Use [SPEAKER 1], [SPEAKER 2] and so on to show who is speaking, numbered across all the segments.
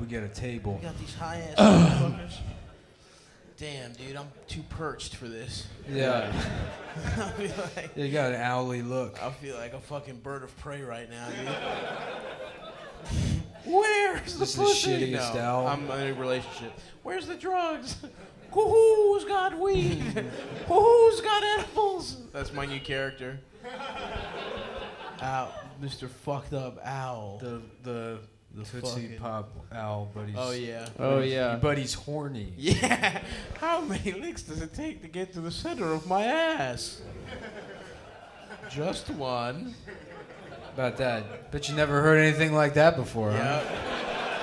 [SPEAKER 1] we get a table.
[SPEAKER 2] You got these high ass motherfuckers. Damn, dude, I'm too perched for this.
[SPEAKER 1] Yeah.
[SPEAKER 2] I feel like
[SPEAKER 1] You got an owly look.
[SPEAKER 2] I feel like a fucking bird of prey right now, dude. Where's the
[SPEAKER 1] This is the
[SPEAKER 2] pussy?
[SPEAKER 1] shittiest
[SPEAKER 2] no,
[SPEAKER 1] owl.
[SPEAKER 2] I'm in a relationship. Where's the drugs? Who's got weed? Who's got edibles? That's my new character. Ow, Mr. Fucked Up Owl.
[SPEAKER 1] The the
[SPEAKER 2] The
[SPEAKER 1] Tootsie
[SPEAKER 2] fucking-
[SPEAKER 1] Pop owl, but he's
[SPEAKER 2] oh yeah.
[SPEAKER 3] Oh yeah.
[SPEAKER 1] but he's horny.
[SPEAKER 2] Yeah. How many licks does it take to get to the center of my ass? Just one.
[SPEAKER 1] About that, but you never heard anything like that before, huh?
[SPEAKER 2] Yep.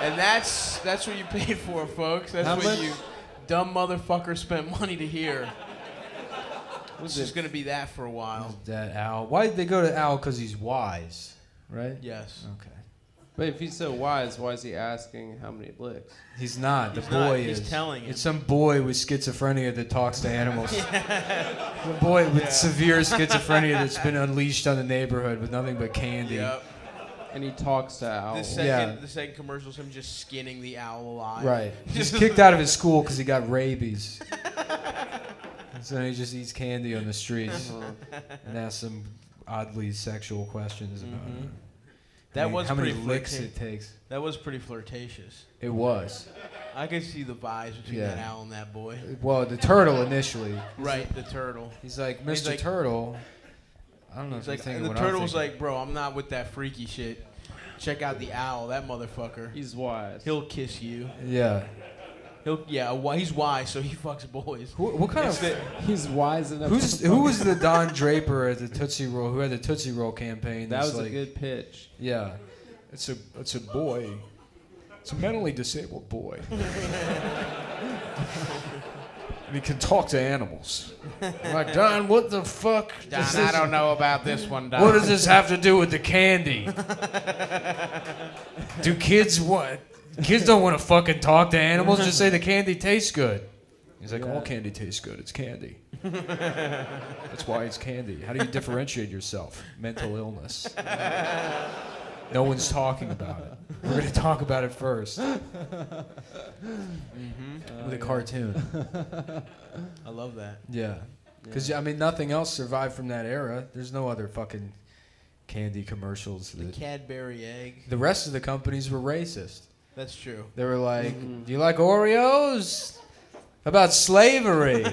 [SPEAKER 2] And that's that's what you paid for, folks. That's
[SPEAKER 1] How
[SPEAKER 2] what
[SPEAKER 1] much-
[SPEAKER 2] you dumb motherfucker spent money to hear. It's
[SPEAKER 1] What's
[SPEAKER 2] just gonna be that for a while.
[SPEAKER 1] That owl. Why did they go to owl? Because he's wise, right?
[SPEAKER 2] Yes.
[SPEAKER 1] Okay.
[SPEAKER 3] But if he's so wise, why is he asking how many licks?
[SPEAKER 1] He's not. The
[SPEAKER 2] He's
[SPEAKER 1] boy
[SPEAKER 2] not.
[SPEAKER 1] is.
[SPEAKER 2] He's telling him.
[SPEAKER 1] It's some boy with schizophrenia that talks to animals. The boy with severe schizophrenia that's been unleashed on the neighborhood with nothing but candy.
[SPEAKER 2] Yep.
[SPEAKER 3] And he talks to
[SPEAKER 2] The
[SPEAKER 3] owls.
[SPEAKER 2] second
[SPEAKER 1] Yeah.
[SPEAKER 2] the second commercial is him just skinning the owl alive.
[SPEAKER 1] Right. He's kicked out of his school because he got rabies. And so he just eats candy on the streets and asks some oddly sexual questions about it.
[SPEAKER 2] Mm-hmm. That
[SPEAKER 1] I mean,
[SPEAKER 2] was
[SPEAKER 1] how many
[SPEAKER 2] pretty
[SPEAKER 1] licks
[SPEAKER 2] flirta-
[SPEAKER 1] it takes.
[SPEAKER 2] That was pretty flirtatious.
[SPEAKER 1] It was.
[SPEAKER 2] I could see the vibes between
[SPEAKER 1] Yeah.
[SPEAKER 2] that owl and that boy.
[SPEAKER 1] Well, the turtle initially.
[SPEAKER 2] Right, the turtle.
[SPEAKER 1] He's like, Mr.
[SPEAKER 2] He's like-
[SPEAKER 1] turtle. I don't know
[SPEAKER 2] It's
[SPEAKER 1] if you
[SPEAKER 2] like
[SPEAKER 1] think
[SPEAKER 2] the
[SPEAKER 1] what I'm
[SPEAKER 2] turtle's
[SPEAKER 1] thinking.
[SPEAKER 2] like, bro, I'm not with that freaky shit. Check out the owl, that motherfucker.
[SPEAKER 3] He's wise.
[SPEAKER 2] He'll kiss you.
[SPEAKER 1] Yeah.
[SPEAKER 2] He'll yeah, wi- he's wise, so he fucks boys.
[SPEAKER 1] Who, what kind
[SPEAKER 2] It's
[SPEAKER 1] of
[SPEAKER 2] the-
[SPEAKER 3] he's wise enough.
[SPEAKER 1] who's
[SPEAKER 3] to
[SPEAKER 1] who was the Don Draper at the Tootsie Roll who had the Tootsie Roll campaign?
[SPEAKER 3] That
[SPEAKER 1] that's
[SPEAKER 3] was a
[SPEAKER 1] like,
[SPEAKER 3] good pitch.
[SPEAKER 1] Yeah, it's a it's a boy. It's a mentally disabled boy. and he can talk to animals. I'm like Don, what the fuck? does this-
[SPEAKER 2] know about this one, Don.
[SPEAKER 1] What does this have to do with the candy? do kids what? Kids don't want to fucking talk to animals. Just say the candy tastes good. He's like, all candy tastes good. It's candy. That's why it's candy. How do you differentiate yourself? Mental illness. No one's talking about it. We're gonna talk about it 1st with a cartoon.
[SPEAKER 2] I love that.
[SPEAKER 1] Yeah. Because, I mean, nothing else survived from that era. There's no other fucking candy commercials.
[SPEAKER 2] The
[SPEAKER 1] That,
[SPEAKER 2] Cadbury egg.
[SPEAKER 1] the rest of the companies were racist.
[SPEAKER 2] That's true.
[SPEAKER 1] They were like,
[SPEAKER 2] Mm-hmm.
[SPEAKER 1] Do you like Oreos? About slavery.
[SPEAKER 2] The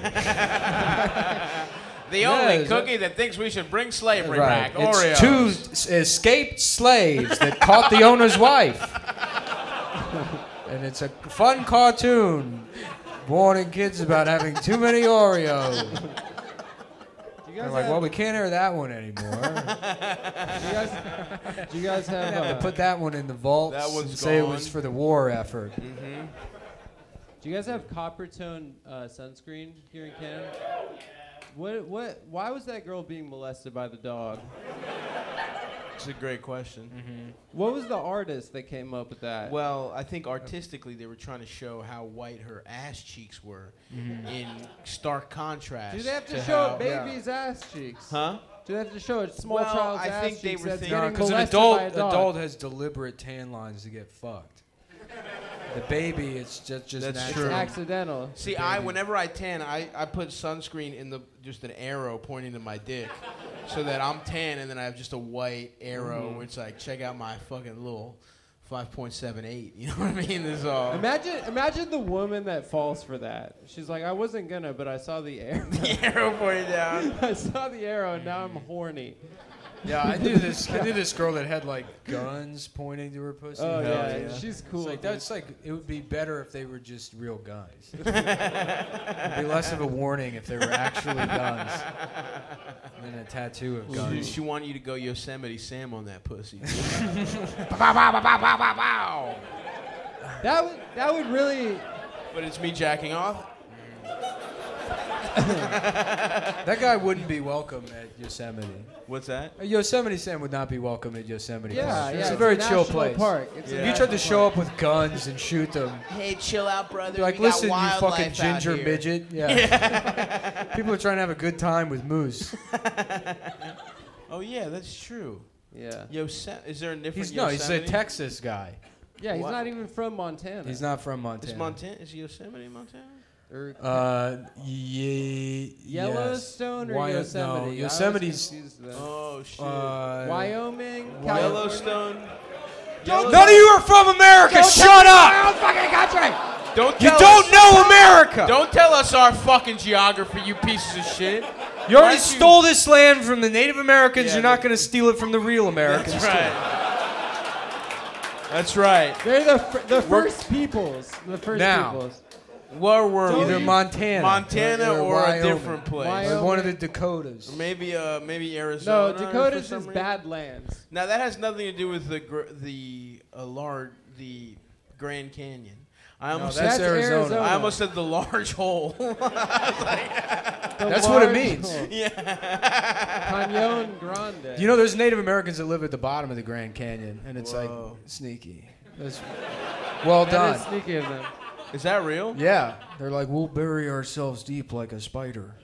[SPEAKER 1] Yeah,
[SPEAKER 2] only
[SPEAKER 1] is that-
[SPEAKER 2] cookie that... thinks we should bring slavery back, Oreos.
[SPEAKER 1] It's two s- escaped slaves that caught the owner's wife. and it's a fun cartoon warning kids about having too many Oreos.
[SPEAKER 3] Do you
[SPEAKER 1] They're
[SPEAKER 3] guys
[SPEAKER 1] like,
[SPEAKER 3] have?
[SPEAKER 1] well, we can't air that one anymore.
[SPEAKER 3] do, you guys, do you guys have?
[SPEAKER 1] I'd have
[SPEAKER 3] Uh,
[SPEAKER 1] to put that one in the vault
[SPEAKER 2] That
[SPEAKER 1] and
[SPEAKER 2] one's
[SPEAKER 1] say it was
[SPEAKER 2] gone.
[SPEAKER 1] for the war effort.
[SPEAKER 3] do you guys have copper tone uh, sunscreen here in Canada? What? What? Why was that girl being molested by the dog?
[SPEAKER 2] It's a great question.
[SPEAKER 3] What was the artist that came up with
[SPEAKER 1] Uh,
[SPEAKER 3] that?
[SPEAKER 2] Well, I think artistically they were trying to show how white her ass cheeks were
[SPEAKER 1] Mm-hmm.
[SPEAKER 2] in stark contrast.
[SPEAKER 3] do they have to,
[SPEAKER 2] to
[SPEAKER 3] show
[SPEAKER 2] how-
[SPEAKER 3] a baby's ass cheeks?
[SPEAKER 2] Huh?
[SPEAKER 3] Do they have to show a small
[SPEAKER 2] Well,
[SPEAKER 3] child's
[SPEAKER 2] I
[SPEAKER 3] ass
[SPEAKER 2] think they
[SPEAKER 3] cheeks
[SPEAKER 2] were
[SPEAKER 3] that's
[SPEAKER 2] thinking-
[SPEAKER 3] getting
[SPEAKER 1] Because an
[SPEAKER 3] molested
[SPEAKER 1] adult,
[SPEAKER 3] by a dog?
[SPEAKER 1] adult has deliberate tan lines to get fucked. The baby, it's just just
[SPEAKER 2] That's
[SPEAKER 3] It's
[SPEAKER 1] natural.
[SPEAKER 2] true.
[SPEAKER 3] accidental.
[SPEAKER 2] See, I whenever I tan, I, I put sunscreen in the just an arrow pointing to my dick, so that I'm tan, and then I have just a white arrow,
[SPEAKER 1] Mm-hmm.
[SPEAKER 2] where it's like check out my fucking little five point seven eight. You know what I mean? This is all.
[SPEAKER 3] Imagine, imagine the woman that falls for that. She's like, I wasn't gonna, but I saw the arrow.
[SPEAKER 2] the arrow pointing down.
[SPEAKER 3] I saw the arrow, and now I'm horny.
[SPEAKER 1] Yeah, I knew this. I knew this girl that had like guns pointing to her pussy.
[SPEAKER 3] Oh
[SPEAKER 1] Hell
[SPEAKER 3] yeah,
[SPEAKER 2] yeah.
[SPEAKER 3] she's cool.
[SPEAKER 1] It's like
[SPEAKER 3] dude.
[SPEAKER 1] that's like it would be better if they were just real guns. It'd be less of a warning if they were actually guns than a tattoo of
[SPEAKER 2] She,
[SPEAKER 1] guns.
[SPEAKER 2] she wanted you to go Yosemite Sam on that pussy.
[SPEAKER 3] that would that would really.
[SPEAKER 2] but it's me jacking off.
[SPEAKER 1] That guy wouldn't be welcome at Yosemite.
[SPEAKER 2] What's that?
[SPEAKER 1] Uh, Yosemite Sam would not be welcome at Yosemite.
[SPEAKER 3] Yeah,
[SPEAKER 1] Park.
[SPEAKER 3] yeah.
[SPEAKER 1] it's a
[SPEAKER 3] it's
[SPEAKER 1] very chill
[SPEAKER 3] national
[SPEAKER 1] place.
[SPEAKER 3] Park. It's a
[SPEAKER 2] Yeah.
[SPEAKER 1] If you tried to show up with guns and shoot them,
[SPEAKER 2] Hey, chill out, brother.
[SPEAKER 1] be like,
[SPEAKER 2] We got
[SPEAKER 1] listen, you
[SPEAKER 2] wildlife
[SPEAKER 1] fucking
[SPEAKER 2] out
[SPEAKER 1] ginger
[SPEAKER 2] here."
[SPEAKER 1] midget. Yeah. People are trying to have a good time with moose.
[SPEAKER 2] Oh yeah, that's true.
[SPEAKER 3] Yeah.
[SPEAKER 2] Yosem- is there a different?
[SPEAKER 1] He's no, he's a
[SPEAKER 2] Yosemite?
[SPEAKER 1] Texas guy.
[SPEAKER 3] Yeah, he's
[SPEAKER 2] What?
[SPEAKER 3] not even from Montana.
[SPEAKER 1] He's not from Montana.
[SPEAKER 2] Is Montana? Is Yosemite Montana?
[SPEAKER 3] Or-
[SPEAKER 1] Uh, ye-
[SPEAKER 3] Yellowstone
[SPEAKER 1] yes.
[SPEAKER 3] or
[SPEAKER 1] Wyo- no,
[SPEAKER 3] Yosemite? I always
[SPEAKER 1] Yosemite's.
[SPEAKER 3] confuse them.
[SPEAKER 2] Oh shit!
[SPEAKER 1] uh,
[SPEAKER 3] Wyoming,
[SPEAKER 1] Wy-
[SPEAKER 3] California.
[SPEAKER 2] Yellowstone.
[SPEAKER 1] None of you are from America. Shut up.
[SPEAKER 2] Don't
[SPEAKER 1] You
[SPEAKER 2] tell
[SPEAKER 1] don't
[SPEAKER 2] us-
[SPEAKER 1] know America.
[SPEAKER 2] Don't tell us our fucking geography, you pieces of shit.
[SPEAKER 1] you already
[SPEAKER 2] Why'd you-
[SPEAKER 1] stole this land from the Native Americans.
[SPEAKER 2] Yeah,
[SPEAKER 1] You're not
[SPEAKER 2] but-
[SPEAKER 1] going to steal it from the real Americans.
[SPEAKER 2] That's right. That's right.
[SPEAKER 3] They're the fir- the first peoples. The first
[SPEAKER 1] Now.
[SPEAKER 3] peoples.
[SPEAKER 2] Where were
[SPEAKER 3] Don't
[SPEAKER 1] Either
[SPEAKER 2] we?
[SPEAKER 1] Montana,
[SPEAKER 2] Montana or, a
[SPEAKER 1] Wyoming.
[SPEAKER 2] different place.
[SPEAKER 3] Wyoming.
[SPEAKER 1] or one of the Dakotas.
[SPEAKER 2] Or maybe uh, maybe
[SPEAKER 3] No,
[SPEAKER 2] Arizona.
[SPEAKER 3] Dakota's
[SPEAKER 2] for some
[SPEAKER 3] is
[SPEAKER 2] reason.
[SPEAKER 3] badlands.
[SPEAKER 2] Now that has nothing to do with the gr- the uh, large the Grand Canyon. I almost
[SPEAKER 1] that's
[SPEAKER 2] said,
[SPEAKER 1] Arizona.
[SPEAKER 2] I almost said the large hole.
[SPEAKER 3] The
[SPEAKER 1] That's what it
[SPEAKER 3] large
[SPEAKER 1] means.
[SPEAKER 3] hole.
[SPEAKER 2] yeah.
[SPEAKER 3] Canyon Grande.
[SPEAKER 1] You know, there's Native Americans that live at the bottom of the Grand Canyon, and it's
[SPEAKER 2] Whoa.
[SPEAKER 1] like sneaky. That's- well
[SPEAKER 3] that
[SPEAKER 1] done.
[SPEAKER 3] is sneaky of them.
[SPEAKER 2] Is that real?
[SPEAKER 1] Yeah, they're like we'll bury ourselves deep like a spider,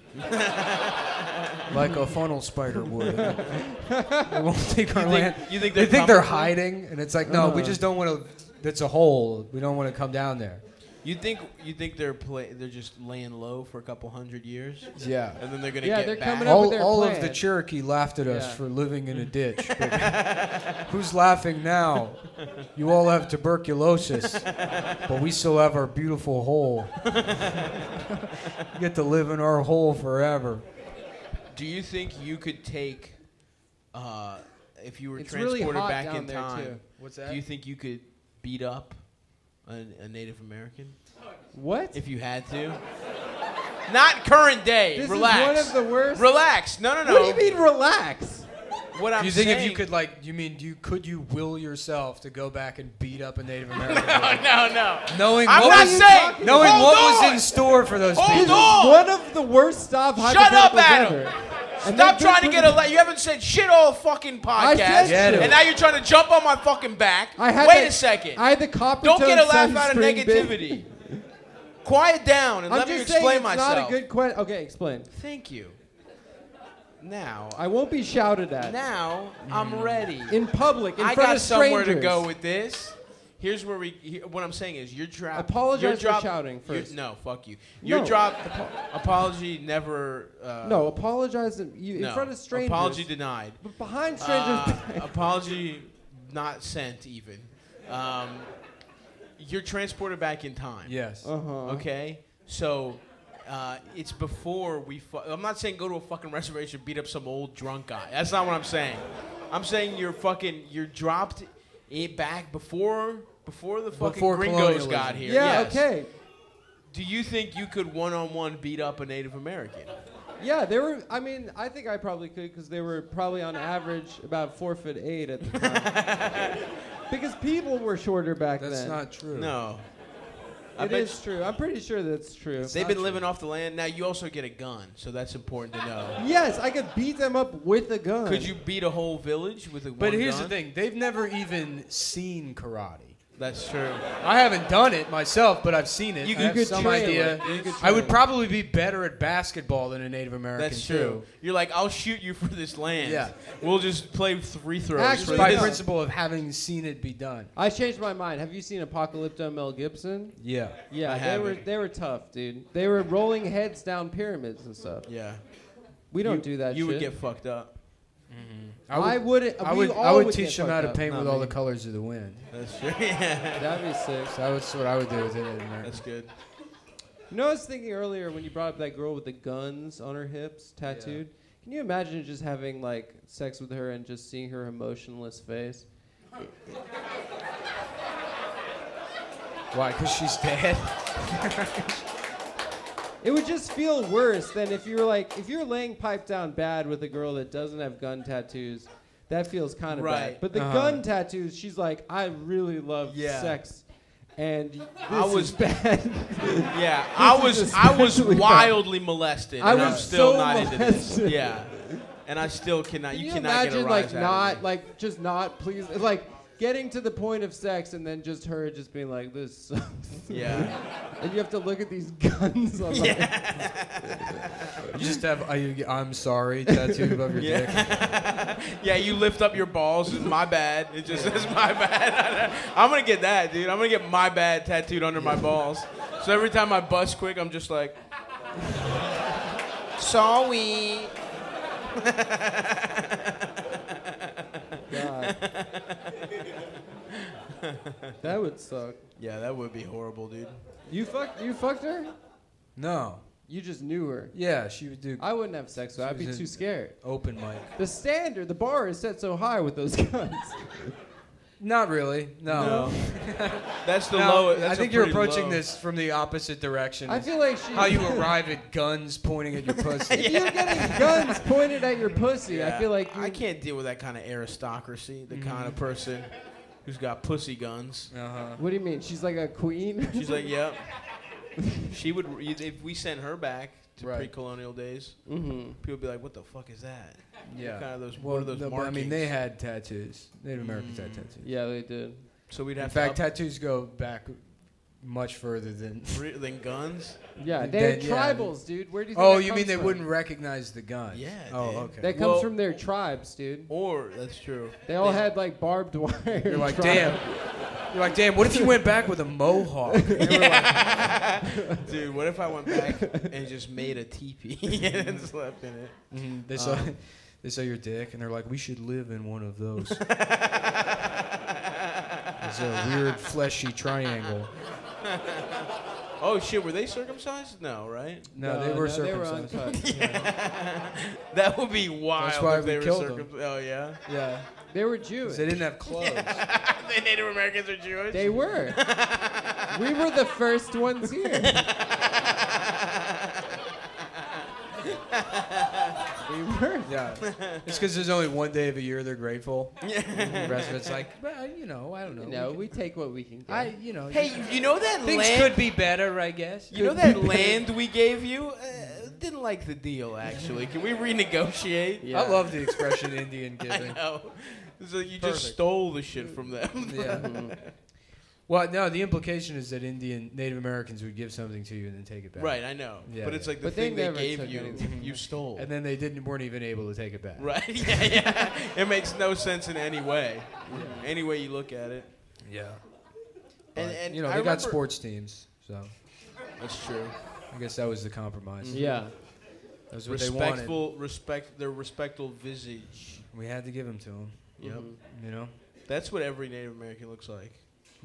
[SPEAKER 1] like a funnel spider would. they won't take our
[SPEAKER 2] You
[SPEAKER 1] land.
[SPEAKER 2] think, you think they're
[SPEAKER 1] They think they're
[SPEAKER 2] comfortable?
[SPEAKER 1] hiding, and it's like, no, we just don't want to. That's a hole. We don't want to come down there.
[SPEAKER 2] You think you think they're play, they're just laying low for a couple hundred years,
[SPEAKER 1] Yeah.
[SPEAKER 2] and then they're gonna
[SPEAKER 3] Yeah,
[SPEAKER 2] get
[SPEAKER 3] they're
[SPEAKER 2] back.
[SPEAKER 3] coming up-
[SPEAKER 1] All,
[SPEAKER 3] their
[SPEAKER 1] all of the
[SPEAKER 3] plan.
[SPEAKER 1] Cherokee laughed at us
[SPEAKER 3] Yeah.
[SPEAKER 1] for living in a ditch. but who's laughing now? You all have tuberculosis, but we still have our beautiful hole. you get to live in our hole forever.
[SPEAKER 2] Do you think you could take, uh, if you were
[SPEAKER 3] It's really
[SPEAKER 2] transported
[SPEAKER 3] hot
[SPEAKER 2] back
[SPEAKER 3] down
[SPEAKER 2] in
[SPEAKER 3] there
[SPEAKER 2] time?
[SPEAKER 3] too.
[SPEAKER 1] What's
[SPEAKER 2] Do you think you could beat up a, a Native American
[SPEAKER 3] What?
[SPEAKER 2] if you had to? Not current day.
[SPEAKER 3] this
[SPEAKER 2] Relax.
[SPEAKER 3] is one of the worst.
[SPEAKER 2] Relax. No, no, no.
[SPEAKER 3] What do you mean relax?
[SPEAKER 2] What I'm
[SPEAKER 1] Do you think
[SPEAKER 2] saying,
[SPEAKER 1] if you could like you mean do you could you will yourself to go back and beat up a Native American?
[SPEAKER 2] No, no, no.
[SPEAKER 1] Knowing
[SPEAKER 2] I'm
[SPEAKER 1] what
[SPEAKER 2] not
[SPEAKER 1] was,
[SPEAKER 2] saying-
[SPEAKER 1] knowing
[SPEAKER 2] Hold
[SPEAKER 1] what
[SPEAKER 2] on.
[SPEAKER 1] was in store for those
[SPEAKER 2] Hold
[SPEAKER 3] This
[SPEAKER 1] people.
[SPEAKER 2] on.
[SPEAKER 3] is one of the worst stop
[SPEAKER 2] Shut
[SPEAKER 3] hypotheticals
[SPEAKER 2] up, Adam.
[SPEAKER 3] ever. And
[SPEAKER 2] Stop
[SPEAKER 3] they're
[SPEAKER 2] trying to
[SPEAKER 3] pretty-
[SPEAKER 2] get a like. You haven't said shit all fucking
[SPEAKER 3] I
[SPEAKER 2] podcast,
[SPEAKER 1] Get
[SPEAKER 3] said
[SPEAKER 1] shit. it.
[SPEAKER 2] and now you're trying to jump on my fucking back.
[SPEAKER 3] I had
[SPEAKER 2] Wait
[SPEAKER 3] the-
[SPEAKER 2] a second.
[SPEAKER 3] I had the copper
[SPEAKER 2] Don't get a laugh
[SPEAKER 3] tone
[SPEAKER 2] out of
[SPEAKER 3] sunscreen bit.
[SPEAKER 2] negativity. Quiet down and
[SPEAKER 3] I'm
[SPEAKER 2] let
[SPEAKER 3] just
[SPEAKER 2] me
[SPEAKER 3] saying
[SPEAKER 2] explain
[SPEAKER 3] it's
[SPEAKER 2] myself.
[SPEAKER 3] not a good question. Okay, explain.
[SPEAKER 2] Thank you. Now,
[SPEAKER 3] I won't be shouted at.
[SPEAKER 2] now I'm ready.
[SPEAKER 3] Mm. In public, in
[SPEAKER 2] I
[SPEAKER 3] front
[SPEAKER 2] got
[SPEAKER 3] of
[SPEAKER 2] somewhere
[SPEAKER 3] strangers.
[SPEAKER 2] to go with this. Here's where we. Here, what I'm saying is, you're dropping.
[SPEAKER 3] Apologize
[SPEAKER 2] you're
[SPEAKER 3] for
[SPEAKER 2] drop-
[SPEAKER 3] shouting
[SPEAKER 2] you're-
[SPEAKER 3] first.
[SPEAKER 2] No, fuck you. You're
[SPEAKER 3] No.
[SPEAKER 2] drop. apology never. Uh,
[SPEAKER 3] no, apologize in, you, in
[SPEAKER 2] no.
[SPEAKER 3] front of strangers.
[SPEAKER 2] Apology denied.
[SPEAKER 3] but behind strangers.
[SPEAKER 2] Uh, apology not sent even. Um, you're transported back in time.
[SPEAKER 1] Yes.
[SPEAKER 3] uh-huh.
[SPEAKER 2] Okay. So. Uh, it's before we. Fu- I'm not saying go to a fucking reservation beat up some old drunk guy. That's not what I'm saying. I'm saying you're fucking you're dropped it back before before the fucking
[SPEAKER 1] Before
[SPEAKER 2] gringos
[SPEAKER 1] colonialism.
[SPEAKER 2] got here.
[SPEAKER 3] Yeah,
[SPEAKER 2] Yes.
[SPEAKER 3] okay.
[SPEAKER 2] Do you think you could one on one beat up a Native American?
[SPEAKER 3] Yeah, they were. I mean, I think I probably could because they were probably on average about four foot eight at the time. because people were shorter back
[SPEAKER 1] That's
[SPEAKER 3] then.
[SPEAKER 1] not true.
[SPEAKER 2] No. I
[SPEAKER 3] It
[SPEAKER 2] bet
[SPEAKER 3] is true. I'm pretty sure that's true.
[SPEAKER 2] They've been living off the land. Now you also get a gun, so that's important to know.
[SPEAKER 3] Yes, I could beat them up with a gun.
[SPEAKER 2] Could you beat a whole village with a
[SPEAKER 1] But
[SPEAKER 2] one
[SPEAKER 1] here's the
[SPEAKER 2] gun?
[SPEAKER 1] thing, they've never even seen karate.
[SPEAKER 2] That's true.
[SPEAKER 1] I haven't done it myself, but I've seen it.
[SPEAKER 2] You
[SPEAKER 1] I
[SPEAKER 2] could-
[SPEAKER 1] have
[SPEAKER 3] you could
[SPEAKER 1] some
[SPEAKER 3] train
[SPEAKER 1] idea.
[SPEAKER 3] it. You could
[SPEAKER 1] I would
[SPEAKER 3] train it.
[SPEAKER 1] probably be better at basketball than a Native American.
[SPEAKER 2] That's
[SPEAKER 1] too.
[SPEAKER 2] true. You're like, I'll shoot you for this land.
[SPEAKER 1] Yeah.
[SPEAKER 2] We'll just play free throws. for
[SPEAKER 3] Actually,
[SPEAKER 1] By
[SPEAKER 2] this.
[SPEAKER 3] no.
[SPEAKER 1] principle of having seen it be done.
[SPEAKER 3] I changed my mind. Have you seen Apocalypto Mel Gibson?
[SPEAKER 1] Yeah.
[SPEAKER 3] Yeah,
[SPEAKER 2] I
[SPEAKER 3] they
[SPEAKER 2] haven't.
[SPEAKER 3] were they were tough, dude. They were rolling heads down pyramids and stuff.
[SPEAKER 2] Yeah.
[SPEAKER 3] We don't
[SPEAKER 2] You-
[SPEAKER 3] do that.
[SPEAKER 2] You
[SPEAKER 3] shit.
[SPEAKER 2] would get fucked up.
[SPEAKER 3] I would.
[SPEAKER 1] I
[SPEAKER 3] we
[SPEAKER 1] would,
[SPEAKER 3] all
[SPEAKER 1] I would
[SPEAKER 3] would
[SPEAKER 1] teach
[SPEAKER 3] get
[SPEAKER 1] them how
[SPEAKER 3] fucked
[SPEAKER 1] to
[SPEAKER 3] up.
[SPEAKER 1] paint
[SPEAKER 3] Not
[SPEAKER 1] with all
[SPEAKER 3] me.
[SPEAKER 1] the colors of the wind.
[SPEAKER 2] That's true. Yeah.
[SPEAKER 3] That'd be sick.
[SPEAKER 1] So that's what I would do with a Native American.
[SPEAKER 2] That's good.
[SPEAKER 3] You know, I was thinking earlier when you brought up that girl with the guns on her hips, tattooed. Can you imagine just having like sex with her and just seeing her emotionless face?
[SPEAKER 1] Why? Because she's dead.
[SPEAKER 3] It would just feel worse than if you were like if you're laying pipe down bad with a girl that doesn't have gun tattoos. That feels kind of bad.
[SPEAKER 2] Right.
[SPEAKER 3] But the
[SPEAKER 1] Uh-huh.
[SPEAKER 3] gun tattoos, she's like, I really love
[SPEAKER 2] Yeah.
[SPEAKER 3] sex, and this
[SPEAKER 2] I was-
[SPEAKER 3] is bad.
[SPEAKER 2] Yeah. I
[SPEAKER 3] This is
[SPEAKER 2] was I was
[SPEAKER 3] especially bad.
[SPEAKER 2] wildly molested,
[SPEAKER 3] I
[SPEAKER 2] and I'm
[SPEAKER 3] was
[SPEAKER 2] still
[SPEAKER 3] so
[SPEAKER 2] not into
[SPEAKER 3] molested.
[SPEAKER 2] this. Yeah. And I still cannot.
[SPEAKER 3] Can
[SPEAKER 2] you,
[SPEAKER 3] you,
[SPEAKER 2] cannot
[SPEAKER 3] imagine
[SPEAKER 2] get a rise
[SPEAKER 3] like
[SPEAKER 2] out of me.
[SPEAKER 3] not like just not please like getting to the point of sex and then just her just being like, this sucks.
[SPEAKER 2] Yeah.
[SPEAKER 3] and you have to look at these guns on my
[SPEAKER 1] You just have I, I'm sorry tattooed above your dick.
[SPEAKER 2] Yeah. yeah, you lift up your balls. It's my bad. It just says my bad. I'm gonna get that, dude. I'm gonna get my bad tattooed under my balls. So every time I bust quick, I'm just like, sorry.
[SPEAKER 3] God. that would suck.
[SPEAKER 2] Yeah, that would be horrible, dude.
[SPEAKER 3] You fucked you fucked her?
[SPEAKER 1] No.
[SPEAKER 3] You just knew her.
[SPEAKER 1] Yeah, she would do
[SPEAKER 3] I wouldn't have sex with her. I'd be
[SPEAKER 1] She's a-
[SPEAKER 3] too scared.
[SPEAKER 1] open mic.
[SPEAKER 3] The standard, the bar is set so high with those guns.
[SPEAKER 1] Not really. No.
[SPEAKER 2] That's the
[SPEAKER 1] Now,
[SPEAKER 2] lowest. That's
[SPEAKER 1] I
[SPEAKER 2] a
[SPEAKER 1] think you're
[SPEAKER 2] pretty
[SPEAKER 1] approaching
[SPEAKER 2] low.
[SPEAKER 1] this from the opposite direction.
[SPEAKER 3] I feel like she.
[SPEAKER 1] How you arrive at guns pointing at your pussy.
[SPEAKER 3] If you're getting guns pointed at your pussy,
[SPEAKER 2] Yeah.
[SPEAKER 3] I feel like you,
[SPEAKER 2] I can't deal with that kind of aristocracy. The
[SPEAKER 1] Mm-hmm.
[SPEAKER 2] kind of person who's got pussy guns.
[SPEAKER 1] Uh-huh.
[SPEAKER 3] What do you mean? She's like a queen.
[SPEAKER 2] She's like, yep. She would if we sent her back to
[SPEAKER 1] Right.
[SPEAKER 2] pre-colonial days.
[SPEAKER 3] mm-hmm.
[SPEAKER 2] People would be like, "What the fuck is that?"
[SPEAKER 1] Yeah.
[SPEAKER 2] Kind of those.
[SPEAKER 1] Well,
[SPEAKER 2] what are those
[SPEAKER 1] no, but I
[SPEAKER 2] markings?
[SPEAKER 1] mean, they had tattoos. Native Americans had
[SPEAKER 2] Mm.
[SPEAKER 1] tattoos.
[SPEAKER 3] Yeah, they did.
[SPEAKER 2] So we'd have
[SPEAKER 1] In fact,
[SPEAKER 2] to
[SPEAKER 1] tattoos go back much further than.
[SPEAKER 2] up re- than guns.
[SPEAKER 3] Yeah,
[SPEAKER 1] And
[SPEAKER 3] they're
[SPEAKER 1] then- yeah,
[SPEAKER 3] tribals, dude. Where do you? Think
[SPEAKER 1] Oh,
[SPEAKER 3] that
[SPEAKER 1] you mean
[SPEAKER 3] comes
[SPEAKER 1] they
[SPEAKER 3] from?
[SPEAKER 1] wouldn't recognize the guns?
[SPEAKER 2] Yeah,
[SPEAKER 1] Oh,
[SPEAKER 2] dude.
[SPEAKER 1] okay.
[SPEAKER 3] That comes
[SPEAKER 2] Well-
[SPEAKER 3] from their tribes, dude.
[SPEAKER 2] Or that's true.
[SPEAKER 3] They all
[SPEAKER 2] They-
[SPEAKER 3] had like barbed wire.
[SPEAKER 1] You're like,
[SPEAKER 3] tribes.
[SPEAKER 1] damn. You're like, damn. What if you went back with a mohawk?
[SPEAKER 2] Dude, what if I went back and just made a teepee and slept in it?
[SPEAKER 1] Mhm, They saw, they saw your dick, and they're like, we should live in one of those. it's a weird fleshy triangle.
[SPEAKER 2] Oh shit, were they circumcised? No, right?
[SPEAKER 1] No, they were
[SPEAKER 3] no,
[SPEAKER 1] circumcised.
[SPEAKER 3] untouched.
[SPEAKER 2] That would be wild.
[SPEAKER 1] why
[SPEAKER 2] if
[SPEAKER 1] we
[SPEAKER 2] they were
[SPEAKER 1] killed 'em.
[SPEAKER 2] circumcised. Oh yeah.
[SPEAKER 1] yeah,
[SPEAKER 3] they were
[SPEAKER 1] 'Cause
[SPEAKER 3] Jewish.
[SPEAKER 1] they didn't have clothes.
[SPEAKER 2] the Native Americans are Jewish.
[SPEAKER 3] They were. we were the first ones here. we were.
[SPEAKER 1] Yeah, it's because there's only one day of a year they're grateful. the rest of it's like, well, you know, I don't know.
[SPEAKER 3] No,
[SPEAKER 1] we
[SPEAKER 3] we take what we can get.
[SPEAKER 1] can- I, you know,
[SPEAKER 2] hey, you- you know that
[SPEAKER 1] things
[SPEAKER 2] land?
[SPEAKER 1] could be better, I guess.
[SPEAKER 2] you know that land we gave you? Uh, didn't like the deal actually. Can we renegotiate?
[SPEAKER 3] Yeah.
[SPEAKER 1] I love the expression Indian
[SPEAKER 2] I
[SPEAKER 1] giving.
[SPEAKER 2] know. So you just
[SPEAKER 1] Perfect.
[SPEAKER 2] stole the shit from them.
[SPEAKER 1] Yeah. Well, no, the implication is that Indian Native Americans would give something to you and then take it back.
[SPEAKER 2] Right, I know.
[SPEAKER 1] Yeah,
[SPEAKER 2] but it's
[SPEAKER 1] yeah.
[SPEAKER 2] like the
[SPEAKER 3] But they
[SPEAKER 2] thing they,
[SPEAKER 3] never
[SPEAKER 2] gave
[SPEAKER 3] took
[SPEAKER 2] you,
[SPEAKER 3] anything.
[SPEAKER 2] you stole.
[SPEAKER 1] And then they didn't weren't even able to take it back.
[SPEAKER 2] right, yeah, yeah. It makes no sense in any way. Any way you look at it.
[SPEAKER 1] Yeah.
[SPEAKER 2] And,
[SPEAKER 1] But,
[SPEAKER 2] and
[SPEAKER 1] you know,
[SPEAKER 2] I
[SPEAKER 1] they got
[SPEAKER 2] remember-
[SPEAKER 1] sports teams, so
[SPEAKER 2] That's true.
[SPEAKER 1] I guess that was the compromise.
[SPEAKER 3] Yeah.
[SPEAKER 1] That was what they wanted.
[SPEAKER 2] Mm-hmm. Respectful, respect their respectful visage.
[SPEAKER 1] We had to give them to them.
[SPEAKER 2] Yep.
[SPEAKER 1] You know
[SPEAKER 2] That's what every Native American looks like.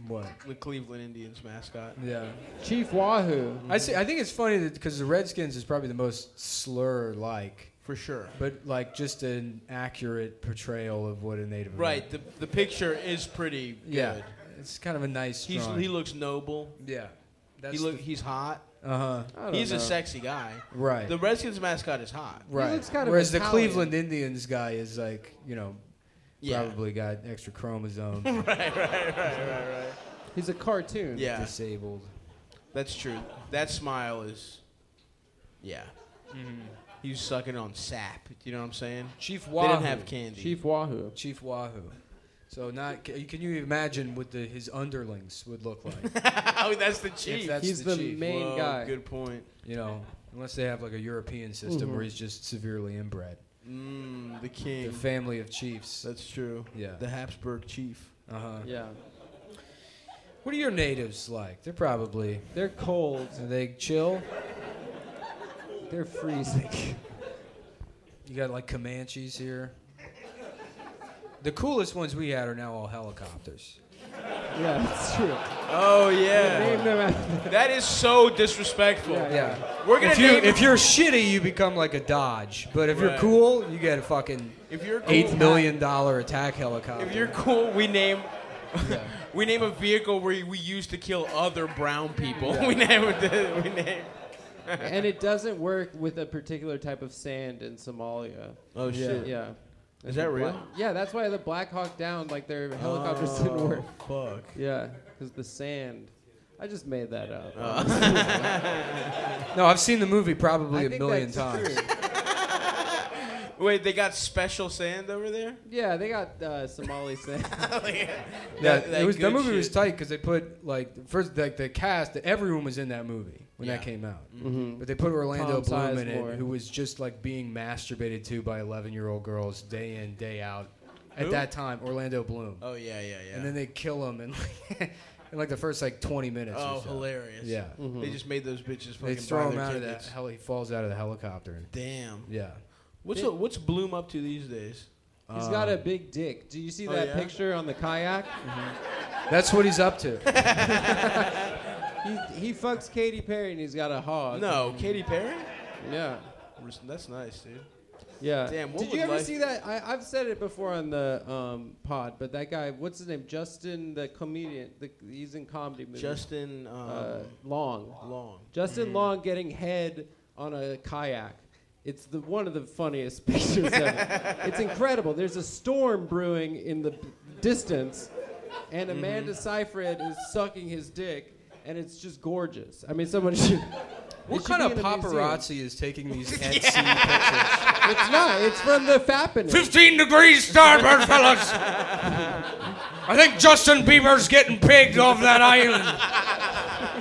[SPEAKER 1] what?
[SPEAKER 2] The Cleveland Indians mascot.
[SPEAKER 1] Yeah.
[SPEAKER 3] Chief Wahoo.
[SPEAKER 1] I see. I think it's funny that because the Redskins is probably the most slur-like,
[SPEAKER 2] For sure.
[SPEAKER 1] but like just an accurate portrayal of what a Native
[SPEAKER 2] Right, the, the picture is pretty good.
[SPEAKER 1] American- Yeah. It's kind of a nice.
[SPEAKER 2] He's,
[SPEAKER 1] drawing.
[SPEAKER 2] he looks noble.
[SPEAKER 1] yeah. That's
[SPEAKER 2] He look, he's hot.
[SPEAKER 1] uh huh.
[SPEAKER 3] I don't
[SPEAKER 2] He's
[SPEAKER 3] know.
[SPEAKER 2] a sexy guy.
[SPEAKER 1] Right.
[SPEAKER 2] The Redskins mascot is hot.
[SPEAKER 1] right.
[SPEAKER 3] looks kind of
[SPEAKER 1] Whereas the
[SPEAKER 3] Italian.
[SPEAKER 1] Cleveland Indians guy is like you know
[SPEAKER 2] Yeah.
[SPEAKER 1] probably got extra chromosome,
[SPEAKER 2] right, right, right, right, right.
[SPEAKER 3] He's a cartoon.
[SPEAKER 2] Yeah,
[SPEAKER 1] disabled.
[SPEAKER 2] that's true. That smile is, yeah.
[SPEAKER 1] Mm-hmm.
[SPEAKER 2] He's sucking on sap. Do you know what I'm saying?
[SPEAKER 1] Chief
[SPEAKER 2] They
[SPEAKER 1] Wahoo.
[SPEAKER 2] didn't have candy.
[SPEAKER 3] Chief Wahoo.
[SPEAKER 1] Chief Wahoo. So not ca- can you imagine what the, his underlings would look like?
[SPEAKER 2] oh, that's the
[SPEAKER 1] if
[SPEAKER 2] chief.
[SPEAKER 1] that's
[SPEAKER 3] He's
[SPEAKER 1] the,
[SPEAKER 3] the
[SPEAKER 1] chief.
[SPEAKER 3] main
[SPEAKER 2] Whoa,
[SPEAKER 3] guy.
[SPEAKER 2] Good point.
[SPEAKER 1] You know, unless they have like a European system
[SPEAKER 3] Mm-hmm.
[SPEAKER 1] where he's just severely inbred.
[SPEAKER 2] Mm, the
[SPEAKER 1] The
[SPEAKER 2] king.
[SPEAKER 1] family of chiefs.
[SPEAKER 2] that's true.
[SPEAKER 1] Yeah.
[SPEAKER 2] The Habsburg chief.
[SPEAKER 1] Uh huh.
[SPEAKER 3] Yeah.
[SPEAKER 1] What are your natives like? They're probably
[SPEAKER 3] They're cold.
[SPEAKER 1] are they chill.
[SPEAKER 3] They're freezing.
[SPEAKER 1] You got like Comanches here. The coolest ones we had are now all helicopters.
[SPEAKER 3] yeah, that's true.
[SPEAKER 2] Oh
[SPEAKER 3] Name
[SPEAKER 2] yeah.
[SPEAKER 3] them after.
[SPEAKER 2] That is so disrespectful.
[SPEAKER 3] Yeah.
[SPEAKER 1] Yeah.
[SPEAKER 2] We're gonna
[SPEAKER 1] If you
[SPEAKER 2] name-
[SPEAKER 1] if you're shitty, you become like a Dodge. But if you're
[SPEAKER 2] Right.
[SPEAKER 1] cool, you get a fucking
[SPEAKER 2] If you're cool,
[SPEAKER 1] eight million dollar attack helicopter.
[SPEAKER 2] If you're cool, we name.
[SPEAKER 1] Yeah.
[SPEAKER 2] We name a vehicle where we use to kill other brown people. we name. We name.
[SPEAKER 3] And it doesn't work with a particular type of sand in Somalia.
[SPEAKER 2] Oh shit!
[SPEAKER 3] Yeah.
[SPEAKER 2] Is that real? Oh.
[SPEAKER 3] Black- yeah, that's why the Black Hawk down, like their helicopters didn't work.
[SPEAKER 2] Fuck.
[SPEAKER 3] Yeah, because the sand. I just made that up.
[SPEAKER 2] Uh,
[SPEAKER 1] No, I've seen the movie
[SPEAKER 3] I
[SPEAKER 1] probably a
[SPEAKER 3] think
[SPEAKER 1] million
[SPEAKER 3] that's
[SPEAKER 1] times.
[SPEAKER 3] true.
[SPEAKER 2] Wait, they got special sand over there? Oh,
[SPEAKER 3] Yeah, they got uh, Somali sand.
[SPEAKER 2] That-
[SPEAKER 1] Yeah,
[SPEAKER 2] that
[SPEAKER 1] it was that
[SPEAKER 2] good
[SPEAKER 1] movie was
[SPEAKER 2] shit.
[SPEAKER 1] tight because they put like first like the cast everyone was in that movie when that
[SPEAKER 2] Yeah. Mm-hmm.
[SPEAKER 1] came out,
[SPEAKER 3] Mhm.
[SPEAKER 1] but they put Orlando
[SPEAKER 3] Tom
[SPEAKER 1] Bloom in
[SPEAKER 3] Sizemore.
[SPEAKER 1] it, who was just like being masturbated to by eleven year old girls day in day out. At
[SPEAKER 2] Who?
[SPEAKER 1] that time, Orlando Bloom,
[SPEAKER 2] Oh yeah, yeah, yeah.
[SPEAKER 1] and then they kill him in like, in like the first like twenty minutes.
[SPEAKER 2] oh,
[SPEAKER 1] or so.
[SPEAKER 2] hilarious.
[SPEAKER 1] Yeah,
[SPEAKER 2] They just made those bitches fucking
[SPEAKER 1] they throw
[SPEAKER 2] buy
[SPEAKER 1] him
[SPEAKER 2] their
[SPEAKER 1] out of that
[SPEAKER 2] tickets.
[SPEAKER 1] hell. He falls out of the helicopter. And,
[SPEAKER 2] Damn.
[SPEAKER 1] yeah,
[SPEAKER 2] What's a, what's Bloom up to these days?
[SPEAKER 3] He's got a big dick. Do you see
[SPEAKER 2] Oh,
[SPEAKER 3] that
[SPEAKER 2] yeah?
[SPEAKER 3] picture on the kayak?
[SPEAKER 1] that's what he's up to.
[SPEAKER 3] He, he fucks Katy Perry and he's got a hog.
[SPEAKER 2] No, Katy Perry.
[SPEAKER 3] Yeah.
[SPEAKER 2] That's nice, dude.
[SPEAKER 3] Yeah.
[SPEAKER 2] Damn, what
[SPEAKER 3] Did you
[SPEAKER 2] would
[SPEAKER 3] ever
[SPEAKER 2] life-
[SPEAKER 3] see that? I, I've said it before on the um, pod, but that guy, what's his name? Justin, the comedian. The, he's in comedy movies.
[SPEAKER 2] Justin um,
[SPEAKER 3] uh, Long.
[SPEAKER 2] Long.
[SPEAKER 3] Justin
[SPEAKER 1] Mm.
[SPEAKER 3] Long getting head on a kayak. It's the one of the funniest pictures ever. It's incredible. There's a storm brewing in the distance, and
[SPEAKER 1] Mm-hmm.
[SPEAKER 3] Amanda Seyfried is sucking his dick, and it's just gorgeous. I mean, someone should.
[SPEAKER 1] What
[SPEAKER 3] it should
[SPEAKER 1] kind of
[SPEAKER 3] be in a museum.
[SPEAKER 1] paparazzi is taking these Etsy pictures?
[SPEAKER 3] It's not. It's from the Fappening.
[SPEAKER 4] 15 degrees starboard, fellas. I think Justin Bieber's getting pigged off that island.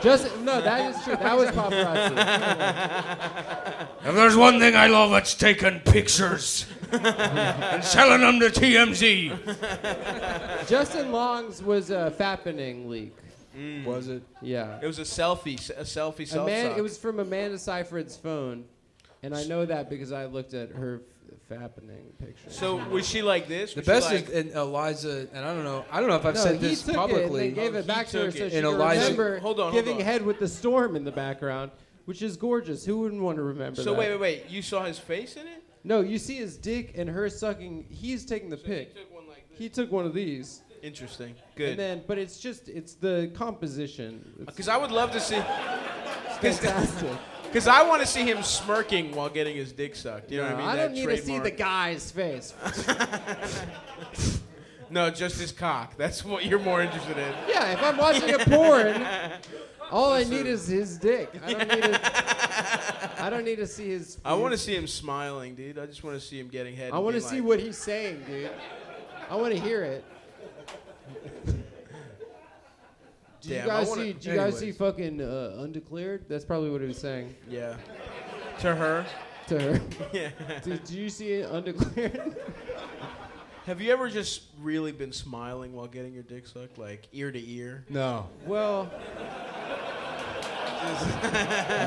[SPEAKER 3] Just no, that is true. That was paparazzi.
[SPEAKER 4] If there's one thing I love, it's taking pictures and selling them to TMZ.
[SPEAKER 3] Justin Long's was a Fappening leak.
[SPEAKER 1] Was it?
[SPEAKER 3] Yeah.
[SPEAKER 2] It was a selfie, s- a selfie self
[SPEAKER 3] Amanda,
[SPEAKER 2] sock.
[SPEAKER 3] it was from Amanda Seyfried's phone, and I know that because I looked at her f- fappening picture.
[SPEAKER 2] so was she like this?
[SPEAKER 1] The
[SPEAKER 2] Was she
[SPEAKER 1] best
[SPEAKER 2] like,
[SPEAKER 1] is and Eliza, and I don't know. I don't know if I've
[SPEAKER 3] no,
[SPEAKER 1] said
[SPEAKER 3] he
[SPEAKER 1] this
[SPEAKER 3] took
[SPEAKER 1] publicly.
[SPEAKER 3] it and they gave
[SPEAKER 2] Oh,
[SPEAKER 3] it
[SPEAKER 2] he
[SPEAKER 3] back to her
[SPEAKER 2] took
[SPEAKER 3] so
[SPEAKER 2] it.
[SPEAKER 3] she
[SPEAKER 1] And
[SPEAKER 3] could
[SPEAKER 1] Eliza-
[SPEAKER 3] remember
[SPEAKER 2] Hold on, hold
[SPEAKER 3] giving
[SPEAKER 2] on.
[SPEAKER 3] head with the storm in the background, which is gorgeous. Who wouldn't want to remember
[SPEAKER 2] So
[SPEAKER 3] that?
[SPEAKER 2] wait, wait, wait. You saw his face in it?
[SPEAKER 3] No, you see his dick and her sucking. He's taking the pic. He took one of these,
[SPEAKER 2] Interesting.
[SPEAKER 3] and
[SPEAKER 2] Good.
[SPEAKER 3] then but it's just it's the composition. It's
[SPEAKER 2] Because I would love to see.
[SPEAKER 3] fantastic.
[SPEAKER 2] Because I want to see him smirking while getting his dick sucked. You know what I mean?
[SPEAKER 3] I
[SPEAKER 2] That
[SPEAKER 3] don't need to see the
[SPEAKER 2] trademark-
[SPEAKER 3] guy's face.
[SPEAKER 2] No, just his cock. That's what you're more interested in.
[SPEAKER 3] Yeah, if I'm watching a porn, all I need is his dick. I don't need to, I don't need to see his.
[SPEAKER 2] I want to see him smiling, dude. I just want to see him getting head.
[SPEAKER 3] I
[SPEAKER 2] and
[SPEAKER 3] want to
[SPEAKER 2] being
[SPEAKER 3] see
[SPEAKER 2] like,
[SPEAKER 3] what he's saying, dude. I want to hear it. Do you
[SPEAKER 2] Damn, I
[SPEAKER 3] guys
[SPEAKER 2] wanna-
[SPEAKER 3] see? Do you guys see
[SPEAKER 1] anyways.
[SPEAKER 3] fucking uh, undeclared? That's probably what he was saying
[SPEAKER 2] Yeah. To her.
[SPEAKER 3] to her.
[SPEAKER 2] Yeah.
[SPEAKER 3] Did, did you see undeclared?
[SPEAKER 2] Have you ever just really been smiling while getting your dick sucked, like ear to ear?
[SPEAKER 1] no,
[SPEAKER 3] well,
[SPEAKER 1] never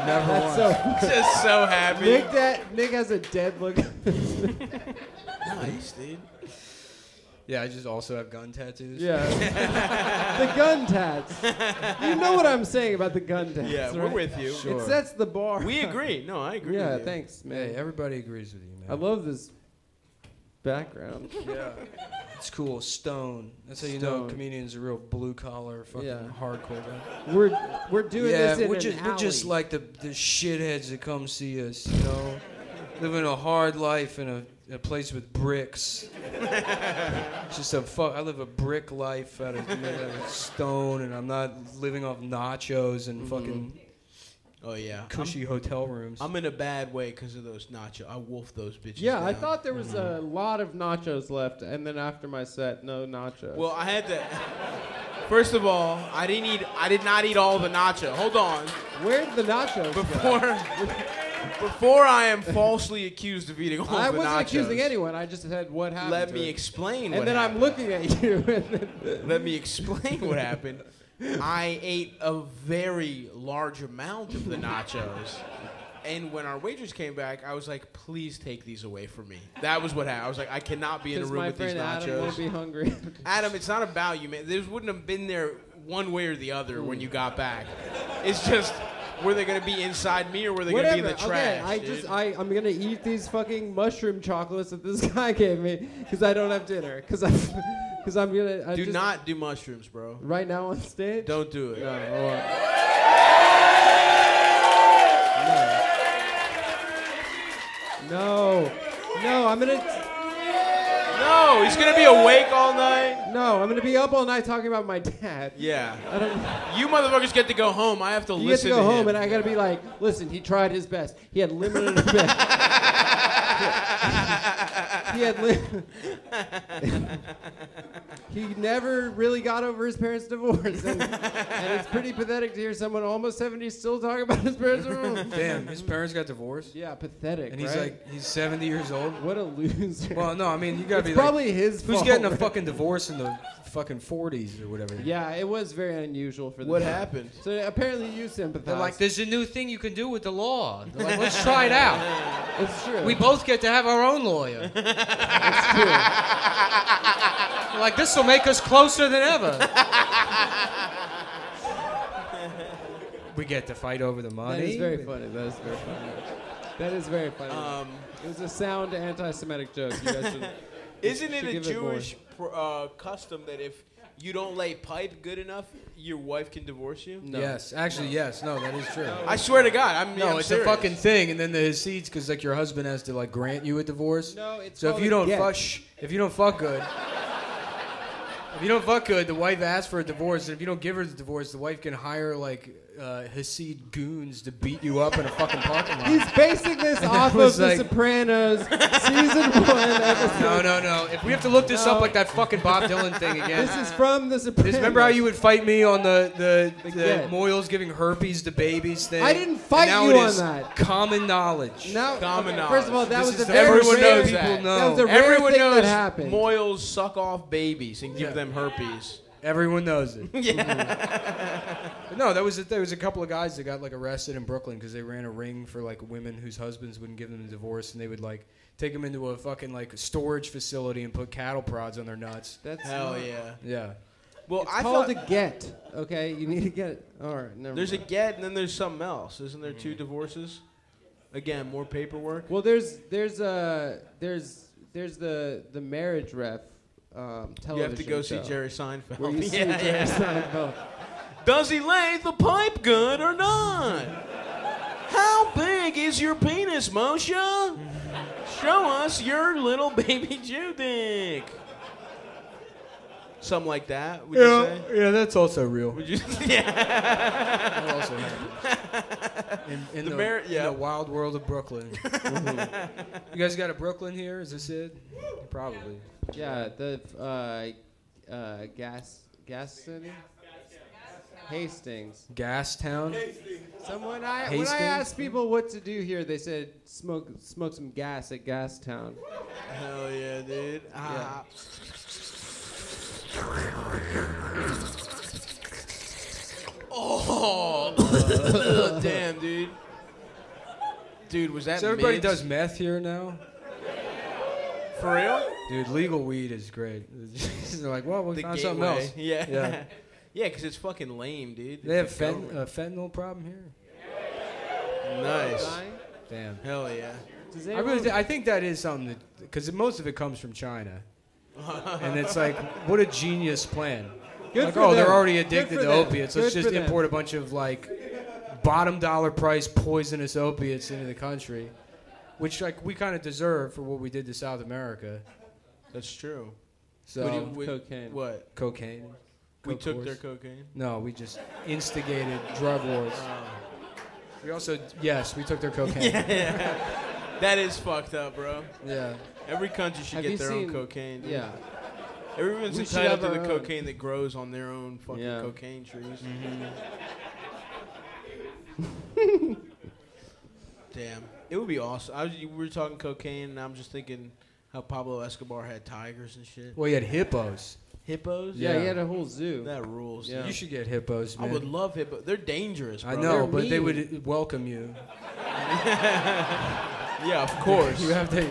[SPEAKER 3] that's
[SPEAKER 1] once.
[SPEAKER 3] so.
[SPEAKER 2] just so happy.
[SPEAKER 3] Nick, that Nick has a dead look.
[SPEAKER 2] Nice, dude.
[SPEAKER 1] yeah, I just also have gun tattoos.
[SPEAKER 3] Yeah. the gun tats. You know what I'm saying about the gun tats.
[SPEAKER 2] Yeah, we're
[SPEAKER 3] right?
[SPEAKER 2] with you.
[SPEAKER 1] Sure.
[SPEAKER 3] It sets the bar.
[SPEAKER 2] We agree. No, I agree.
[SPEAKER 3] yeah,
[SPEAKER 2] with you.
[SPEAKER 3] thanks, man.
[SPEAKER 1] Hey, everybody agrees with you, man.
[SPEAKER 3] I love this background.
[SPEAKER 1] Yeah, it's cool. Stone. That's how you know
[SPEAKER 3] Stone.
[SPEAKER 1] comedians are real blue collar, fucking
[SPEAKER 3] Yeah.
[SPEAKER 1] hardcore. Guys.
[SPEAKER 3] we're we're doing
[SPEAKER 1] yeah,
[SPEAKER 3] this in
[SPEAKER 1] we're
[SPEAKER 3] an
[SPEAKER 1] just we're just
[SPEAKER 3] alley.
[SPEAKER 1] like the the shitheads that come see us, you know, living a hard life in a, a place with bricks. just a fuck. I live a brick life out of, made out of stone, and I'm not living off nachos and fucking
[SPEAKER 2] Oh yeah.
[SPEAKER 1] cushy hotel rooms.
[SPEAKER 2] I'm in a bad way because of those nacho. I wolfed those bitches.
[SPEAKER 3] Yeah, I
[SPEAKER 2] down.
[SPEAKER 3] thought there was a
[SPEAKER 2] Mm-hmm.
[SPEAKER 3] lot of nachos left, and then after my set, no nachos.
[SPEAKER 2] Well, I had to. First of all, I didn't eat. I did not eat all the nacho. Hold on.
[SPEAKER 3] where'd the nachos go?
[SPEAKER 2] Before, before I am falsely accused of eating all
[SPEAKER 3] I
[SPEAKER 2] of the nachos.
[SPEAKER 3] wasn't accusing anyone. I just said what happened.
[SPEAKER 2] Let
[SPEAKER 3] to
[SPEAKER 2] me
[SPEAKER 3] it.
[SPEAKER 2] explain.
[SPEAKER 3] And
[SPEAKER 2] what
[SPEAKER 3] then
[SPEAKER 2] happened.
[SPEAKER 3] I'm looking at you. And then,
[SPEAKER 2] Let me explain what happened. I ate a very large amount of the nachos. And when our waitress came back, I was like, please take these away from me. That was what happened. I was like, I cannot be in a
[SPEAKER 3] because
[SPEAKER 2] room
[SPEAKER 3] my
[SPEAKER 2] with these
[SPEAKER 3] friend Adam will
[SPEAKER 2] nachos.
[SPEAKER 3] be hungry.
[SPEAKER 2] Adam, it's not about you, man. This wouldn't have been there one way or the other when you got back. It's just, were they going to be inside me or were they going to be in
[SPEAKER 3] Whatever.
[SPEAKER 2] the trash?
[SPEAKER 3] okay, I
[SPEAKER 2] dude?
[SPEAKER 3] just I I'm gonna eat these fucking mushroom chocolates that this guy gave me because I don't have dinner because I because I'm gonna I
[SPEAKER 2] do
[SPEAKER 3] just,
[SPEAKER 2] not do mushrooms, bro.
[SPEAKER 3] right now on stage.
[SPEAKER 2] Don't uh, do it.
[SPEAKER 3] No, hold on. Hmm. No. no. No, I'm gonna
[SPEAKER 2] No, he's going to be awake all night.
[SPEAKER 3] no, I'm gonna be up all night talking about my dad.
[SPEAKER 2] Yeah.
[SPEAKER 3] I don't.
[SPEAKER 2] You motherfuckers get to go home. I have to
[SPEAKER 3] You have to
[SPEAKER 2] listen
[SPEAKER 3] go
[SPEAKER 2] to
[SPEAKER 3] home,
[SPEAKER 2] him.
[SPEAKER 3] and I gotta be like, listen, he tried his best. He had limited. ability. he had li- he never really got over his parents' divorce, and, and it's pretty pathetic to hear someone almost seventy still talk about his parents' divorce.
[SPEAKER 1] Damn, his parents got divorced,
[SPEAKER 3] Yeah, pathetic.
[SPEAKER 1] and he's
[SPEAKER 3] right?
[SPEAKER 1] like he's 70 years old.
[SPEAKER 3] what a loser.
[SPEAKER 1] Well, no, I mean you gotta
[SPEAKER 3] it's
[SPEAKER 1] be like,
[SPEAKER 3] probably his
[SPEAKER 1] who's
[SPEAKER 3] fault.
[SPEAKER 1] getting a fucking divorce in the fucking 40s or whatever.
[SPEAKER 3] Yeah, it was very unusual for the
[SPEAKER 2] What
[SPEAKER 3] time.
[SPEAKER 2] happened?
[SPEAKER 3] So apparently you sympathize.
[SPEAKER 4] They're like, there's a new thing you can do with the law. They're like, let's try it out.
[SPEAKER 3] it's true.
[SPEAKER 4] We both get to have our own lawyer.
[SPEAKER 3] it's true.
[SPEAKER 4] They're like, this will make us closer than ever. we get to fight over the money.
[SPEAKER 3] That is very funny. That is very funny. That is very funny.
[SPEAKER 2] Um,
[SPEAKER 3] it was a sound anti-Semitic joke. You guys should.
[SPEAKER 2] isn't it
[SPEAKER 3] should
[SPEAKER 2] a
[SPEAKER 3] give it more.
[SPEAKER 2] Jewish pr- uh, custom that if you don't lay pipe good enough, your wife can divorce you?
[SPEAKER 3] No.
[SPEAKER 1] Yes, actually, yes. No, that is true.
[SPEAKER 2] I swear to God, I'm
[SPEAKER 1] No,
[SPEAKER 2] I'm
[SPEAKER 1] it's
[SPEAKER 2] serious.
[SPEAKER 1] a fucking thing, and then the Hasids, because like your husband has to like grant you a divorce.
[SPEAKER 3] No, it's
[SPEAKER 1] so if
[SPEAKER 3] called
[SPEAKER 1] you
[SPEAKER 3] a
[SPEAKER 1] don't
[SPEAKER 3] get.
[SPEAKER 1] fuck, shh, if you don't fuck good, if you don't fuck good, the wife asks for a divorce, and if you don't give her the divorce, the wife can hire like uh, Hasid goons to beat you up in a fucking parking lot.
[SPEAKER 3] He's basing this off
[SPEAKER 1] was
[SPEAKER 3] of
[SPEAKER 1] like-
[SPEAKER 3] The Sopranos, season one episode.
[SPEAKER 1] No, no, no. If we have to look this up like that fucking Bob Dylan thing again.
[SPEAKER 3] This is from The Sopranos.
[SPEAKER 1] Just remember how you would fight me on the the, the,
[SPEAKER 3] get.
[SPEAKER 1] Moyles giving herpes to babies thing?
[SPEAKER 3] I didn't
[SPEAKER 1] And
[SPEAKER 3] fight
[SPEAKER 1] now
[SPEAKER 3] you
[SPEAKER 1] it
[SPEAKER 3] on
[SPEAKER 1] is
[SPEAKER 3] that.
[SPEAKER 1] Common knowledge.
[SPEAKER 3] Now,
[SPEAKER 2] Common
[SPEAKER 3] okay, first of all,
[SPEAKER 2] knowledge.
[SPEAKER 3] that
[SPEAKER 1] This
[SPEAKER 3] was
[SPEAKER 1] is
[SPEAKER 3] a
[SPEAKER 1] the
[SPEAKER 3] very
[SPEAKER 1] everyone
[SPEAKER 3] rare,
[SPEAKER 1] knows.
[SPEAKER 3] that.
[SPEAKER 1] People know.
[SPEAKER 3] was a rare
[SPEAKER 1] everyone
[SPEAKER 3] thing
[SPEAKER 1] knows.
[SPEAKER 3] that happened.
[SPEAKER 2] Moils suck off babies and give
[SPEAKER 1] Yeah.
[SPEAKER 2] them herpes.
[SPEAKER 1] Everyone knows it. Mm-hmm.
[SPEAKER 2] yeah.
[SPEAKER 1] But no, that was there was a couple of guys that got like arrested in Brooklyn because they ran a ring for like women whose husbands wouldn't give them a divorce, and they would like take them into a fucking like storage facility and put cattle prods on their nuts.
[SPEAKER 3] That's
[SPEAKER 2] Hell
[SPEAKER 3] not-
[SPEAKER 2] yeah.
[SPEAKER 1] Yeah.
[SPEAKER 2] Well,
[SPEAKER 3] It's
[SPEAKER 2] I
[SPEAKER 3] called
[SPEAKER 2] thought
[SPEAKER 3] a get. Okay, you need to get it. All right, never.
[SPEAKER 2] there's a
[SPEAKER 3] mind.
[SPEAKER 2] get and then there's something else. Isn't there two divorces? Again, more paperwork.
[SPEAKER 3] Well, there's there's uh there's there's the the marriage ref. Um, television
[SPEAKER 2] You have to go see
[SPEAKER 3] show
[SPEAKER 2] Jerry Seinfeld.
[SPEAKER 3] Where you see
[SPEAKER 2] Oh, Yeah,
[SPEAKER 3] Jerry
[SPEAKER 2] yeah.
[SPEAKER 3] Seinfeld.
[SPEAKER 2] Does he lay the pipe good or not? How big is your penis, Moshe? Show us your little baby Jew dick. Something like that, would you say?
[SPEAKER 1] yeah, that's also real.
[SPEAKER 2] Would you? yeah.
[SPEAKER 1] That also happened. In, in
[SPEAKER 2] The
[SPEAKER 1] the,
[SPEAKER 2] mar-
[SPEAKER 1] in
[SPEAKER 2] yeah.
[SPEAKER 1] the wild world of Brooklyn. Mm-hmm. you guys got a Brooklyn here? Is this it? Probably.
[SPEAKER 3] Yeah, the uh, uh, gas Gaston Hastings.
[SPEAKER 1] Gastown.
[SPEAKER 3] Someone I when I
[SPEAKER 1] Hastings?
[SPEAKER 3] asked people what to do here, they said smoke smoke some gas at Gas Town.
[SPEAKER 2] Hell yeah, dude. Ah. Oh, damn, dude. Dude, was that
[SPEAKER 1] So everybody
[SPEAKER 2] mids?
[SPEAKER 1] does meth here now.
[SPEAKER 2] for real?
[SPEAKER 1] Dude, legal weed is great. They're like, well, we
[SPEAKER 2] The
[SPEAKER 1] found
[SPEAKER 2] gateway.
[SPEAKER 1] something else.
[SPEAKER 2] Yeah.
[SPEAKER 1] Yeah.
[SPEAKER 2] Yeah, cuz it's fucking lame, dude.
[SPEAKER 1] They have uh,
[SPEAKER 2] It's like
[SPEAKER 1] fent- a fentanyl problem here.
[SPEAKER 2] government. Nice.
[SPEAKER 3] Dying?
[SPEAKER 1] Damn.
[SPEAKER 2] Hell yeah.
[SPEAKER 3] Does
[SPEAKER 1] I really,
[SPEAKER 3] anyone-
[SPEAKER 1] th- I think that is something that, because most of it comes from China, and it's like, what a genius plan.
[SPEAKER 3] Good
[SPEAKER 1] like,
[SPEAKER 3] for
[SPEAKER 1] oh,
[SPEAKER 3] them.
[SPEAKER 1] they're already
[SPEAKER 3] Good
[SPEAKER 1] addicted
[SPEAKER 3] for
[SPEAKER 1] to
[SPEAKER 3] them.
[SPEAKER 1] opiates. Let's
[SPEAKER 3] Good
[SPEAKER 1] just
[SPEAKER 3] for them.
[SPEAKER 1] import a bunch of like bottom dollar price poisonous opiates into the country, which like we kind of deserve for what we did to South America.
[SPEAKER 2] That's true.
[SPEAKER 1] So
[SPEAKER 3] do you- With cocaine.
[SPEAKER 2] What?
[SPEAKER 1] cocaine.
[SPEAKER 2] We
[SPEAKER 1] coke
[SPEAKER 2] took
[SPEAKER 1] wars.
[SPEAKER 2] their cocaine. Oh.
[SPEAKER 1] No, we just instigated drug wars. We also, yes, we took their cocaine. Yeah.
[SPEAKER 2] That is fucked up, bro.
[SPEAKER 1] yeah.
[SPEAKER 2] Every country should
[SPEAKER 3] Have you
[SPEAKER 2] get their
[SPEAKER 3] seen?
[SPEAKER 2] own cocaine. Dude.
[SPEAKER 3] Yeah.
[SPEAKER 2] Everyone's
[SPEAKER 3] We should
[SPEAKER 2] entitled to
[SPEAKER 3] have
[SPEAKER 2] the
[SPEAKER 3] our own.
[SPEAKER 2] cocaine that grows on their own fucking
[SPEAKER 3] Yeah.
[SPEAKER 2] cocaine trees. Damn, it would be awesome. I was, you- we were talking cocaine, and I'm just thinking how Pablo Escobar had tigers and shit.
[SPEAKER 1] Well, you had hippos.
[SPEAKER 2] Hippos?
[SPEAKER 3] yeah,
[SPEAKER 1] Yeah.
[SPEAKER 3] he had a whole zoo.
[SPEAKER 2] that rules.
[SPEAKER 3] Yeah.
[SPEAKER 2] dude.
[SPEAKER 1] You should get hippos,
[SPEAKER 2] I
[SPEAKER 1] man.
[SPEAKER 2] would love hippos. They're dangerous. Bro.
[SPEAKER 1] I know,
[SPEAKER 3] They're
[SPEAKER 1] but they
[SPEAKER 3] mean.
[SPEAKER 1] would welcome you.
[SPEAKER 2] Yeah, of course.
[SPEAKER 1] You have to.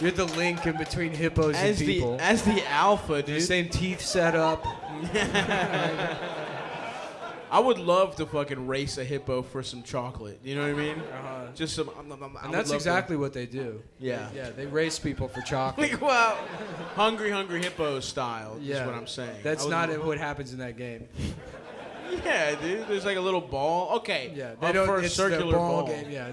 [SPEAKER 1] You're the link in between hippos
[SPEAKER 2] as
[SPEAKER 1] and
[SPEAKER 2] the
[SPEAKER 1] people.
[SPEAKER 2] as the alpha,
[SPEAKER 1] the
[SPEAKER 2] dude.
[SPEAKER 1] same teeth set up.
[SPEAKER 2] I would love to fucking race a hippo for some chocolate. You know what I mean?
[SPEAKER 1] Uh-huh.
[SPEAKER 2] Just some. Um, um, um, I
[SPEAKER 1] And
[SPEAKER 2] would
[SPEAKER 1] that's
[SPEAKER 2] love to-
[SPEAKER 1] exactly what they do.
[SPEAKER 2] yeah.
[SPEAKER 1] Yeah, they race people for chocolate.
[SPEAKER 2] Like, wow. Hungry, hungry hippo style
[SPEAKER 1] Yeah,
[SPEAKER 2] is what I'm saying. I
[SPEAKER 1] That's
[SPEAKER 2] would
[SPEAKER 1] not
[SPEAKER 2] love-
[SPEAKER 1] what happens in that game.
[SPEAKER 2] Yeah, dude. There's like a little ball. Okay.
[SPEAKER 1] Yeah,
[SPEAKER 2] uh,
[SPEAKER 1] they don't.
[SPEAKER 2] for a
[SPEAKER 1] it's
[SPEAKER 2] circular
[SPEAKER 1] the ball, game. Yeah.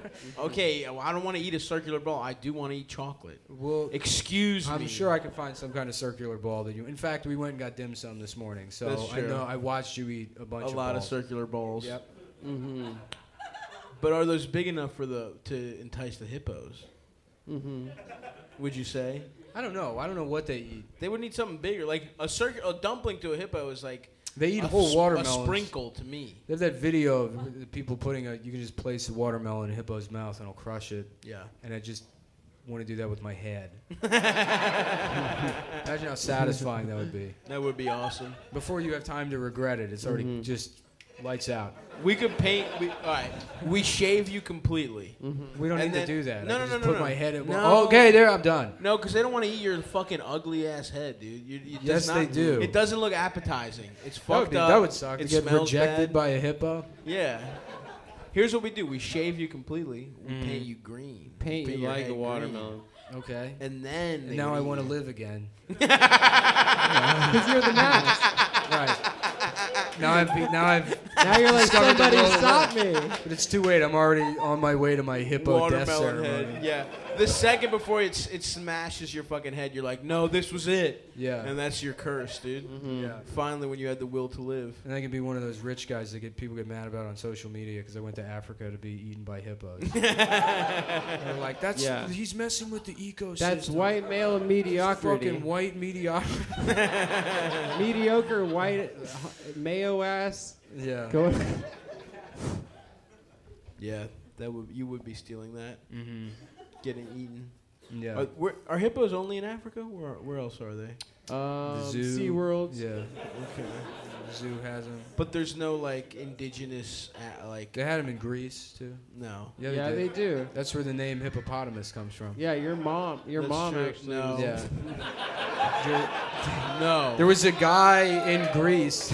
[SPEAKER 2] Okay. Well, I don't want to eat a circular ball. I do want to eat chocolate.
[SPEAKER 1] well,
[SPEAKER 2] Excuse me.
[SPEAKER 1] I'm sure I can find some kind of circular ball that you. In fact, we went and got dim sum this morning, so
[SPEAKER 2] That's
[SPEAKER 1] I
[SPEAKER 2] true.
[SPEAKER 1] know I watched you eat a
[SPEAKER 2] a
[SPEAKER 1] bunch. of
[SPEAKER 2] lot of
[SPEAKER 1] balls.
[SPEAKER 2] circular balls.
[SPEAKER 1] Yep.
[SPEAKER 3] Mm-hmm.
[SPEAKER 2] But are those big enough for the to entice the hippos?
[SPEAKER 1] Mm-hmm.
[SPEAKER 2] Would you say
[SPEAKER 1] I don't know. I don't know what they eat.
[SPEAKER 2] they would need something bigger, like a circuit, a dumpling to a hippo is like
[SPEAKER 1] They eat
[SPEAKER 2] a
[SPEAKER 1] whole
[SPEAKER 2] s-
[SPEAKER 1] watermelons.
[SPEAKER 2] A sprinkle to me.
[SPEAKER 1] They have that video of the people putting a. You can just place a watermelon in a hippo's mouth and it'll crush it.
[SPEAKER 2] Yeah.
[SPEAKER 1] And I just want to do that with my head. Imagine how satisfying that would be.
[SPEAKER 2] That would be awesome.
[SPEAKER 1] Before you have time to regret it, it's already
[SPEAKER 2] Mm-hmm.
[SPEAKER 1] just lights out.
[SPEAKER 2] We could paint. We, all right. We shave you completely.
[SPEAKER 1] We don't
[SPEAKER 2] Mm-hmm. And
[SPEAKER 1] need
[SPEAKER 2] then-
[SPEAKER 1] to do that.
[SPEAKER 2] no, no,
[SPEAKER 1] I can
[SPEAKER 2] no,
[SPEAKER 1] just
[SPEAKER 2] no,
[SPEAKER 1] put
[SPEAKER 2] no.
[SPEAKER 1] my head in.
[SPEAKER 2] No.
[SPEAKER 1] Okay, there I'm done.
[SPEAKER 2] No, because they don't want to eat your fucking ugly ass head, dude. You, you
[SPEAKER 1] Yes,
[SPEAKER 2] does not,
[SPEAKER 1] they do.
[SPEAKER 2] It doesn't look appetizing. It's
[SPEAKER 1] That would,
[SPEAKER 2] fucked
[SPEAKER 1] be,
[SPEAKER 2] up.
[SPEAKER 1] that would suck
[SPEAKER 2] It
[SPEAKER 1] to get
[SPEAKER 2] smells
[SPEAKER 1] rejected
[SPEAKER 2] bad.
[SPEAKER 1] by a hippo.
[SPEAKER 2] Yeah. Here's what we do: we shave you completely. We paint you green. We
[SPEAKER 3] Paint you
[SPEAKER 2] your
[SPEAKER 3] like
[SPEAKER 2] head
[SPEAKER 3] a
[SPEAKER 2] green.
[SPEAKER 3] watermelon.
[SPEAKER 1] Okay.
[SPEAKER 2] And then.
[SPEAKER 1] And
[SPEAKER 2] they
[SPEAKER 1] now
[SPEAKER 2] would
[SPEAKER 1] I
[SPEAKER 2] eat
[SPEAKER 1] want to
[SPEAKER 2] you.
[SPEAKER 1] live again.
[SPEAKER 3] Because you're the mouse.
[SPEAKER 1] Right. Now I've be- now I've
[SPEAKER 3] Now you're like,
[SPEAKER 1] Discovered the
[SPEAKER 3] somebody
[SPEAKER 1] world.
[SPEAKER 3] stop me.
[SPEAKER 1] but it's too late. I'm already on my way to my hippo death
[SPEAKER 2] Watermelon
[SPEAKER 1] ceremony.
[SPEAKER 2] head. Yeah. The second before it's, it smashes your fucking head, you're like, no, this was it.
[SPEAKER 1] Yeah.
[SPEAKER 2] And that's your curse, dude.
[SPEAKER 1] Yeah.
[SPEAKER 2] Finally, when you had the will to live.
[SPEAKER 1] And I can be one of those rich guys that get people get mad about on social media because I went to Africa to be eaten by hippos. They're like, that's
[SPEAKER 3] Yeah.
[SPEAKER 1] he's messing with the ecosystem.
[SPEAKER 3] That's white male mediocrity.
[SPEAKER 1] Fucking white mediocrity.
[SPEAKER 3] Mediocre white uh, mayo ass.
[SPEAKER 1] yeah.
[SPEAKER 3] Go
[SPEAKER 2] Yeah. That would you would be stealing that,
[SPEAKER 1] Mm-hmm.
[SPEAKER 2] getting eaten.
[SPEAKER 1] Yeah.
[SPEAKER 2] Are, where, are hippos only in Africa? Where where else are they?
[SPEAKER 3] um,
[SPEAKER 1] zoo.
[SPEAKER 3] SeaWorld.
[SPEAKER 1] yeah.
[SPEAKER 2] Okay.
[SPEAKER 1] Zoo has them.
[SPEAKER 2] But there's no like indigenous uh, like
[SPEAKER 1] They had them in Greece too.
[SPEAKER 2] no.
[SPEAKER 1] Yeah,
[SPEAKER 3] yeah,
[SPEAKER 1] they
[SPEAKER 3] they
[SPEAKER 1] did.
[SPEAKER 3] do.
[SPEAKER 1] That's where the name hippopotamus comes from.
[SPEAKER 3] Yeah, your mom. Your
[SPEAKER 2] That's
[SPEAKER 3] mom
[SPEAKER 2] true.
[SPEAKER 3] actually.
[SPEAKER 2] No.
[SPEAKER 3] was-
[SPEAKER 1] Yeah.
[SPEAKER 2] Oh. No.
[SPEAKER 1] there was a guy in Greece.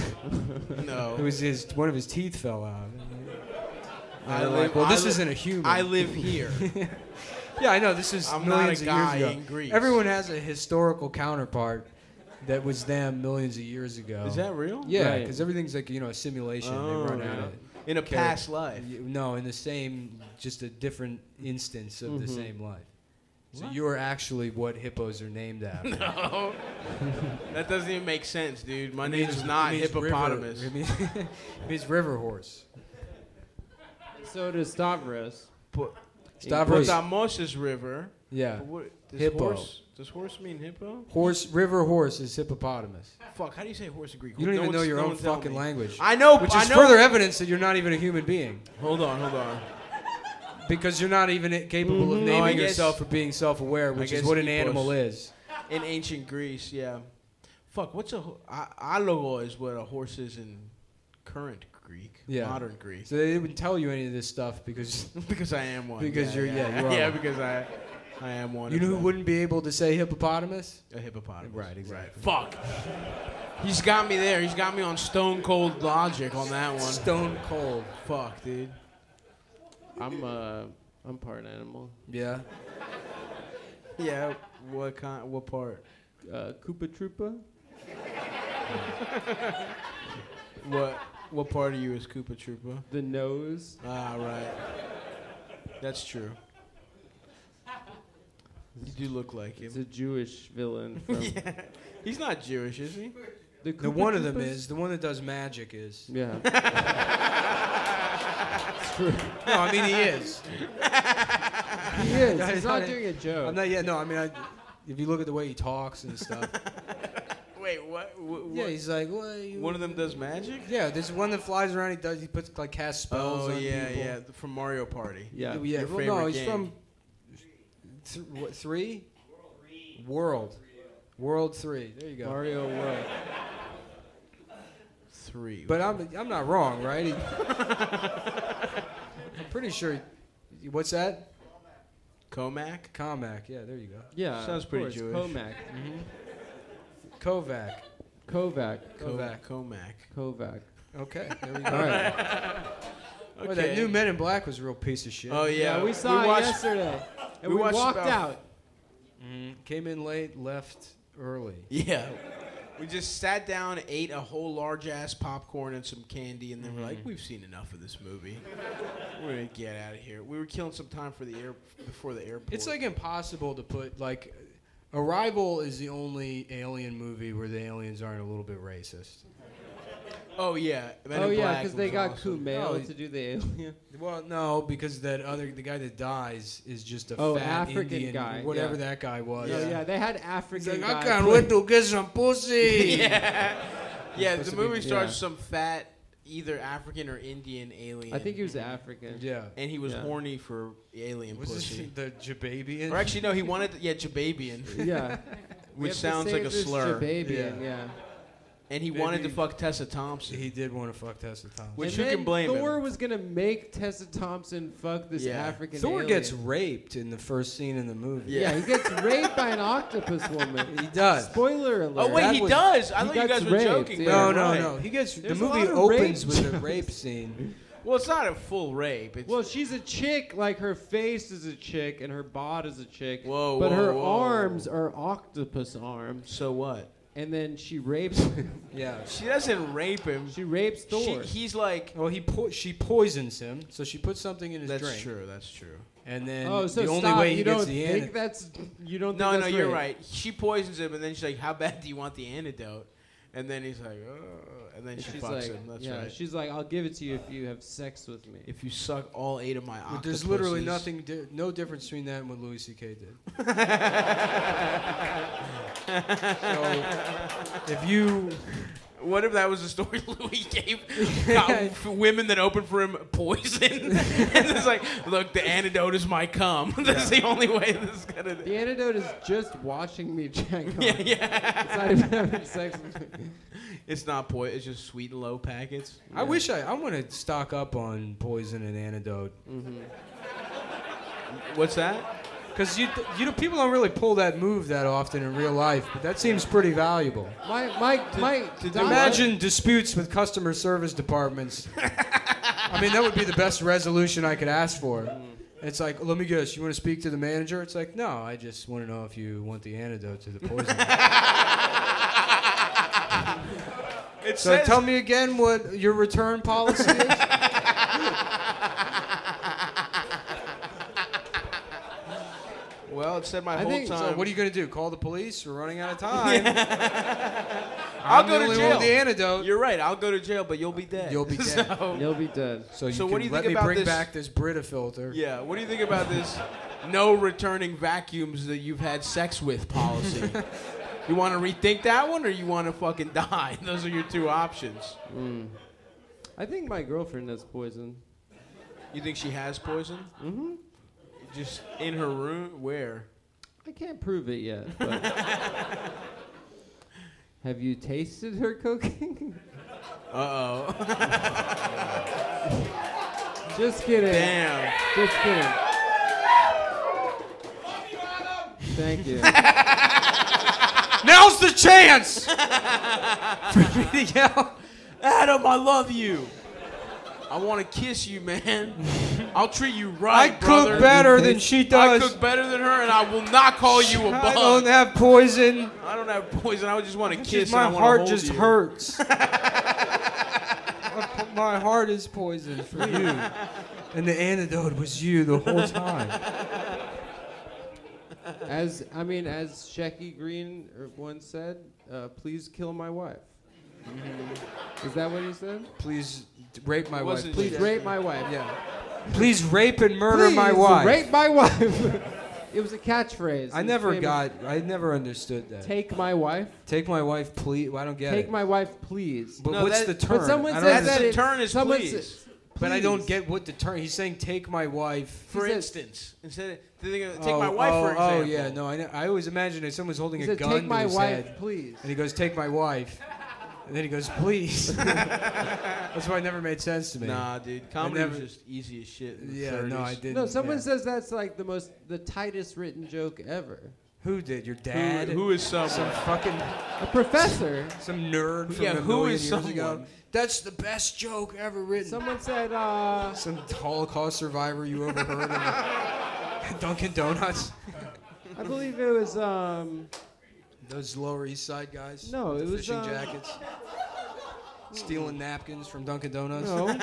[SPEAKER 2] no.
[SPEAKER 1] It was his one of his teeth fell out.
[SPEAKER 2] I
[SPEAKER 1] I
[SPEAKER 2] live-
[SPEAKER 1] like, well,
[SPEAKER 2] I
[SPEAKER 1] this
[SPEAKER 2] li-
[SPEAKER 1] isn't a human.
[SPEAKER 2] I live here.
[SPEAKER 1] yeah, I know. This is
[SPEAKER 2] I'm not a
[SPEAKER 1] millions
[SPEAKER 2] guy
[SPEAKER 1] of years ago.
[SPEAKER 2] in Greece.
[SPEAKER 1] Everyone has a historical counterpart that was them millions of years ago.
[SPEAKER 2] Is that real?
[SPEAKER 1] Yeah,
[SPEAKER 3] Right.
[SPEAKER 1] because everything's like you know a simulation. they run
[SPEAKER 2] yeah.
[SPEAKER 1] out of it.
[SPEAKER 2] In a
[SPEAKER 1] Okay.
[SPEAKER 2] past life.
[SPEAKER 1] You- No, in the same, just a different instance of the
[SPEAKER 3] Mhm.
[SPEAKER 1] same life. So
[SPEAKER 2] What?
[SPEAKER 1] you're actually what hippos are named after.
[SPEAKER 2] No. that doesn't even make sense, dude. My name is
[SPEAKER 1] It
[SPEAKER 2] not
[SPEAKER 1] means river-
[SPEAKER 2] hippopotamus.
[SPEAKER 1] It means, it means river horse.
[SPEAKER 3] So does Stavros.
[SPEAKER 2] Po-
[SPEAKER 1] Stavros.
[SPEAKER 2] Potamos is river.
[SPEAKER 1] Yeah.
[SPEAKER 2] But what, does
[SPEAKER 1] Hippo.
[SPEAKER 2] horse does horse mean hippo?
[SPEAKER 1] Horse, river horse is hippopotamus.
[SPEAKER 2] Fuck, how do you say horse in Greek?
[SPEAKER 1] You don't
[SPEAKER 2] No
[SPEAKER 1] even know
[SPEAKER 2] one's-
[SPEAKER 1] your
[SPEAKER 2] no
[SPEAKER 1] own
[SPEAKER 2] one tell
[SPEAKER 1] fucking
[SPEAKER 2] me.
[SPEAKER 1] language.
[SPEAKER 2] I know,
[SPEAKER 1] Which
[SPEAKER 2] I
[SPEAKER 1] is
[SPEAKER 2] know.
[SPEAKER 1] further evidence that you're not even a human being
[SPEAKER 2] Hold on, hold on.
[SPEAKER 1] because you're not even capable of
[SPEAKER 2] Mhm.
[SPEAKER 1] naming
[SPEAKER 2] No, I guess-
[SPEAKER 1] yourself for being self-aware, which is
[SPEAKER 2] guess
[SPEAKER 1] what an
[SPEAKER 2] hippos-
[SPEAKER 1] animal is.
[SPEAKER 2] In ancient Greece, yeah. Fuck, what's a ho- a- alogo is what a horse is in current Greek,
[SPEAKER 1] Yeah.
[SPEAKER 2] modern Greek.
[SPEAKER 1] So they didn't tell you any of this stuff because
[SPEAKER 2] because I am one.
[SPEAKER 1] Because you're- yeah, you are
[SPEAKER 2] yeah.
[SPEAKER 1] one.
[SPEAKER 2] Because I, I am one.
[SPEAKER 1] you
[SPEAKER 2] of
[SPEAKER 1] know who
[SPEAKER 2] them.
[SPEAKER 1] wouldn't be able to say hippopotamus?
[SPEAKER 2] A hippopotamus.
[SPEAKER 1] Right, exactly.
[SPEAKER 2] Fuck. He's got me there. He's got me on stone cold logic on that one.
[SPEAKER 1] Stone cold.
[SPEAKER 2] Fuck, dude.
[SPEAKER 3] I'm uh, I'm part animal.
[SPEAKER 1] Yeah.
[SPEAKER 2] Yeah. What kind? What part?
[SPEAKER 3] Uh, Koopa Troopa.
[SPEAKER 2] What? What part of you is Koopa Troopa?
[SPEAKER 3] The nose.
[SPEAKER 2] Ah, right. That's true. You do look like
[SPEAKER 3] It's
[SPEAKER 2] him.
[SPEAKER 3] a Jewish villain. From
[SPEAKER 2] He's not Jewish, is he?
[SPEAKER 1] The
[SPEAKER 3] the, Koopa
[SPEAKER 1] one of them
[SPEAKER 3] Troopas?
[SPEAKER 1] is the one that does magic is.
[SPEAKER 3] Yeah.
[SPEAKER 1] No, I mean he is.
[SPEAKER 3] He is.
[SPEAKER 1] I
[SPEAKER 3] He's not
[SPEAKER 1] thought it-
[SPEAKER 3] doing a joke.
[SPEAKER 1] I'm not yet. No, I mean I, if you look at the way he talks and stuff.
[SPEAKER 2] Wait, what? Wh-
[SPEAKER 1] yeah,
[SPEAKER 2] what?
[SPEAKER 1] he's like well, you,
[SPEAKER 2] One of them does magic.
[SPEAKER 1] Yeah, there's one that flies around. He does. He puts like casts spells
[SPEAKER 2] Oh
[SPEAKER 1] on
[SPEAKER 2] yeah,
[SPEAKER 1] people.
[SPEAKER 2] yeah. th- From Mario Party.
[SPEAKER 3] yeah.
[SPEAKER 1] Yeah,
[SPEAKER 2] Your
[SPEAKER 1] well, no,
[SPEAKER 2] favorite
[SPEAKER 1] he's
[SPEAKER 2] game.
[SPEAKER 1] from th- what, three? World. World three. There you go.
[SPEAKER 3] Mario World.
[SPEAKER 2] Three.
[SPEAKER 1] But I'm I'm not wrong, right? He- I'm pretty sure. he- What's that?
[SPEAKER 2] Comac.
[SPEAKER 1] Comac. Yeah, there you go.
[SPEAKER 3] Yeah.
[SPEAKER 2] Sounds
[SPEAKER 3] of
[SPEAKER 2] pretty
[SPEAKER 3] course.
[SPEAKER 2] Jewish.
[SPEAKER 3] Comac.
[SPEAKER 1] Kovac.
[SPEAKER 3] Kovac.
[SPEAKER 1] Kovac.
[SPEAKER 2] Comac.
[SPEAKER 3] Kovac.
[SPEAKER 1] Okay. There we go.
[SPEAKER 3] All right.
[SPEAKER 2] Okay.
[SPEAKER 1] Boy, that new Men in Black was a real piece of shit.
[SPEAKER 2] Oh yeah,
[SPEAKER 3] Yeah, we saw it
[SPEAKER 2] watched-
[SPEAKER 3] yesterday. And
[SPEAKER 2] we
[SPEAKER 3] we,
[SPEAKER 2] watched
[SPEAKER 3] walked
[SPEAKER 2] about-
[SPEAKER 3] out.
[SPEAKER 1] Mhm. Came in late, left early.
[SPEAKER 2] Yeah, we just sat down, ate a whole large ass popcorn and some candy, and then we're
[SPEAKER 3] Mm-hmm.
[SPEAKER 2] like, we've seen enough of this movie. we're gonna get out of here. We were killing some time for the air before the airport.
[SPEAKER 1] It's like impossible to put like. Arrival is the only alien movie where the aliens aren't a little bit racist.
[SPEAKER 2] Oh yeah, Men
[SPEAKER 3] oh
[SPEAKER 2] in
[SPEAKER 3] yeah,
[SPEAKER 2] Black
[SPEAKER 3] because they
[SPEAKER 2] was
[SPEAKER 3] got
[SPEAKER 2] awesome. Oh,
[SPEAKER 3] Kumail
[SPEAKER 1] No,
[SPEAKER 3] to do the alien.
[SPEAKER 1] Well, no, because that other the guy that dies is just a
[SPEAKER 3] Oh,
[SPEAKER 1] fat
[SPEAKER 3] African
[SPEAKER 1] Indian,
[SPEAKER 3] guy,
[SPEAKER 1] whatever
[SPEAKER 3] yeah.
[SPEAKER 1] that guy
[SPEAKER 2] Oh,
[SPEAKER 1] was.
[SPEAKER 3] Yeah, yeah, they had African.
[SPEAKER 1] He's like, I
[SPEAKER 3] guy
[SPEAKER 1] can't
[SPEAKER 3] play-
[SPEAKER 1] wait to get some pussy.
[SPEAKER 2] Yeah,
[SPEAKER 1] supposed
[SPEAKER 2] the
[SPEAKER 1] to be-
[SPEAKER 2] movie stars
[SPEAKER 3] yeah.
[SPEAKER 2] some fat, either African or Indian alien.
[SPEAKER 3] I think he was African.
[SPEAKER 1] Yeah.
[SPEAKER 2] and he was
[SPEAKER 3] yeah.
[SPEAKER 2] horny for alien
[SPEAKER 1] Was this
[SPEAKER 2] pussy.
[SPEAKER 1] the Jababian?
[SPEAKER 2] Or actually, no, he wanted yeah, Jababian,
[SPEAKER 3] Yeah. We
[SPEAKER 2] which
[SPEAKER 3] have
[SPEAKER 2] sounds
[SPEAKER 3] to say
[SPEAKER 2] like a
[SPEAKER 3] this
[SPEAKER 2] slur.
[SPEAKER 3] Jababian,
[SPEAKER 1] Yeah.
[SPEAKER 3] yeah.
[SPEAKER 2] and he wanted to
[SPEAKER 1] Maybe-
[SPEAKER 2] fuck Tessa Thompson.
[SPEAKER 1] He did want to fuck Tessa Thompson.
[SPEAKER 2] Which
[SPEAKER 3] and
[SPEAKER 2] you
[SPEAKER 3] then
[SPEAKER 2] can blame him.
[SPEAKER 3] Thor was gonna make Tessa Thompson fuck this
[SPEAKER 2] Yeah.
[SPEAKER 3] African.
[SPEAKER 1] Thor
[SPEAKER 3] alien.
[SPEAKER 1] gets raped in the first scene in the movie.
[SPEAKER 3] Yeah.
[SPEAKER 2] Yeah.
[SPEAKER 3] he gets raped by an octopus woman.
[SPEAKER 1] He does.
[SPEAKER 3] Spoiler alert.
[SPEAKER 2] oh wait,
[SPEAKER 1] That
[SPEAKER 2] he
[SPEAKER 1] was-
[SPEAKER 2] does. I
[SPEAKER 3] he
[SPEAKER 2] thought you
[SPEAKER 3] gets
[SPEAKER 2] guys were
[SPEAKER 3] raped,
[SPEAKER 2] joking.
[SPEAKER 3] yeah.
[SPEAKER 1] No,
[SPEAKER 2] but
[SPEAKER 1] no,
[SPEAKER 2] you're
[SPEAKER 1] no.
[SPEAKER 2] right.
[SPEAKER 1] He gets
[SPEAKER 3] There's a
[SPEAKER 1] the movie
[SPEAKER 3] lot of rape
[SPEAKER 1] opens with a
[SPEAKER 3] jokes.
[SPEAKER 1] rape scene.
[SPEAKER 2] Well, it's not a full rape. It's
[SPEAKER 3] Well, she's a chick. Like her face is a chick, and her bod is a chick.
[SPEAKER 2] Whoa,
[SPEAKER 3] But
[SPEAKER 2] whoa,
[SPEAKER 3] her
[SPEAKER 2] whoa.
[SPEAKER 3] arms are octopus arms,
[SPEAKER 2] so what?
[SPEAKER 3] and then she rapes him.
[SPEAKER 1] Yeah.
[SPEAKER 2] She doesn't rape him.
[SPEAKER 3] she rapes
[SPEAKER 2] She-
[SPEAKER 3] Thor.
[SPEAKER 2] he's like.
[SPEAKER 1] Well, he po- she poisons him, so she puts something in his
[SPEAKER 2] That's
[SPEAKER 1] drink,
[SPEAKER 2] true. That's true.
[SPEAKER 1] and then
[SPEAKER 3] oh, so
[SPEAKER 1] the only
[SPEAKER 3] stop.
[SPEAKER 1] way he
[SPEAKER 3] you
[SPEAKER 1] gets
[SPEAKER 3] don't
[SPEAKER 1] the
[SPEAKER 3] think
[SPEAKER 1] antidote.
[SPEAKER 3] that's you don't.
[SPEAKER 2] No,
[SPEAKER 3] think
[SPEAKER 2] no,
[SPEAKER 3] that's
[SPEAKER 2] you're
[SPEAKER 3] rape.
[SPEAKER 2] right. She poisons him, and then she's like, "How bad do you want the antidote?" And then he's like, "Oh," and then
[SPEAKER 3] And
[SPEAKER 2] she
[SPEAKER 3] she's
[SPEAKER 2] fucks
[SPEAKER 3] like,
[SPEAKER 2] him. That's
[SPEAKER 3] yeah,
[SPEAKER 2] right.
[SPEAKER 3] she's like, I'll give it to you if you have sex with me.
[SPEAKER 2] if you suck all eight of my octopuses,
[SPEAKER 1] But there's literally nothing, di- no difference between that and what Louis C.K. did. so, if you,
[SPEAKER 2] What if that was the story Louis gave about women that opened for him poison? and it's like, look, the antidote is my cum. That's the only way this is gonna.
[SPEAKER 3] The antidote is just watching me jack off.
[SPEAKER 2] Yeah, yeah.
[SPEAKER 3] It's not even having sex with me.
[SPEAKER 2] It's not poison. It's just sweet and low packets.
[SPEAKER 1] I wish I, I want to stock up on poison and antidote,
[SPEAKER 2] What's that?
[SPEAKER 1] because you, you know, people don't really pull that move that often in real life, but that seems pretty valuable.
[SPEAKER 3] My, my, my.
[SPEAKER 2] to
[SPEAKER 3] doc-
[SPEAKER 1] Imagine disputes with customer service departments. I mean, that would be the best resolution I could ask for. It's like, let me guess, you want to speak to the manager? It's like, no, I just want to know if you want the antidote to the poison.
[SPEAKER 2] It
[SPEAKER 1] so tell me again what your return policy is.
[SPEAKER 2] Well, it said my
[SPEAKER 3] I
[SPEAKER 2] whole
[SPEAKER 3] think- so
[SPEAKER 2] time.
[SPEAKER 1] So what are you going to do? Call the police? We're running out of time.
[SPEAKER 2] I'll
[SPEAKER 1] I'm
[SPEAKER 2] go to
[SPEAKER 1] the only
[SPEAKER 2] jail.
[SPEAKER 1] one with the antidote.
[SPEAKER 2] You're right. I'll go to jail, but you'll be dead.
[SPEAKER 1] You'll be dead.
[SPEAKER 2] So,
[SPEAKER 3] You'll be dead.
[SPEAKER 1] so you
[SPEAKER 2] So
[SPEAKER 1] can
[SPEAKER 2] what do you
[SPEAKER 1] let
[SPEAKER 2] think
[SPEAKER 1] me
[SPEAKER 2] about
[SPEAKER 1] bring
[SPEAKER 2] this-
[SPEAKER 1] back this Brita filter.
[SPEAKER 2] yeah. What do you think about this? No returning vacuums that you've had sex with policy. you want to rethink that one, or you want to fucking die? Those are your two options.
[SPEAKER 3] I think my girlfriend has poison.
[SPEAKER 2] You think she has poison? Mm-hmm. Just in her room? Where?
[SPEAKER 3] I can't prove it yet. But have you tasted her cooking?
[SPEAKER 2] Uh oh.
[SPEAKER 3] Just kidding.
[SPEAKER 2] Damn.
[SPEAKER 3] Just kidding. Thank you.
[SPEAKER 1] Now's the chance for me to yell.
[SPEAKER 2] Adam, I love you. I want to kiss you, man. I'll treat you
[SPEAKER 1] I
[SPEAKER 2] right, brother.
[SPEAKER 1] cook better than she
[SPEAKER 2] I
[SPEAKER 1] does.
[SPEAKER 2] cook better than her, and I will not call you a bug.
[SPEAKER 1] I don't have poison.
[SPEAKER 2] I don't have poison. I would just want to kiss.
[SPEAKER 1] Just my
[SPEAKER 2] and I wanna
[SPEAKER 1] heart
[SPEAKER 2] hold
[SPEAKER 1] just
[SPEAKER 2] you.
[SPEAKER 1] hurts. my, my heart is poisoned for you. And the antidote was you the whole time.
[SPEAKER 3] As I mean, as Shecky Green er, once said, uh, "Please kill my wife." Is that what he said?
[SPEAKER 1] Please d- rape my wife.
[SPEAKER 2] Wasn't
[SPEAKER 1] Mm-hmm. Please,
[SPEAKER 3] Please rape my wife.
[SPEAKER 1] yeah. Please rape and murder
[SPEAKER 3] Please
[SPEAKER 1] my wife.
[SPEAKER 3] Rape my wife. it was a catchphrase.
[SPEAKER 1] I
[SPEAKER 3] It was
[SPEAKER 1] never
[SPEAKER 3] famous.
[SPEAKER 1] got. I never understood that. Take,
[SPEAKER 3] Take my wife.
[SPEAKER 1] my wife, please. Well, I don't get
[SPEAKER 3] Take
[SPEAKER 1] it.
[SPEAKER 3] my wife, please.
[SPEAKER 1] but
[SPEAKER 2] No,
[SPEAKER 1] what's
[SPEAKER 2] that-
[SPEAKER 1] the term?
[SPEAKER 3] But someone
[SPEAKER 1] I
[SPEAKER 3] says
[SPEAKER 1] don't
[SPEAKER 3] that
[SPEAKER 1] under-
[SPEAKER 2] That's the
[SPEAKER 3] it-
[SPEAKER 2] term is
[SPEAKER 3] someone
[SPEAKER 2] please.
[SPEAKER 3] says-
[SPEAKER 1] But I don't
[SPEAKER 3] please.
[SPEAKER 1] get what the term. He's saying take my wife.
[SPEAKER 2] For
[SPEAKER 3] says-
[SPEAKER 2] instance, instead of they're gonna take
[SPEAKER 1] Oh,
[SPEAKER 2] my wife
[SPEAKER 1] oh,
[SPEAKER 2] for example.
[SPEAKER 1] Oh yeah, no. I, know- I always imagine if someone's holding
[SPEAKER 3] He
[SPEAKER 1] a
[SPEAKER 3] said,
[SPEAKER 1] gun
[SPEAKER 3] "Take
[SPEAKER 1] to
[SPEAKER 3] my
[SPEAKER 1] his
[SPEAKER 3] wife,
[SPEAKER 1] head.
[SPEAKER 3] please."
[SPEAKER 1] And he goes, "Take my wife," and then he goes, "Please." That's why it never made sense to me.
[SPEAKER 2] Nah, dude. Comedy
[SPEAKER 1] never-
[SPEAKER 2] was just easy as shit. In the
[SPEAKER 1] yeah,
[SPEAKER 2] 30s.
[SPEAKER 1] no, I didn't.
[SPEAKER 3] No, someone
[SPEAKER 1] yeah.
[SPEAKER 3] says that's like the most, the tightest written joke ever.
[SPEAKER 1] "Who did your dad?"
[SPEAKER 2] Who, who is someone?
[SPEAKER 1] some fucking
[SPEAKER 3] A professor.
[SPEAKER 1] some nerd from
[SPEAKER 2] Yeah,
[SPEAKER 1] a
[SPEAKER 2] who
[SPEAKER 1] million
[SPEAKER 2] is
[SPEAKER 1] years ago?
[SPEAKER 2] someone?
[SPEAKER 1] That's the best joke ever written.
[SPEAKER 3] Someone said, uh,
[SPEAKER 1] Some Holocaust survivor you overheard in Dunkin' Donuts.
[SPEAKER 3] I believe it was, um,
[SPEAKER 1] Those Lower East Side guys.
[SPEAKER 3] No,
[SPEAKER 1] with
[SPEAKER 3] it
[SPEAKER 1] the
[SPEAKER 3] was,
[SPEAKER 1] fishing
[SPEAKER 3] uh,
[SPEAKER 1] jackets. Stealing napkins from Dunkin' Donuts.
[SPEAKER 3] no. I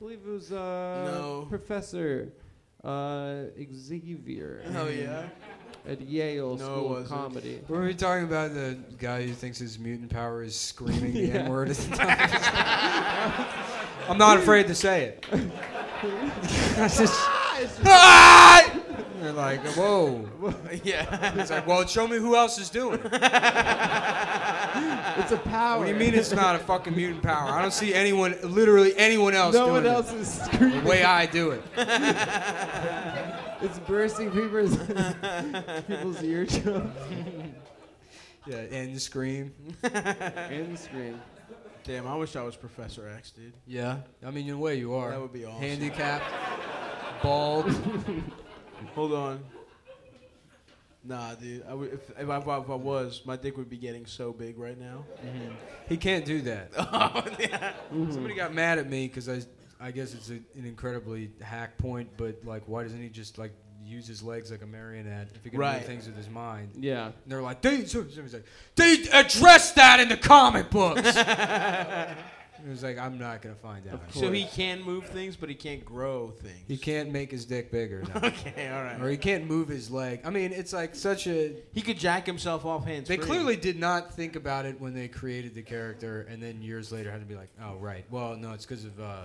[SPEAKER 3] believe it was, uh,
[SPEAKER 2] No.
[SPEAKER 3] Professor uh, Xavier.
[SPEAKER 2] Oh yeah.
[SPEAKER 3] at
[SPEAKER 2] No,
[SPEAKER 3] Yale
[SPEAKER 2] it
[SPEAKER 3] School of
[SPEAKER 2] wasn't.
[SPEAKER 3] Comedy.
[SPEAKER 1] Were we talking about the guy who thinks his mutant power is screaming the
[SPEAKER 3] Yeah.
[SPEAKER 1] N word at the time? I'm not afraid to say it. I just- Ah! They're like, whoa.
[SPEAKER 2] yeah.
[SPEAKER 1] He's like, well, show me who else is doing it.
[SPEAKER 3] It's a power.
[SPEAKER 1] What do you mean it's not a fucking mutant power? I don't see anyone, literally anyone else
[SPEAKER 3] No
[SPEAKER 1] doing
[SPEAKER 3] one
[SPEAKER 1] it
[SPEAKER 3] else is
[SPEAKER 1] the
[SPEAKER 3] screaming.
[SPEAKER 1] way I do it.
[SPEAKER 3] It's bursting people's people's eardrum
[SPEAKER 1] Yeah, end scream.
[SPEAKER 3] and scream.
[SPEAKER 2] Damn, I wish I was Professor X, dude.
[SPEAKER 1] Yeah. I mean, in a way, you are.
[SPEAKER 2] That would be awesome.
[SPEAKER 1] Handicapped, bald.
[SPEAKER 2] Hold on. Nah, dude. I would, if, if, I, if I was, my dick would be getting so big right now.
[SPEAKER 1] He can't do that.
[SPEAKER 2] oh, yeah.
[SPEAKER 1] Somebody got mad at me because I, I guess it's a, an incredibly hack point, but like, why doesn't he just like use his legs like a marionette if he can
[SPEAKER 2] Right.
[SPEAKER 1] do things with his mind?
[SPEAKER 3] Yeah.
[SPEAKER 1] And they're like, they, so- somebody's like, they addressed that in the comic books. it was like, I'm not gonna find out.
[SPEAKER 2] So he can move things, but he can't grow things.
[SPEAKER 1] He can't make his dick bigger, no.
[SPEAKER 2] Okay, all right.
[SPEAKER 1] or he can't move his leg. I mean, it's like such a.
[SPEAKER 2] He could jack himself off hands.
[SPEAKER 1] They
[SPEAKER 2] free.
[SPEAKER 1] clearly did not think about it when they created the character, and then years later had to be like, oh right, well no, it's because of uh,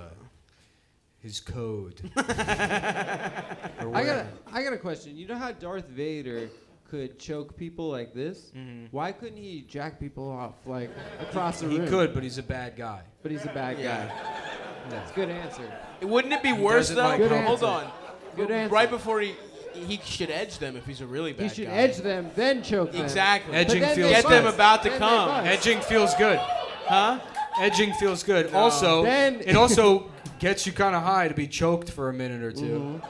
[SPEAKER 1] his code. Or
[SPEAKER 3] I got
[SPEAKER 1] whatever.
[SPEAKER 3] a, I got a question. You know how Darth Vader could choke people like this? Why couldn't he jack people off like across the
[SPEAKER 1] He
[SPEAKER 3] room?
[SPEAKER 1] could, but he's a bad guy.
[SPEAKER 3] but he's a bad
[SPEAKER 2] Yeah.
[SPEAKER 3] guy.
[SPEAKER 1] No.
[SPEAKER 3] That's a good answer.
[SPEAKER 2] Wouldn't it be worse
[SPEAKER 1] doesn't
[SPEAKER 2] though?
[SPEAKER 1] like
[SPEAKER 3] Good help.
[SPEAKER 2] Hold
[SPEAKER 3] answer.
[SPEAKER 2] on.
[SPEAKER 3] Good answer.
[SPEAKER 2] Right before he he should edge them if he's a really bad
[SPEAKER 3] he should
[SPEAKER 2] guy.
[SPEAKER 3] edge them, then choke them.
[SPEAKER 2] Exactly.
[SPEAKER 3] But
[SPEAKER 1] Edging
[SPEAKER 3] then they
[SPEAKER 1] feels
[SPEAKER 2] Get them
[SPEAKER 1] good.
[SPEAKER 3] bust.
[SPEAKER 2] about to
[SPEAKER 3] Then they
[SPEAKER 2] come.
[SPEAKER 3] bust.
[SPEAKER 1] Edging feels good.
[SPEAKER 2] Huh?
[SPEAKER 1] Edging feels good. Also,
[SPEAKER 3] Then-
[SPEAKER 1] it also gets you kind of high to be choked for a minute or 2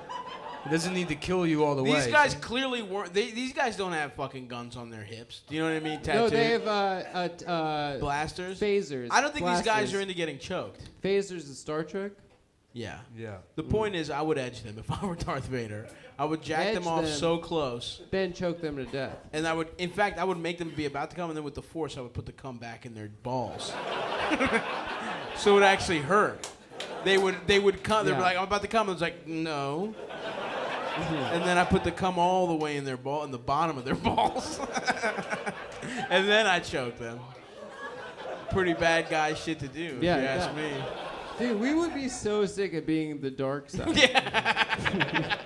[SPEAKER 1] It doesn't need to kill you all the way.
[SPEAKER 2] Mm-hmm. These guys clearly weren't. They, these guys don't have fucking guns on their hips. Do you know what I mean? Tattooed
[SPEAKER 3] No, they have uh, uh, t- uh,
[SPEAKER 2] blasters.
[SPEAKER 3] phasers.
[SPEAKER 2] I don't think these guys
[SPEAKER 3] blasters.
[SPEAKER 2] are into getting choked.
[SPEAKER 3] phasers in Star Trek.
[SPEAKER 2] Yeah.
[SPEAKER 1] Yeah.
[SPEAKER 2] The point is, I would edge them if I were Darth Vader. I would jack
[SPEAKER 3] Edge
[SPEAKER 2] them off
[SPEAKER 3] them.
[SPEAKER 2] so close,
[SPEAKER 3] Then choke them to death.
[SPEAKER 2] and I would, in fact, I would make them be about to come, and then with the force, I would put the cum back in their balls, so it actually hurt. They would, they would come. They'd be
[SPEAKER 3] Yeah.
[SPEAKER 2] like, "I'm about to come." I was like, "No," and then I put the cum all the way in their ball, in the bottom of their balls, and then I choked them. Pretty bad guy shit to do,
[SPEAKER 3] Yeah,
[SPEAKER 2] if you ask
[SPEAKER 3] yeah.
[SPEAKER 2] me.
[SPEAKER 3] Dude, we would be so sick at being the dark side.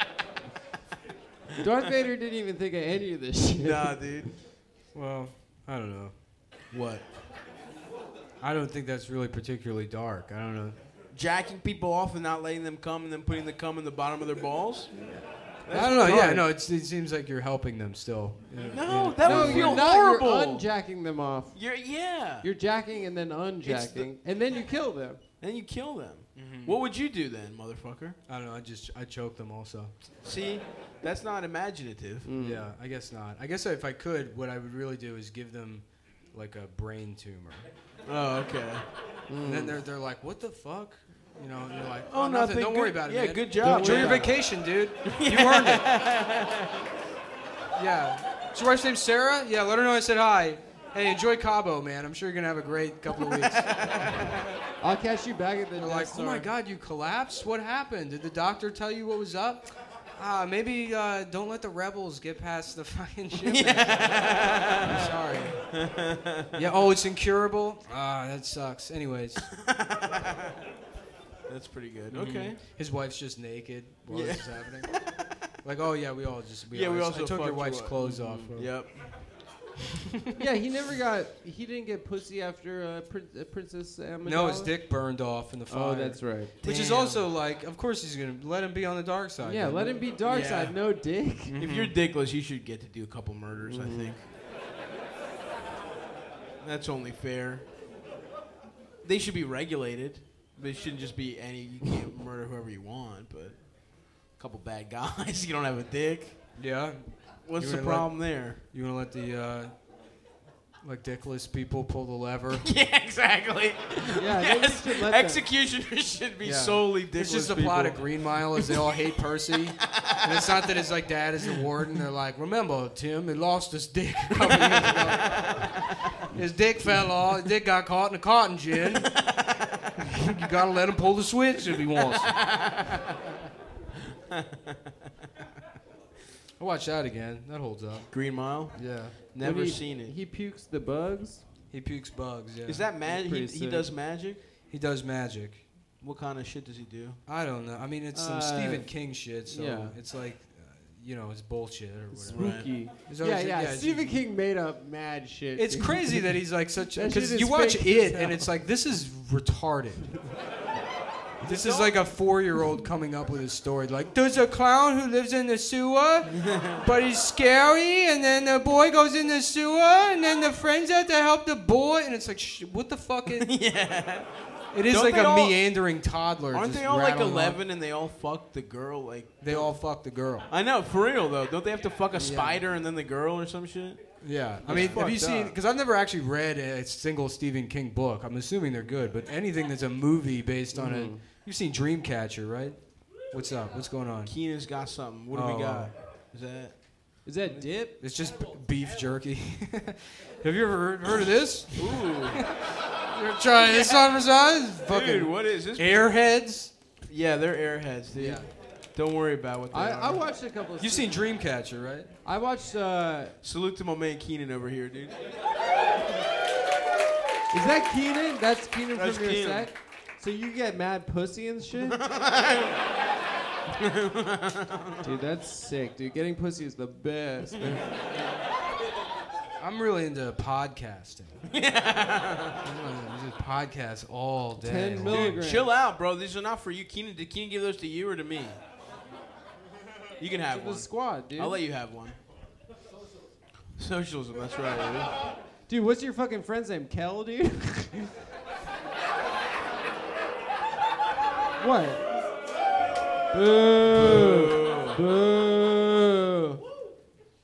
[SPEAKER 3] Darth Vader didn't even think of any of this shit.
[SPEAKER 2] Nah, dude.
[SPEAKER 1] Well, I don't know.
[SPEAKER 2] What?
[SPEAKER 1] I don't think that's really particularly dark. I don't know.
[SPEAKER 2] jacking people off and not letting them come and then putting the cum in the bottom of their balls?
[SPEAKER 1] I don't know. Yeah,
[SPEAKER 3] dark.
[SPEAKER 1] no, it's, it seems like you're helping them still. Yeah.
[SPEAKER 2] No, that
[SPEAKER 3] no,
[SPEAKER 2] would
[SPEAKER 3] you're
[SPEAKER 2] feel
[SPEAKER 3] not.
[SPEAKER 2] horrible.
[SPEAKER 3] You're unjacking them off.
[SPEAKER 2] You're- yeah.
[SPEAKER 3] You're jacking and then unjacking, and then you kill them.
[SPEAKER 2] then you kill them.
[SPEAKER 3] Mm-hmm.
[SPEAKER 2] What would you do then, motherfucker?
[SPEAKER 1] I don't know. I just I choke them also.
[SPEAKER 2] See, that's not imaginative.
[SPEAKER 3] Mm.
[SPEAKER 1] Yeah, I guess not. I guess if I could, what I would really do is give them like a brain tumor.
[SPEAKER 2] Oh, okay.
[SPEAKER 1] And then they're they're like, what the fuck? You know, and they're like,
[SPEAKER 2] Oh,
[SPEAKER 1] oh, nothing.
[SPEAKER 2] nothing.
[SPEAKER 1] Don't worry
[SPEAKER 2] Good-
[SPEAKER 1] about it.
[SPEAKER 2] yeah,
[SPEAKER 1] man.
[SPEAKER 2] good job. Don't
[SPEAKER 1] Enjoy your
[SPEAKER 2] worry about
[SPEAKER 1] vacation, dude. You earned it. Yeah. Is your wife's name Sarah? Yeah. Let her know I said hi. Hey, enjoy Cabo, man. I'm sure you're gonna have a great couple of weeks.
[SPEAKER 3] I'll catch you back at the
[SPEAKER 1] They're
[SPEAKER 3] Death
[SPEAKER 1] like, oh
[SPEAKER 3] Star.
[SPEAKER 1] my God, you collapsed? What happened? Did the doctor tell you what was up? Uh, maybe uh, don't let the rebels get past the fucking ship. I'm sorry. Yeah, oh, it's incurable? Ah, that sucks. Anyways,
[SPEAKER 2] That's pretty good.
[SPEAKER 3] Mm-hmm.
[SPEAKER 2] Okay.
[SPEAKER 1] his wife's just naked while
[SPEAKER 2] Yeah.
[SPEAKER 1] this is happening. Like, oh, yeah, we all just. We
[SPEAKER 2] Yeah,
[SPEAKER 1] all
[SPEAKER 2] we
[SPEAKER 1] just-
[SPEAKER 2] also
[SPEAKER 1] I took your
[SPEAKER 2] fucked
[SPEAKER 1] wife's
[SPEAKER 2] you up. Mm-hmm.
[SPEAKER 1] clothes off.
[SPEAKER 2] Yep.
[SPEAKER 3] Yeah, he never got. He didn't get pussy after uh, prin- uh, Princess Amidala.
[SPEAKER 1] No, his dick burned off in the fire.
[SPEAKER 3] Oh, that's right.
[SPEAKER 1] Which is
[SPEAKER 2] Damn.
[SPEAKER 1] also like, of course he's going to let him be on the dark side.
[SPEAKER 3] Yeah,
[SPEAKER 1] dude.
[SPEAKER 3] let him be dark
[SPEAKER 2] Yeah.
[SPEAKER 3] side, no dick.
[SPEAKER 1] Mm-hmm.
[SPEAKER 2] If you're dickless, you should get to do a couple murders, I think. That's only fair. They should be regulated. They shouldn't just be any, you can't murder whoever you want, but a couple bad guys, you don't have a dick.
[SPEAKER 1] Yeah.
[SPEAKER 2] What's
[SPEAKER 1] You
[SPEAKER 2] the
[SPEAKER 1] wanna let-
[SPEAKER 2] problem there?
[SPEAKER 1] You want to let the, uh, like, dickless people pull the lever?
[SPEAKER 2] Yeah, exactly.
[SPEAKER 3] Yeah, I think we should let them-
[SPEAKER 2] Executioners should be
[SPEAKER 1] Yeah.
[SPEAKER 2] solely dickless.
[SPEAKER 1] It's just the
[SPEAKER 2] people.
[SPEAKER 1] plot of Green Mile is they all hate Percy, and it's not that his like dad is the warden. They're like, remember Tim, he lost his dick. a couple years ago. his dick fell off. His dick got caught in a cotton gin. you gotta let him pull the switch if he wants.
[SPEAKER 4] I watch that again. That holds up.
[SPEAKER 2] Green Mile.
[SPEAKER 4] Yeah.
[SPEAKER 3] When
[SPEAKER 2] Never
[SPEAKER 3] he-
[SPEAKER 2] seen it. Is
[SPEAKER 3] He pukes the bugs.
[SPEAKER 1] He pukes bugs. Yeah.
[SPEAKER 2] that magic? He,
[SPEAKER 3] pretty
[SPEAKER 2] he
[SPEAKER 3] sick.
[SPEAKER 2] does magic.
[SPEAKER 1] He does magic.
[SPEAKER 2] What kind of shit does he do?
[SPEAKER 1] I don't know. I mean, it's some
[SPEAKER 3] Uh,
[SPEAKER 1] Stephen King shit, so
[SPEAKER 3] yeah.
[SPEAKER 1] it's like, uh, you know, it's bullshit or whatever.
[SPEAKER 3] Spooky.
[SPEAKER 1] There's
[SPEAKER 3] Yeah,
[SPEAKER 1] always-
[SPEAKER 3] yeah.
[SPEAKER 1] it's-
[SPEAKER 3] Stephen King made up mad shit.
[SPEAKER 1] It's crazy that he's like such.
[SPEAKER 3] That
[SPEAKER 1] Because
[SPEAKER 3] shit
[SPEAKER 1] you
[SPEAKER 3] is
[SPEAKER 1] watch
[SPEAKER 3] fake as
[SPEAKER 1] it
[SPEAKER 3] hell.
[SPEAKER 1] and it's like this is retarded. This is like a four-year-old coming up with a story. Like, there's a clown who lives in the sewer, but he's scary. And then the boy goes in the sewer, and then the friends have to help the boy. And it's like, sh- what the fuck? Is- It is
[SPEAKER 2] Don't
[SPEAKER 1] like
[SPEAKER 2] they
[SPEAKER 1] a
[SPEAKER 2] all-
[SPEAKER 1] meandering toddler.
[SPEAKER 2] Aren't
[SPEAKER 1] just
[SPEAKER 2] they all like
[SPEAKER 1] rattling on.
[SPEAKER 2] 11 and they all fuck the girl? Like
[SPEAKER 1] They all fuck the girl.
[SPEAKER 2] I know for real though. Don't they have to fuck a spider and then the girl or some shit?
[SPEAKER 1] Yeah, I mean, have you
[SPEAKER 2] fucked
[SPEAKER 1] seen?
[SPEAKER 2] up.
[SPEAKER 1] Because I've never actually read a single Stephen King book. I'm assuming they're good, but anything that's a movie based on
[SPEAKER 2] Mm-hmm.
[SPEAKER 1] it, you've seen Dreamcatcher, right? What's up? What's going on?
[SPEAKER 2] Keenan's got something. What do
[SPEAKER 1] Oh,
[SPEAKER 2] we got? Is that
[SPEAKER 3] Is that dip?
[SPEAKER 1] It's just b- beef jerky. have you ever heard of this?
[SPEAKER 2] ooh,
[SPEAKER 1] You're trying this on for size?
[SPEAKER 2] dude?
[SPEAKER 1] Fucking
[SPEAKER 2] What is this?
[SPEAKER 1] airheads.
[SPEAKER 2] Yeah, they're airheads, dude.
[SPEAKER 1] Yeah.
[SPEAKER 2] Don't worry about what they
[SPEAKER 3] I,
[SPEAKER 2] are.
[SPEAKER 3] I watched a couple. Of
[SPEAKER 1] You've seen Dreamcatcher, right?
[SPEAKER 3] I watched. Uh,
[SPEAKER 2] Salute to my man Keenan over here, dude.
[SPEAKER 3] is that Keenan? That's Keenan from
[SPEAKER 2] That's
[SPEAKER 3] your
[SPEAKER 2] Keenan.
[SPEAKER 3] set. So you get mad pussy and shit. dude, that's sick, dude. Getting pussy is the best. man.
[SPEAKER 1] I'm really into podcasting. I'm just podcast all day.
[SPEAKER 3] Ten
[SPEAKER 1] long.
[SPEAKER 2] Dude,
[SPEAKER 3] milligrams.
[SPEAKER 2] chill out, bro. These are not for you. Keenan, did Keenan give those to you or to me? You can have
[SPEAKER 3] The
[SPEAKER 2] one.
[SPEAKER 3] squad, dude.
[SPEAKER 2] I'll let you have one. Socialism, that's right.
[SPEAKER 3] Dude, what's your fucking friend's name? Kel, dude? what? Boo! Boo!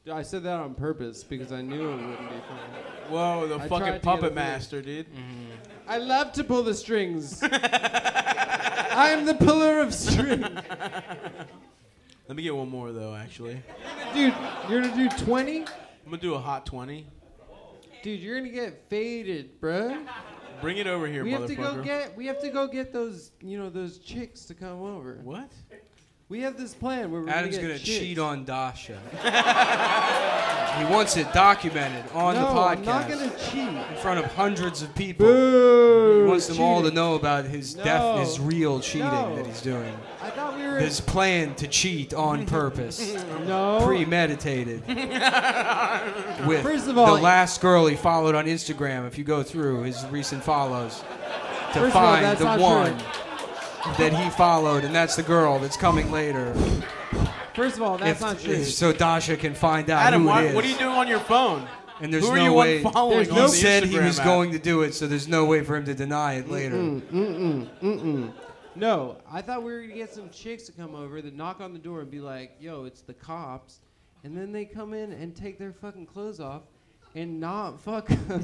[SPEAKER 3] Dude, I said that on purpose because I knew it wouldn't be fun.
[SPEAKER 2] dude. Whoa, the
[SPEAKER 3] I tried to
[SPEAKER 2] fucking
[SPEAKER 3] get a
[SPEAKER 2] puppet
[SPEAKER 3] beer.
[SPEAKER 2] master, dude.
[SPEAKER 3] I love to pull the strings. I'm the puller of strings.
[SPEAKER 2] Let me get one more though, actually.
[SPEAKER 3] Dude, you're gonna do 20?
[SPEAKER 2] I'm gonna do a hot twenty.
[SPEAKER 3] Dude, you're gonna get faded, bruh.
[SPEAKER 2] Bring it over here,
[SPEAKER 3] We have
[SPEAKER 2] motherfucker.
[SPEAKER 3] to go get we have to go get those you know those chicks to come over.
[SPEAKER 2] what?
[SPEAKER 3] We have this plan where we're
[SPEAKER 1] Adam's
[SPEAKER 3] gonna,
[SPEAKER 1] gonna
[SPEAKER 3] get chicks.
[SPEAKER 1] cheat on Dasha. he wants it documented on
[SPEAKER 3] no,
[SPEAKER 1] the podcast
[SPEAKER 3] I'm not gonna cheat.
[SPEAKER 1] in front of hundreds of people.
[SPEAKER 3] Boo!
[SPEAKER 1] He wants them all to know about his
[SPEAKER 3] No.
[SPEAKER 1] def- his real cheating
[SPEAKER 3] No.
[SPEAKER 1] that he's doing.
[SPEAKER 3] I thought we were.
[SPEAKER 1] His plan to cheat on purpose,
[SPEAKER 3] no.
[SPEAKER 1] premeditated. with
[SPEAKER 3] First of all-
[SPEAKER 1] the last girl he followed on Instagram. If you go through his recent follows, to
[SPEAKER 3] First of all,
[SPEAKER 1] find
[SPEAKER 3] that's
[SPEAKER 1] the
[SPEAKER 3] not
[SPEAKER 1] one
[SPEAKER 3] true.
[SPEAKER 1] that he followed, and that's the girl that's coming later.
[SPEAKER 3] First of all,
[SPEAKER 1] If-
[SPEAKER 3] that's not true.
[SPEAKER 1] if- so Dasha can find out
[SPEAKER 2] Adam,
[SPEAKER 1] who it
[SPEAKER 2] why,
[SPEAKER 1] is.
[SPEAKER 2] what are you doing on your phone?
[SPEAKER 1] And there's
[SPEAKER 2] Who are
[SPEAKER 1] no
[SPEAKER 2] you
[SPEAKER 1] way.
[SPEAKER 2] unfollowing
[SPEAKER 3] There's
[SPEAKER 2] on
[SPEAKER 3] no-
[SPEAKER 2] the
[SPEAKER 1] he said he
[SPEAKER 2] Instagram
[SPEAKER 1] was
[SPEAKER 2] app?
[SPEAKER 1] going to do it, so there's no way for him to deny it later.
[SPEAKER 3] Mm-mm, mm-mm. No, I thought we were gonna get some chicks to come over that knock on the door and be like, "Yo, it's the cops," and then they come in and take their fucking clothes off and not fuck. us.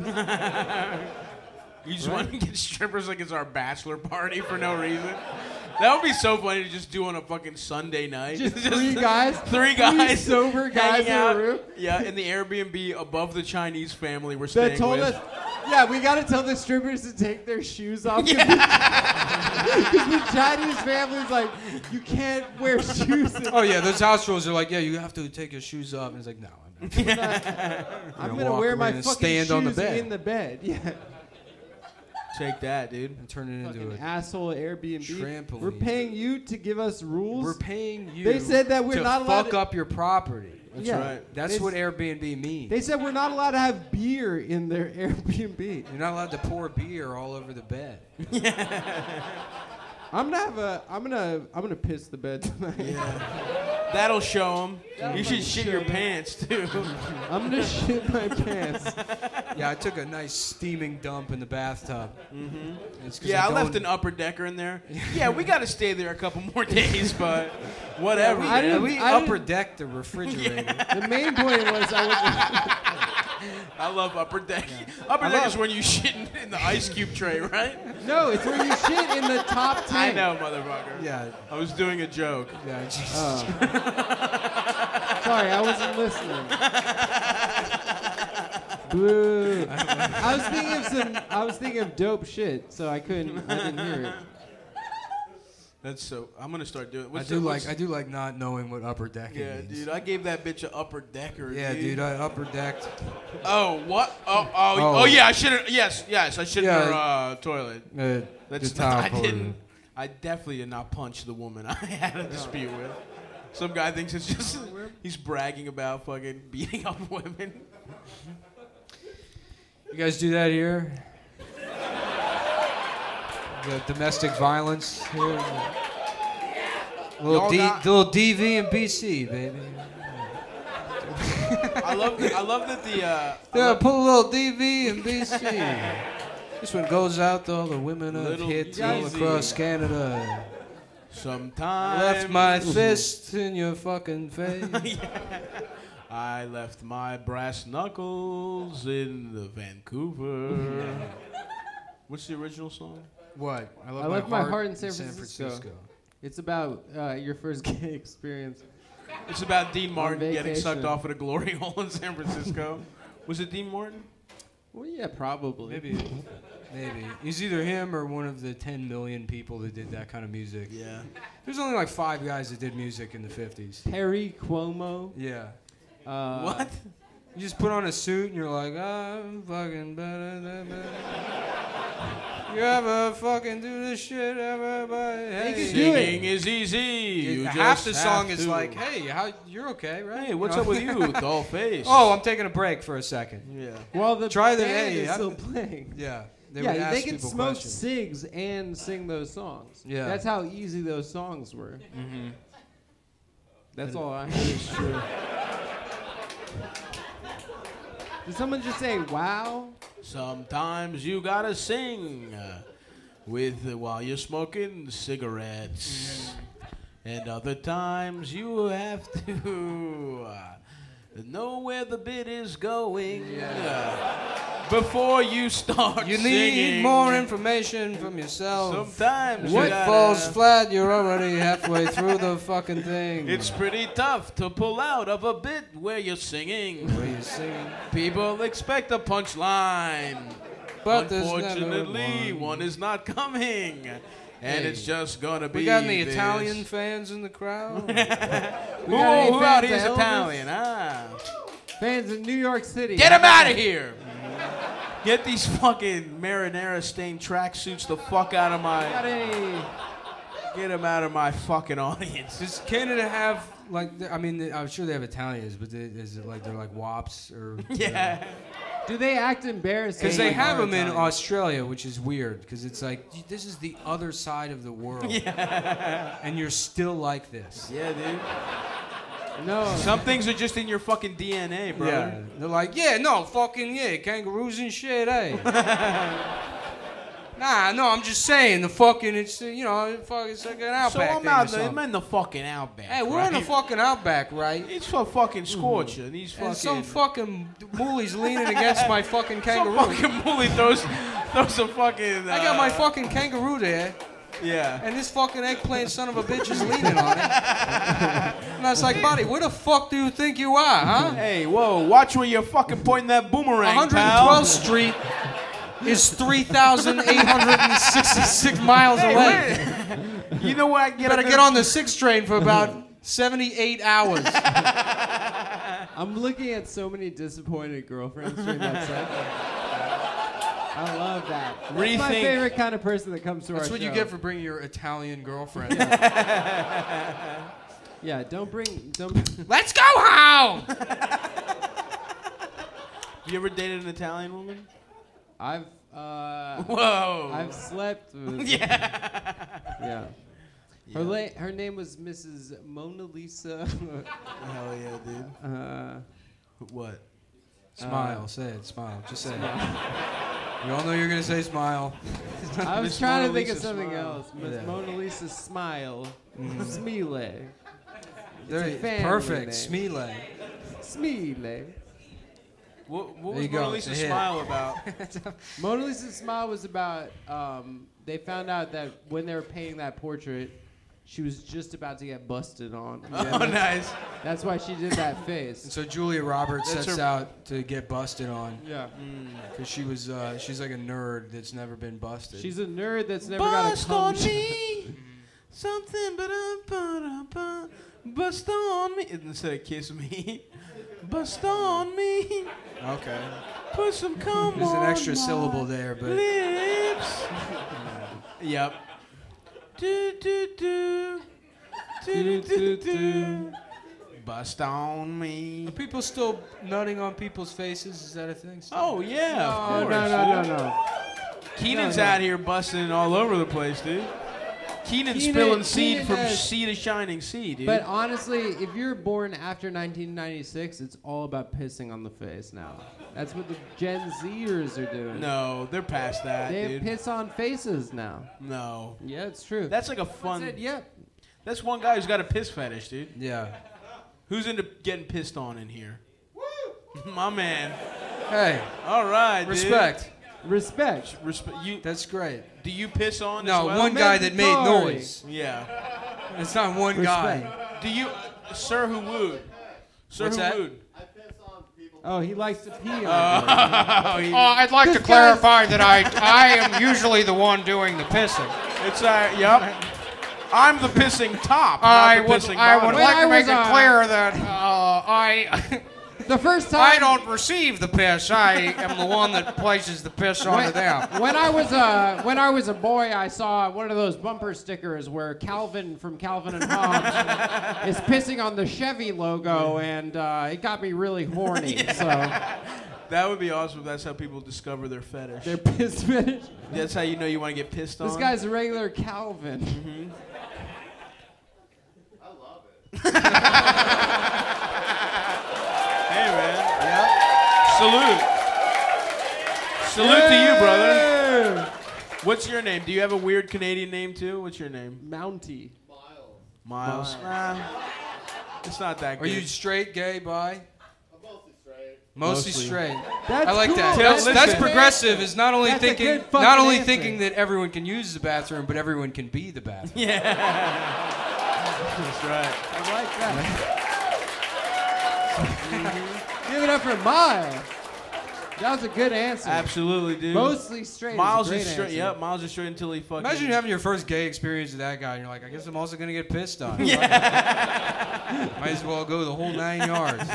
[SPEAKER 2] You just want to get strippers like it's our bachelor party for no reason. That would be so funny to just do on a fucking Sunday night.
[SPEAKER 3] Just three guys-
[SPEAKER 2] three
[SPEAKER 3] three
[SPEAKER 2] guys,
[SPEAKER 3] sober guys
[SPEAKER 2] hanging
[SPEAKER 3] in a
[SPEAKER 2] out.
[SPEAKER 3] room?
[SPEAKER 2] Yeah, in the Airbnb above the Chinese family we're staying
[SPEAKER 3] that told
[SPEAKER 2] with.
[SPEAKER 3] us. Yeah, we gotta tell the strippers to take their shoes off. Because the Chinese family's like, you can't wear shoes. in
[SPEAKER 1] Oh yeah, those house rules are like, yeah, you have to take your shoes off. And it's like, no, I'm not.
[SPEAKER 3] I'm
[SPEAKER 1] gonna
[SPEAKER 3] gonna
[SPEAKER 1] walk-
[SPEAKER 3] wear
[SPEAKER 1] we're
[SPEAKER 3] my
[SPEAKER 1] gonna
[SPEAKER 3] fucking
[SPEAKER 1] stand
[SPEAKER 3] shoes
[SPEAKER 1] on the bed.
[SPEAKER 3] in the bed. Yeah,
[SPEAKER 2] Take that, dude.
[SPEAKER 1] And turn it into
[SPEAKER 3] fucking
[SPEAKER 1] a.
[SPEAKER 3] asshole Airbnb.
[SPEAKER 1] Trampoline.
[SPEAKER 3] We're paying you to give us rules.
[SPEAKER 1] We're paying you.
[SPEAKER 3] They said that we're
[SPEAKER 1] to
[SPEAKER 3] not allowed
[SPEAKER 1] fuck
[SPEAKER 3] to-
[SPEAKER 1] up your property.
[SPEAKER 2] That's
[SPEAKER 3] Yeah.
[SPEAKER 2] right.
[SPEAKER 1] That's
[SPEAKER 3] They-
[SPEAKER 1] what Airbnb means.
[SPEAKER 3] They said we're not allowed to have beer in their Airbnb.
[SPEAKER 1] You're not allowed to pour beer all over the bed.
[SPEAKER 3] I'm gonna have a. I'm gonna. I'm gonna piss the bed tonight.
[SPEAKER 2] That'll show him. you should
[SPEAKER 3] fucking
[SPEAKER 2] shit
[SPEAKER 3] show
[SPEAKER 2] your
[SPEAKER 3] 'em.
[SPEAKER 2] pants too.
[SPEAKER 3] I'm gonna shit my pants.
[SPEAKER 1] Yeah, I took a nice steaming dump in the bathtub. Mm-hmm.
[SPEAKER 2] yeah, I left an upper decker in there. Yeah, we got to stay there a couple more days, but whatever.
[SPEAKER 3] I
[SPEAKER 2] man.
[SPEAKER 3] didn't-
[SPEAKER 1] We
[SPEAKER 3] I
[SPEAKER 1] upper
[SPEAKER 3] didn't-
[SPEAKER 1] decked the refrigerator.
[SPEAKER 3] The main point was I was.
[SPEAKER 2] I love upper deck. Upper deck is when you shit in, in the ice cube tray, right?
[SPEAKER 3] No, it's where you shit in the top
[SPEAKER 2] I
[SPEAKER 3] ten.
[SPEAKER 2] know, motherfucker.
[SPEAKER 1] Yeah,
[SPEAKER 2] I was doing a joke.
[SPEAKER 1] yeah, Jesus.
[SPEAKER 3] Uh. Sorry, I wasn't listening. Boo. I was thinking of some. I was thinking of dope shit, so I couldn't. I didn't hear it.
[SPEAKER 2] That's so. I'm gonna start doing.
[SPEAKER 1] I
[SPEAKER 2] what's
[SPEAKER 1] do
[SPEAKER 2] the-
[SPEAKER 1] like I
[SPEAKER 2] what's-
[SPEAKER 1] do like not knowing what upper deck
[SPEAKER 2] yeah,
[SPEAKER 1] means.
[SPEAKER 2] dude. I gave that bitch an upper decker.
[SPEAKER 1] yeah,
[SPEAKER 2] dude.
[SPEAKER 1] dude. I upper decked.
[SPEAKER 2] Oh what? Oh oh
[SPEAKER 1] Oh.
[SPEAKER 2] oh, yeah. I should have. Yes yes. I should have
[SPEAKER 1] Yeah.
[SPEAKER 2] uh, toilet.
[SPEAKER 1] Uh,
[SPEAKER 2] That's
[SPEAKER 1] the
[SPEAKER 2] not,
[SPEAKER 1] top
[SPEAKER 2] I
[SPEAKER 1] over.
[SPEAKER 2] didn't. I definitely did not punch the woman I had a dispute with. Some guy thinks it's just he's bragging about fucking beating up women.
[SPEAKER 1] You guys do that here? the domestic violence here. Little,
[SPEAKER 2] Y'all
[SPEAKER 1] D,
[SPEAKER 2] got-
[SPEAKER 1] little DV and BC, baby.
[SPEAKER 2] I love I love that the uh, I
[SPEAKER 1] Yeah,
[SPEAKER 2] love-
[SPEAKER 1] put a little DV and BC. this one goes out to all the women I've
[SPEAKER 2] Little
[SPEAKER 1] hit all
[SPEAKER 2] Yeezy.
[SPEAKER 1] across Canada.
[SPEAKER 2] sometimes
[SPEAKER 1] Left my fist in your fucking face.
[SPEAKER 2] I left my brass knuckles in the Vancouver. What's the original song?
[SPEAKER 1] what?
[SPEAKER 3] I left my heart in San Francisco. It's about uh, your first gay experience.
[SPEAKER 2] It's about Dean Martin getting sucked
[SPEAKER 3] vacation.
[SPEAKER 2] off at a glory hole in San Francisco. Was it Dean Martin?
[SPEAKER 3] Well, yeah, probably.
[SPEAKER 1] Maybe, maybe he's either him or one of the 10 million people that did that kind of music.
[SPEAKER 2] Yeah.
[SPEAKER 1] There's only like five guys that did music in the 50s.
[SPEAKER 3] Perry Cuomo.
[SPEAKER 1] Yeah.
[SPEAKER 3] Uh,
[SPEAKER 2] what?
[SPEAKER 1] You just put on a suit and you're like, I'm fucking better than better. You ever fucking do this shit, everybody? Hey.
[SPEAKER 3] could do it.
[SPEAKER 2] Singing is easy. You
[SPEAKER 1] half
[SPEAKER 2] just
[SPEAKER 1] the song
[SPEAKER 2] have
[SPEAKER 1] is
[SPEAKER 2] to.
[SPEAKER 1] like, hey, how, you're okay, right?
[SPEAKER 2] hey, what's
[SPEAKER 1] know?
[SPEAKER 2] up with you, doll face?
[SPEAKER 1] oh, I'm taking a break for a second.
[SPEAKER 2] yeah.
[SPEAKER 3] Well, the
[SPEAKER 1] Try the-
[SPEAKER 3] band
[SPEAKER 1] hey,
[SPEAKER 3] is
[SPEAKER 1] I-
[SPEAKER 3] still playing.
[SPEAKER 1] Yeah. They would
[SPEAKER 3] yeah,
[SPEAKER 1] ask
[SPEAKER 3] they could
[SPEAKER 1] people
[SPEAKER 3] smoke
[SPEAKER 1] questions.
[SPEAKER 3] cigs and sing those songs.
[SPEAKER 1] Yeah.
[SPEAKER 3] that's how easy those songs were.
[SPEAKER 2] Mhm.
[SPEAKER 3] That's all I. Mm-hmm. It's true. Did someone just say wow?
[SPEAKER 2] Sometimes you gotta sing uh, with uh, while you're smoking cigarettes, and other times you have to uh, know where the bit is going uh, before you start.
[SPEAKER 1] You need
[SPEAKER 2] singing.
[SPEAKER 1] more information from yourself.
[SPEAKER 2] Sometimes
[SPEAKER 1] What
[SPEAKER 2] you gotta,
[SPEAKER 1] falls flat? You're already halfway through the fucking thing.
[SPEAKER 2] It's pretty tough to pull out of a bit where you're singing.
[SPEAKER 1] what you singing.
[SPEAKER 2] People expect a punchline.
[SPEAKER 1] But there's never
[SPEAKER 2] Unfortunately, one. is not coming. And
[SPEAKER 1] Hey.
[SPEAKER 2] it's just gonna be.
[SPEAKER 1] We got any
[SPEAKER 2] this.
[SPEAKER 1] Italian fans in the crowd?
[SPEAKER 2] Who,
[SPEAKER 3] got any
[SPEAKER 2] who out
[SPEAKER 3] fans
[SPEAKER 2] here's
[SPEAKER 3] of Elvis?
[SPEAKER 2] Italian? Ah.
[SPEAKER 3] Fans in New York City.
[SPEAKER 2] Get him out of here! Get these fucking marinara stained tracksuits the fuck out of
[SPEAKER 3] Got
[SPEAKER 2] my.
[SPEAKER 3] any?
[SPEAKER 2] Get him out of my fucking audience.
[SPEAKER 1] Does Canada have like? th- I mean, th- I'm sure they have Italians, but they, is it like they're like wops or?
[SPEAKER 2] Yeah.
[SPEAKER 3] Do they act embarrassing?
[SPEAKER 1] Because they
[SPEAKER 3] when
[SPEAKER 1] have
[SPEAKER 3] they're
[SPEAKER 1] them in
[SPEAKER 3] Italian?
[SPEAKER 1] Australia, which is weird. Because it's like "Dude, this is the other side of the world, and you're still like this.
[SPEAKER 2] Yeah, dude.
[SPEAKER 3] No.
[SPEAKER 2] Some things are just in your fucking DNA, bro.
[SPEAKER 1] Yeah, they're like, yeah, no, fucking yeah, kangaroos and shit, eh? nah, no, I'm just saying the fucking it's uh, you know fucking it's like an
[SPEAKER 2] So
[SPEAKER 1] outback
[SPEAKER 2] I'm
[SPEAKER 1] thing or
[SPEAKER 2] out.
[SPEAKER 1] something.
[SPEAKER 2] I'm in the fucking outback.
[SPEAKER 1] Hey, we're
[SPEAKER 2] right?
[SPEAKER 1] in the fucking outback, right?
[SPEAKER 2] It's for fucking scorcher. These fucking.
[SPEAKER 1] And some fucking mooley's leaning against my fucking
[SPEAKER 2] Some
[SPEAKER 1] kangaroo.
[SPEAKER 2] fucking bully throws, throws a fucking.
[SPEAKER 1] I got my
[SPEAKER 2] uh,
[SPEAKER 1] fucking kangaroo there,
[SPEAKER 2] Yeah.
[SPEAKER 1] and this fucking eggplant son of a bitch is leaning on it. And I was like, buddy, where the fuck do you think you are, huh?
[SPEAKER 2] Hey, whoa! Watch where you're fucking pointing that boomerang,
[SPEAKER 1] 112th Street is 3,866 miles
[SPEAKER 2] pal.
[SPEAKER 1] away.
[SPEAKER 2] wait. you know what? I get
[SPEAKER 1] Better
[SPEAKER 2] up
[SPEAKER 1] get
[SPEAKER 2] in-
[SPEAKER 1] on the 6 train for about 78 hours.
[SPEAKER 3] I'm looking at so many disappointed girlfriends during that set. I love that. That's my
[SPEAKER 2] Rethink.
[SPEAKER 3] favorite kind of person that comes to
[SPEAKER 1] That's
[SPEAKER 3] our
[SPEAKER 1] what
[SPEAKER 3] show.
[SPEAKER 1] you get for bringing your Italian girlfriend.
[SPEAKER 3] Yeah, don't bring don't.
[SPEAKER 1] Let's go home!
[SPEAKER 2] You ever dated an Italian woman?
[SPEAKER 3] I've uh,
[SPEAKER 2] Whoa!
[SPEAKER 3] I've slept with.
[SPEAKER 2] yeah.
[SPEAKER 3] yeah. Her, la- her name was Mrs. Mona Lisa.
[SPEAKER 2] Hell yeah, dude.
[SPEAKER 3] uh,
[SPEAKER 2] What?
[SPEAKER 1] Smile, say it, smile. Just say it. We all know you're going to say smile.
[SPEAKER 3] I was
[SPEAKER 2] Miss
[SPEAKER 3] trying
[SPEAKER 2] Mona
[SPEAKER 3] to think
[SPEAKER 2] Lisa
[SPEAKER 3] of something
[SPEAKER 2] smile.
[SPEAKER 3] else. Miss
[SPEAKER 1] Yeah.
[SPEAKER 3] Mona Lisa Smile.
[SPEAKER 2] Mm.
[SPEAKER 3] Smile.
[SPEAKER 1] There,
[SPEAKER 3] a family
[SPEAKER 1] perfect.
[SPEAKER 3] name.
[SPEAKER 1] Smile.
[SPEAKER 3] Smile.
[SPEAKER 2] What, what
[SPEAKER 1] There
[SPEAKER 2] was
[SPEAKER 1] you go.
[SPEAKER 2] Mona Lisa
[SPEAKER 1] Hit it.
[SPEAKER 2] smile about?
[SPEAKER 3] Mona Lisa's smile was about. Um, they found out that when they were painting that portrait, she was just about to get busted on.
[SPEAKER 2] oh, nice.
[SPEAKER 3] That's why she did that
[SPEAKER 1] And
[SPEAKER 3] face.
[SPEAKER 1] so Julia Roberts
[SPEAKER 2] That's
[SPEAKER 1] sets
[SPEAKER 2] her-
[SPEAKER 1] out to get busted on
[SPEAKER 3] Yeah.
[SPEAKER 1] because she was uh, she's like a nerd that's never been busted.
[SPEAKER 3] She's a nerd that's never got a
[SPEAKER 2] Bust
[SPEAKER 3] cum
[SPEAKER 2] on
[SPEAKER 3] shot.
[SPEAKER 2] me. Something but a bust on me instead of kiss me. Bust on me.
[SPEAKER 1] Okay.
[SPEAKER 2] Put some cum
[SPEAKER 1] There's an
[SPEAKER 2] on
[SPEAKER 1] extra
[SPEAKER 2] my
[SPEAKER 1] syllable there, but
[SPEAKER 2] lips. yep. Do do do. Do do do. Bust on me.
[SPEAKER 1] are people still nutting on people's faces? Is that a thing? still?
[SPEAKER 2] Oh yeah,
[SPEAKER 3] No,
[SPEAKER 2] of course.
[SPEAKER 3] no, no, no, no.
[SPEAKER 2] Keenan's
[SPEAKER 3] No, no.
[SPEAKER 2] out here busting all over the place, dude. Keenan's
[SPEAKER 3] Keenan-
[SPEAKER 2] spilling seed
[SPEAKER 3] Keenan
[SPEAKER 2] from
[SPEAKER 3] has-
[SPEAKER 2] sea to shining sea, dude.
[SPEAKER 3] But honestly, if you're born after 1996, it's all about pissing on the face now. That's what the Gen Zers are doing.
[SPEAKER 2] no, they're past that,
[SPEAKER 3] They
[SPEAKER 2] dude.
[SPEAKER 3] have piss on faces now.
[SPEAKER 2] no,
[SPEAKER 3] Yeah, it's true.
[SPEAKER 2] that's like a
[SPEAKER 3] That's
[SPEAKER 2] fun.
[SPEAKER 3] it, yep.
[SPEAKER 2] That's one guy who's got a piss fetish, dude.
[SPEAKER 1] Yeah.
[SPEAKER 2] Who's into getting pissed on in here? My man.
[SPEAKER 1] Hey,
[SPEAKER 2] All right, dude.
[SPEAKER 1] respect.
[SPEAKER 3] Respect.
[SPEAKER 2] Respe- You
[SPEAKER 1] That's great.
[SPEAKER 2] do you piss on?
[SPEAKER 1] No,
[SPEAKER 2] as well?
[SPEAKER 1] one guy that made
[SPEAKER 3] Mandatory.
[SPEAKER 1] noise.
[SPEAKER 2] Yeah.
[SPEAKER 1] It's not one guy.
[SPEAKER 2] Do you, Sir Who wooed? Sir
[SPEAKER 1] What's
[SPEAKER 2] Who
[SPEAKER 1] that?
[SPEAKER 2] wooed?
[SPEAKER 3] Oh, he likes to pee on people.
[SPEAKER 4] I'd like
[SPEAKER 3] to This guy's-
[SPEAKER 4] that I I am usually the one doing the pissing.
[SPEAKER 2] It's uh, yep. I'm the pissing top. not the pissing bottom.
[SPEAKER 3] When like to I make was, it uh, clear
[SPEAKER 4] that uh, I
[SPEAKER 3] The first time
[SPEAKER 4] I don't receive the piss. I am the one that places the piss onto them.
[SPEAKER 3] when I was a when I was a boy, I saw one of those bumper stickers where Calvin from Calvin and Hobbes is pissing on the Chevy logo, and uh, it got me really horny.
[SPEAKER 2] That would be awesome if that's how people discover their fetish.
[SPEAKER 3] So they're pissed finish.
[SPEAKER 2] that's how you know you want to get pissed on.
[SPEAKER 3] This guy's a regular Calvin.
[SPEAKER 2] Hey, man. Salute. Salute to you, brother. What's your name? Do you have a weird Canadian name, too? What's your name?
[SPEAKER 3] Mountie.
[SPEAKER 2] Miles. Nah, it's not that
[SPEAKER 1] Are
[SPEAKER 2] good.
[SPEAKER 1] you straight, gay, bi?
[SPEAKER 2] Mostly.
[SPEAKER 1] Mostly straight.
[SPEAKER 3] That's
[SPEAKER 1] I like that.
[SPEAKER 3] cool.
[SPEAKER 1] That's,
[SPEAKER 2] Tell-
[SPEAKER 1] that's
[SPEAKER 2] listen.
[SPEAKER 1] progressive. Is not only
[SPEAKER 3] That's a
[SPEAKER 1] thinking
[SPEAKER 3] good fucking
[SPEAKER 1] not only
[SPEAKER 3] answer.
[SPEAKER 1] thinking that everyone can use the bathroom, but everyone can be the bathroom.
[SPEAKER 2] That's right.
[SPEAKER 3] I like that. Give it up for Miles. That was a good answer.
[SPEAKER 2] Absolutely, dude.
[SPEAKER 3] Mostly straight.
[SPEAKER 2] Miles
[SPEAKER 3] is, a
[SPEAKER 2] is
[SPEAKER 3] great
[SPEAKER 2] straight.
[SPEAKER 3] answer.
[SPEAKER 2] Yep, Miles is straight until he fucking.
[SPEAKER 1] Imagine having your first gay experience with that guy, and you're like, I guess I'm also gonna get pissed on. Might as well go the whole nine yards.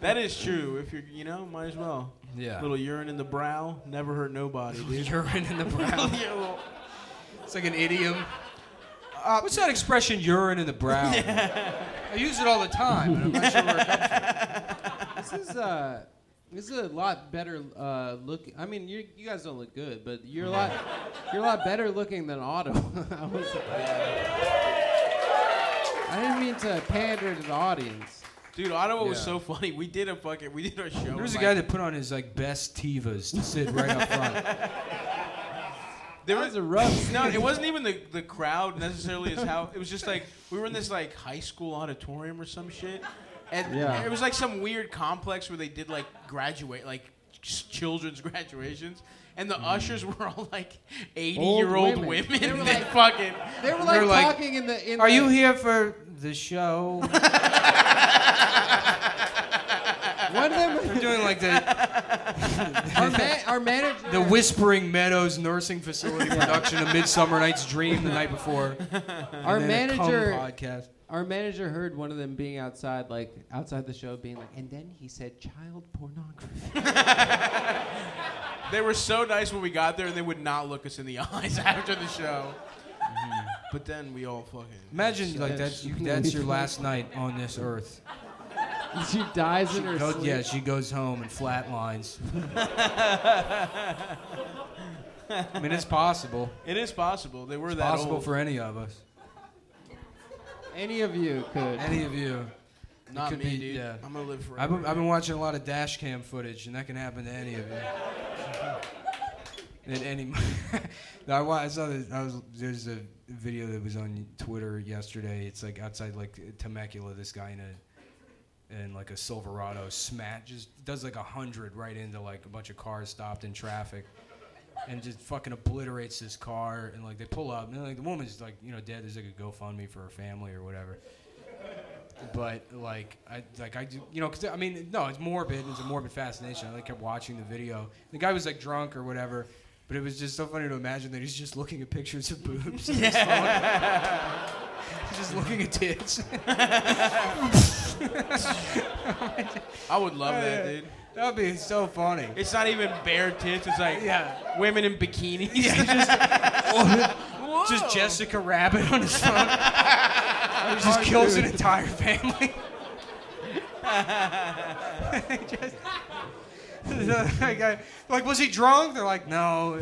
[SPEAKER 2] that is true. If you're, you know, might as well.
[SPEAKER 1] Yeah.
[SPEAKER 2] Little urine in the brow never hurt nobody, dude.
[SPEAKER 1] urine in the brow.
[SPEAKER 2] Yeah, well,
[SPEAKER 1] It's like an idiom. Uh, What's that expression, urine in the brow? I use it all the time. And I'm not sure where it comes
[SPEAKER 3] This is uh, this is a lot better uh, look. I mean, you you guys don't look good, but you're a lot you're a lot better looking than Otto. I was. I didn't mean to pander to the audience.
[SPEAKER 2] Dude, Ottawa was
[SPEAKER 1] Yeah.
[SPEAKER 2] so funny. We did a fucking, we did our show.
[SPEAKER 1] There was a
[SPEAKER 2] like-
[SPEAKER 1] guy that put on his like best tivas to sit right up front.
[SPEAKER 2] There
[SPEAKER 3] That was a rough.
[SPEAKER 2] No, it wasn't even the, the crowd necessarily as how it was just like we were in this like high school auditorium or some shit. And
[SPEAKER 3] Yeah.
[SPEAKER 2] it was like some weird complex where they did like graduate like ch- children's graduations and the ushers
[SPEAKER 1] Mm.
[SPEAKER 2] were all like 80
[SPEAKER 3] Old
[SPEAKER 2] year old
[SPEAKER 3] women.
[SPEAKER 2] women,
[SPEAKER 3] They were
[SPEAKER 2] that
[SPEAKER 3] like-
[SPEAKER 2] fucking
[SPEAKER 3] They were
[SPEAKER 1] They're
[SPEAKER 3] like,
[SPEAKER 1] like,
[SPEAKER 3] talking in the. In
[SPEAKER 1] Are
[SPEAKER 3] the,
[SPEAKER 1] you here for the show?
[SPEAKER 3] One of
[SPEAKER 1] They're
[SPEAKER 3] them.
[SPEAKER 1] doing like the
[SPEAKER 3] Our, ma- our manager.
[SPEAKER 1] the Whispering Meadows Nursing Facility production of Midsummer Night's Dream the night before.
[SPEAKER 3] our
[SPEAKER 1] and then a cum
[SPEAKER 3] manager.
[SPEAKER 1] podcast.
[SPEAKER 3] Our manager heard one of them being outside, like outside the show, being like, and then he said child pornography.
[SPEAKER 2] they were so nice when we got there and they would not look us in the eyes after the show. But then we all fucking
[SPEAKER 1] Mm-hmm. Imagine like
[SPEAKER 3] That's-
[SPEAKER 1] that's you, that's your last night on this earth.
[SPEAKER 3] she dies in her
[SPEAKER 1] Go-
[SPEAKER 3] sleep.
[SPEAKER 1] yeah, she goes home and flatlines. I mean, it's possible.
[SPEAKER 2] It is possible. They were
[SPEAKER 1] It's
[SPEAKER 2] that
[SPEAKER 1] possible
[SPEAKER 2] old.
[SPEAKER 1] for any of us.
[SPEAKER 3] Any of you could.
[SPEAKER 1] Any of you.
[SPEAKER 2] not
[SPEAKER 1] could
[SPEAKER 2] me,
[SPEAKER 1] be-
[SPEAKER 2] dude.
[SPEAKER 1] yeah.
[SPEAKER 2] I'm gonna live forever.
[SPEAKER 1] I've been, I've been watching a lot of dash cam footage, and that can happen to any of you. At any, mo- no, I, wa- I saw this. I was there's a video that was on Twitter yesterday. It's like outside like Temecula, this guy in a in like a Silverado smat just does like a hundred right into like a bunch of cars stopped in traffic. And just fucking obliterates this car, and like they pull up, and like the woman's like, you know, dead. There's like a GoFundMe for her family or whatever but like I like I do you know because I mean no it's morbid it's a morbid fascination I like, kept watching the video the guy was like drunk or whatever But it was just so funny to imagine that he's just looking at pictures of boobs. on his phone. He's just looking at tits.
[SPEAKER 2] I would love that,
[SPEAKER 1] Yeah.
[SPEAKER 2] dude.
[SPEAKER 1] That'd be so funny.
[SPEAKER 2] It's not even bare tits. It's like
[SPEAKER 1] Yeah.
[SPEAKER 2] women in bikinis.
[SPEAKER 1] Just Jessica Rabbit on his phone. He just kills an entire family. Just- like, I- like, was he drunk? They're like, no.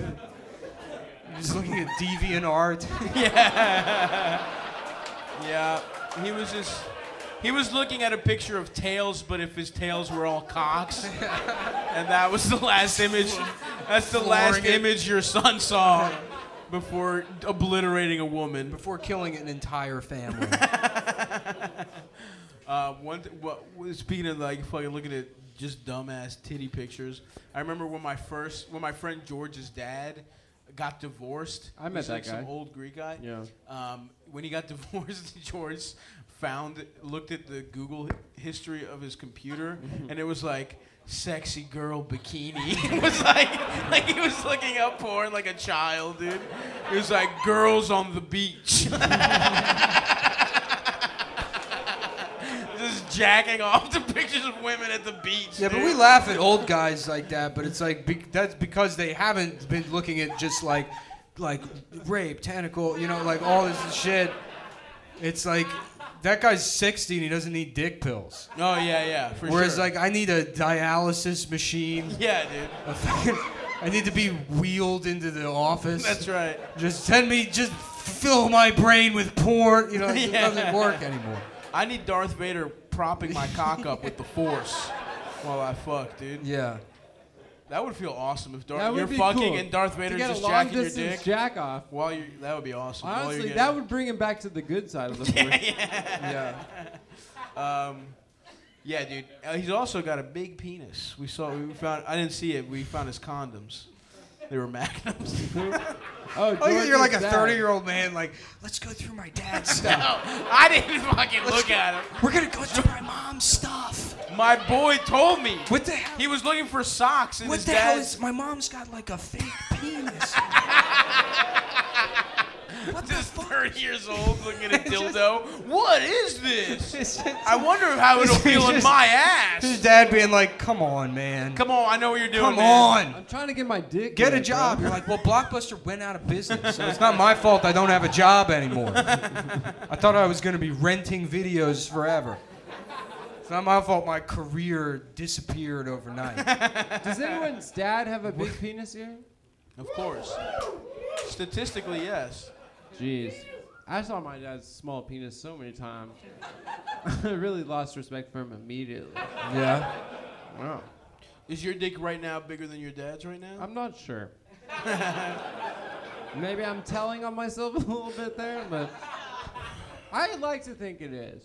[SPEAKER 1] I'm Just looking at deviant art.
[SPEAKER 2] Yeah, he was just. He was looking at a picture of tails, but if his tails were all cocks, and that was the last image. That's the last
[SPEAKER 1] Flooring it.
[SPEAKER 2] image your son saw before obliterating a woman.
[SPEAKER 1] Before killing an entire family.
[SPEAKER 2] Uh, one th- what, what- speaking of like fucking looking at just dumbass titty pictures, I remember when my first when my friend George's dad got divorced.
[SPEAKER 3] I met
[SPEAKER 2] He's, like
[SPEAKER 3] that
[SPEAKER 2] some
[SPEAKER 3] guy.
[SPEAKER 2] old Greek guy.
[SPEAKER 3] Yeah.
[SPEAKER 2] Um, when he got divorced, George found looked at the Google history of his computer, and it was like sexy girl bikini. it was like like he was looking up porn like a child, dude. It was like girls on the beach. Just jacking off to pictures of women at the beach.
[SPEAKER 1] Yeah, but
[SPEAKER 2] dude.
[SPEAKER 1] we laugh at old guys like that, but it's like be- that's because they haven't been looking at just like like rape, tentacle, you know, like all this shit. It's like that guy's 60 and he doesn't need dick pills.
[SPEAKER 2] Oh yeah, yeah. For
[SPEAKER 1] Whereas
[SPEAKER 2] sure.
[SPEAKER 1] like I need a dialysis machine.
[SPEAKER 2] yeah, dude.
[SPEAKER 1] a fucking- I need to be wheeled into the office.
[SPEAKER 2] That's right.
[SPEAKER 1] Just send me just fill my brain with porn, you know, it
[SPEAKER 2] Yeah.
[SPEAKER 1] doesn't work anymore.
[SPEAKER 2] I need Darth Vader propping my cock up with the Force while I fuck, dude.
[SPEAKER 1] Yeah.
[SPEAKER 2] That would feel awesome if
[SPEAKER 3] That
[SPEAKER 2] Darth
[SPEAKER 3] would
[SPEAKER 2] you're
[SPEAKER 3] be
[SPEAKER 2] fucking
[SPEAKER 3] cool.
[SPEAKER 2] and Darth
[SPEAKER 3] To
[SPEAKER 2] Vader's
[SPEAKER 3] get a
[SPEAKER 2] just
[SPEAKER 3] long
[SPEAKER 2] jacking your
[SPEAKER 3] distance
[SPEAKER 2] dick
[SPEAKER 3] jack off.
[SPEAKER 2] while you're. That would be awesome. while
[SPEAKER 3] Honestly,
[SPEAKER 2] you're
[SPEAKER 3] that
[SPEAKER 2] getting-
[SPEAKER 3] would bring him back to the good side of the force.
[SPEAKER 1] Yeah.
[SPEAKER 2] Yeah, dude. Uh, he's also got a big penis. We saw. We found. I didn't see it. We found his condoms. They were magnums.
[SPEAKER 3] Oh,
[SPEAKER 1] Oh, you're like a
[SPEAKER 3] George's dad.
[SPEAKER 1] 30 year old man, like, let's go through my dad's stuff.
[SPEAKER 2] no, I didn't fucking look at him.
[SPEAKER 1] We're gonna go through my mom's stuff.
[SPEAKER 2] My boy told me.
[SPEAKER 1] What the hell?
[SPEAKER 2] He was looking for socks. And
[SPEAKER 1] what
[SPEAKER 2] his
[SPEAKER 1] the
[SPEAKER 2] dad,
[SPEAKER 1] hell is? My mom's got like a fake penis. what the
[SPEAKER 2] Just
[SPEAKER 1] fuck?
[SPEAKER 2] 30 years old looking at a dildo. what is this?
[SPEAKER 1] His
[SPEAKER 2] I wonder how it'll
[SPEAKER 1] It's
[SPEAKER 2] feel in
[SPEAKER 1] just-
[SPEAKER 2] my ass.
[SPEAKER 1] dad being like, "Come on, man.
[SPEAKER 2] Come on, I know what you're doing.
[SPEAKER 1] Come
[SPEAKER 2] man.
[SPEAKER 1] on."
[SPEAKER 3] I'm trying to get my dick.
[SPEAKER 1] Get a
[SPEAKER 3] wet,
[SPEAKER 1] job.
[SPEAKER 3] bro.
[SPEAKER 1] You're like, well, Blockbuster went out of business, so it's not my fault I don't have a job anymore. I thought I was going to be renting videos forever. It's not my fault my career disappeared overnight.
[SPEAKER 3] Does anyone's dad have a big penis here?
[SPEAKER 2] Of course. Statistically, yes.
[SPEAKER 3] Jeez. I saw my dad's small penis so many times. I really lost respect for him immediately.
[SPEAKER 1] Yeah.
[SPEAKER 3] Wow.
[SPEAKER 2] Is your dick right now bigger than your dad's right now?
[SPEAKER 3] I'm not sure. Maybe I'm telling on myself a little bit there, but I like to think it is.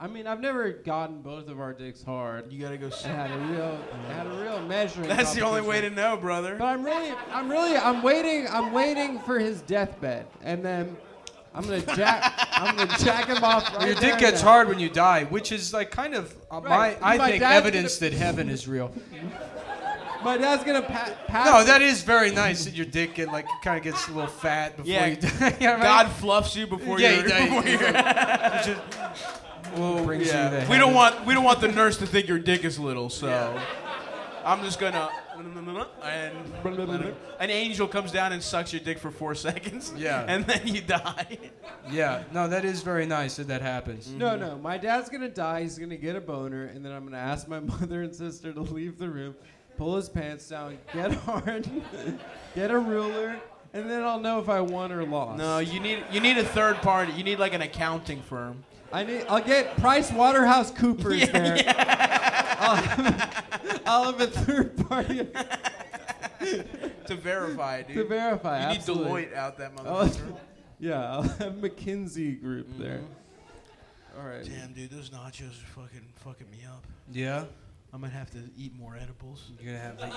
[SPEAKER 3] I mean, I've never gotten both of our dicks hard.
[SPEAKER 2] You gotta go. See.
[SPEAKER 3] I had a real, I had a real measuring.
[SPEAKER 2] That's the only way
[SPEAKER 3] competition.
[SPEAKER 2] to know, brother.
[SPEAKER 3] But I'm really, I'm really, I'm waiting, I'm waiting for his deathbed, and then I'm gonna jack, I'm gonna jack him off. Right
[SPEAKER 1] Your dick
[SPEAKER 3] there.
[SPEAKER 1] gets hard when you die, which is like kind of uh,
[SPEAKER 3] Right.
[SPEAKER 1] my, I
[SPEAKER 3] My
[SPEAKER 1] think
[SPEAKER 3] dad's
[SPEAKER 1] evidence that heaven is real.
[SPEAKER 3] My dad's gonna pa- pass.
[SPEAKER 1] No, that is very nice that your dick get like kind of gets a little fat before
[SPEAKER 2] Yeah.
[SPEAKER 1] you die. you know what I
[SPEAKER 2] God
[SPEAKER 1] mean?
[SPEAKER 2] fluffs you before
[SPEAKER 1] yeah,
[SPEAKER 2] you're.
[SPEAKER 1] you die.
[SPEAKER 2] before
[SPEAKER 1] He's
[SPEAKER 2] you're-
[SPEAKER 1] like- he's just- brings you to
[SPEAKER 2] yeah. We
[SPEAKER 1] heaven.
[SPEAKER 2] don't want. We don't want the nurse to think your dick is little. So, I'm just gonna. And an angel comes down and sucks your dick for four seconds.
[SPEAKER 1] Yeah.
[SPEAKER 2] And then you die.
[SPEAKER 1] Yeah, Mm. no, that is very nice that that happens.
[SPEAKER 3] No, no. My dad's gonna die. He's gonna get a boner, and then I'm gonna ask my mother and sister to leave the room, pull his pants down, get hard, get a ruler, and then I'll know if I won or lost.
[SPEAKER 2] No, you need you need a third party. You need like an accounting firm.
[SPEAKER 3] I need. I'll get Price Waterhouse Coopers there. I'll, have, I'll have a third party
[SPEAKER 2] To verify, Oh. dude.
[SPEAKER 3] to verify.
[SPEAKER 2] you
[SPEAKER 3] absolutely.
[SPEAKER 2] need Deloitte out that
[SPEAKER 3] I'll,
[SPEAKER 2] motherfucker.
[SPEAKER 3] yeah, I'll have McKinsey Group there. All right.
[SPEAKER 2] Damn, dude, those nachos are fucking fucking me up.
[SPEAKER 1] Yeah,
[SPEAKER 2] I might have to eat more edibles.
[SPEAKER 1] you're gonna have.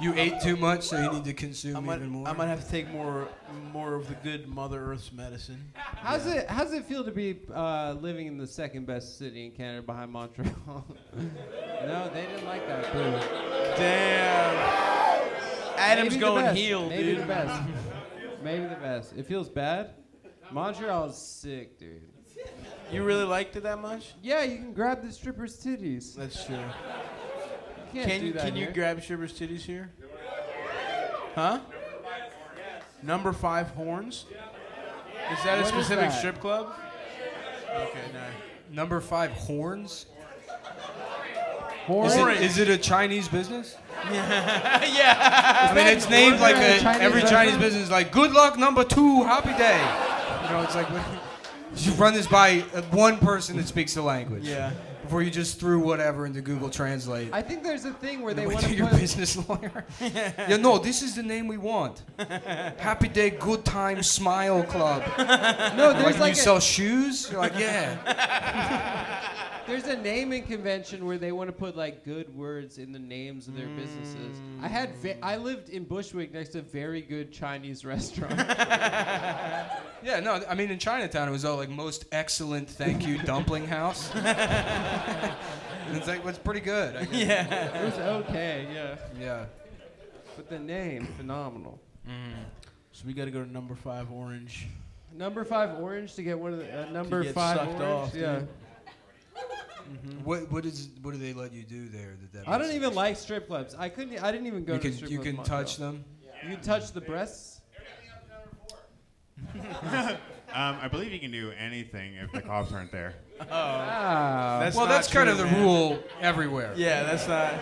[SPEAKER 1] you ate too much, so you need to consume
[SPEAKER 2] I might,
[SPEAKER 1] even more.
[SPEAKER 2] I might have to take more more of the good Mother Earth's medicine.
[SPEAKER 3] How's it How's it feel to be uh, living in the second best city in Canada behind Montreal? no, they didn't like that. Boo.
[SPEAKER 2] Damn.
[SPEAKER 5] Adam's
[SPEAKER 3] Maybe the
[SPEAKER 5] going
[SPEAKER 3] best.
[SPEAKER 5] heel,
[SPEAKER 3] Maybe
[SPEAKER 5] dude.
[SPEAKER 3] the best. Maybe the best. It feels bad. Montreal's sick, dude.
[SPEAKER 2] You really liked it that much?
[SPEAKER 3] Yeah, you can grab the stripper's titties. You
[SPEAKER 2] That's true.
[SPEAKER 3] can't
[SPEAKER 2] Can
[SPEAKER 3] do
[SPEAKER 2] you
[SPEAKER 3] that
[SPEAKER 2] can you
[SPEAKER 3] here.
[SPEAKER 2] grab Shiver's titties here? Huh? Number five horns. Is that a
[SPEAKER 3] What is
[SPEAKER 2] specific
[SPEAKER 3] that?
[SPEAKER 2] strip club? Okay, no.
[SPEAKER 1] Number five, horns.
[SPEAKER 3] Horns?
[SPEAKER 1] Is it, is it a Chinese business?
[SPEAKER 2] yeah.
[SPEAKER 1] I mean, it's named like a,
[SPEAKER 3] Chinese
[SPEAKER 1] every
[SPEAKER 3] restaurant?
[SPEAKER 1] Chinese business is like good luck number two, happy day. You know, it's like what, you should run this by uh, one person that speaks the language
[SPEAKER 2] Yeah.
[SPEAKER 1] before you just threw whatever into Google Translate.
[SPEAKER 3] I think there's a thing where they
[SPEAKER 1] Went
[SPEAKER 3] want
[SPEAKER 1] to
[SPEAKER 3] to
[SPEAKER 1] your
[SPEAKER 3] put.
[SPEAKER 1] business lawyer. yeah, no, this is the name we want. Happy Day, Good Time, Smile Club.
[SPEAKER 3] No,
[SPEAKER 1] Like,
[SPEAKER 3] there's
[SPEAKER 1] you
[SPEAKER 3] like a,
[SPEAKER 1] sell shoes? You're like, yeah.
[SPEAKER 3] there's a naming convention where they want to put like good words in the names of their businesses. I had
[SPEAKER 1] Mm.
[SPEAKER 3] ve- I lived in Bushwick next to a very good Chinese restaurant.
[SPEAKER 1] Yeah, no, I mean, in Chinatown, it was all like most excellent thank you dumpling house. And it's like, well, it's pretty good. I guess.
[SPEAKER 3] it was okay, yeah,
[SPEAKER 1] Yeah.
[SPEAKER 3] but the name phenomenal.
[SPEAKER 2] So we gotta go to number five orange.
[SPEAKER 3] Number five orange to get one of the uh, number
[SPEAKER 2] get
[SPEAKER 3] five
[SPEAKER 2] sucked
[SPEAKER 3] orange.
[SPEAKER 2] off,
[SPEAKER 3] yeah,
[SPEAKER 2] dude.
[SPEAKER 1] What what is what do they let you do there? That, that
[SPEAKER 3] I don't
[SPEAKER 1] makes-
[SPEAKER 3] even like strip clubs. I couldn't. I didn't even go
[SPEAKER 1] You
[SPEAKER 3] to
[SPEAKER 1] can
[SPEAKER 3] strip
[SPEAKER 1] you
[SPEAKER 3] clubs
[SPEAKER 1] can
[SPEAKER 3] in
[SPEAKER 1] touch
[SPEAKER 3] Montreal.
[SPEAKER 1] them.
[SPEAKER 3] You touch the breasts.
[SPEAKER 6] Um, I believe you can do anything if the cops aren't there.
[SPEAKER 3] Wow.
[SPEAKER 2] Uh, That's
[SPEAKER 1] well,
[SPEAKER 2] not
[SPEAKER 1] that's kind
[SPEAKER 2] true,
[SPEAKER 1] of the
[SPEAKER 2] man.
[SPEAKER 1] rule everywhere.
[SPEAKER 2] Yeah, that's not.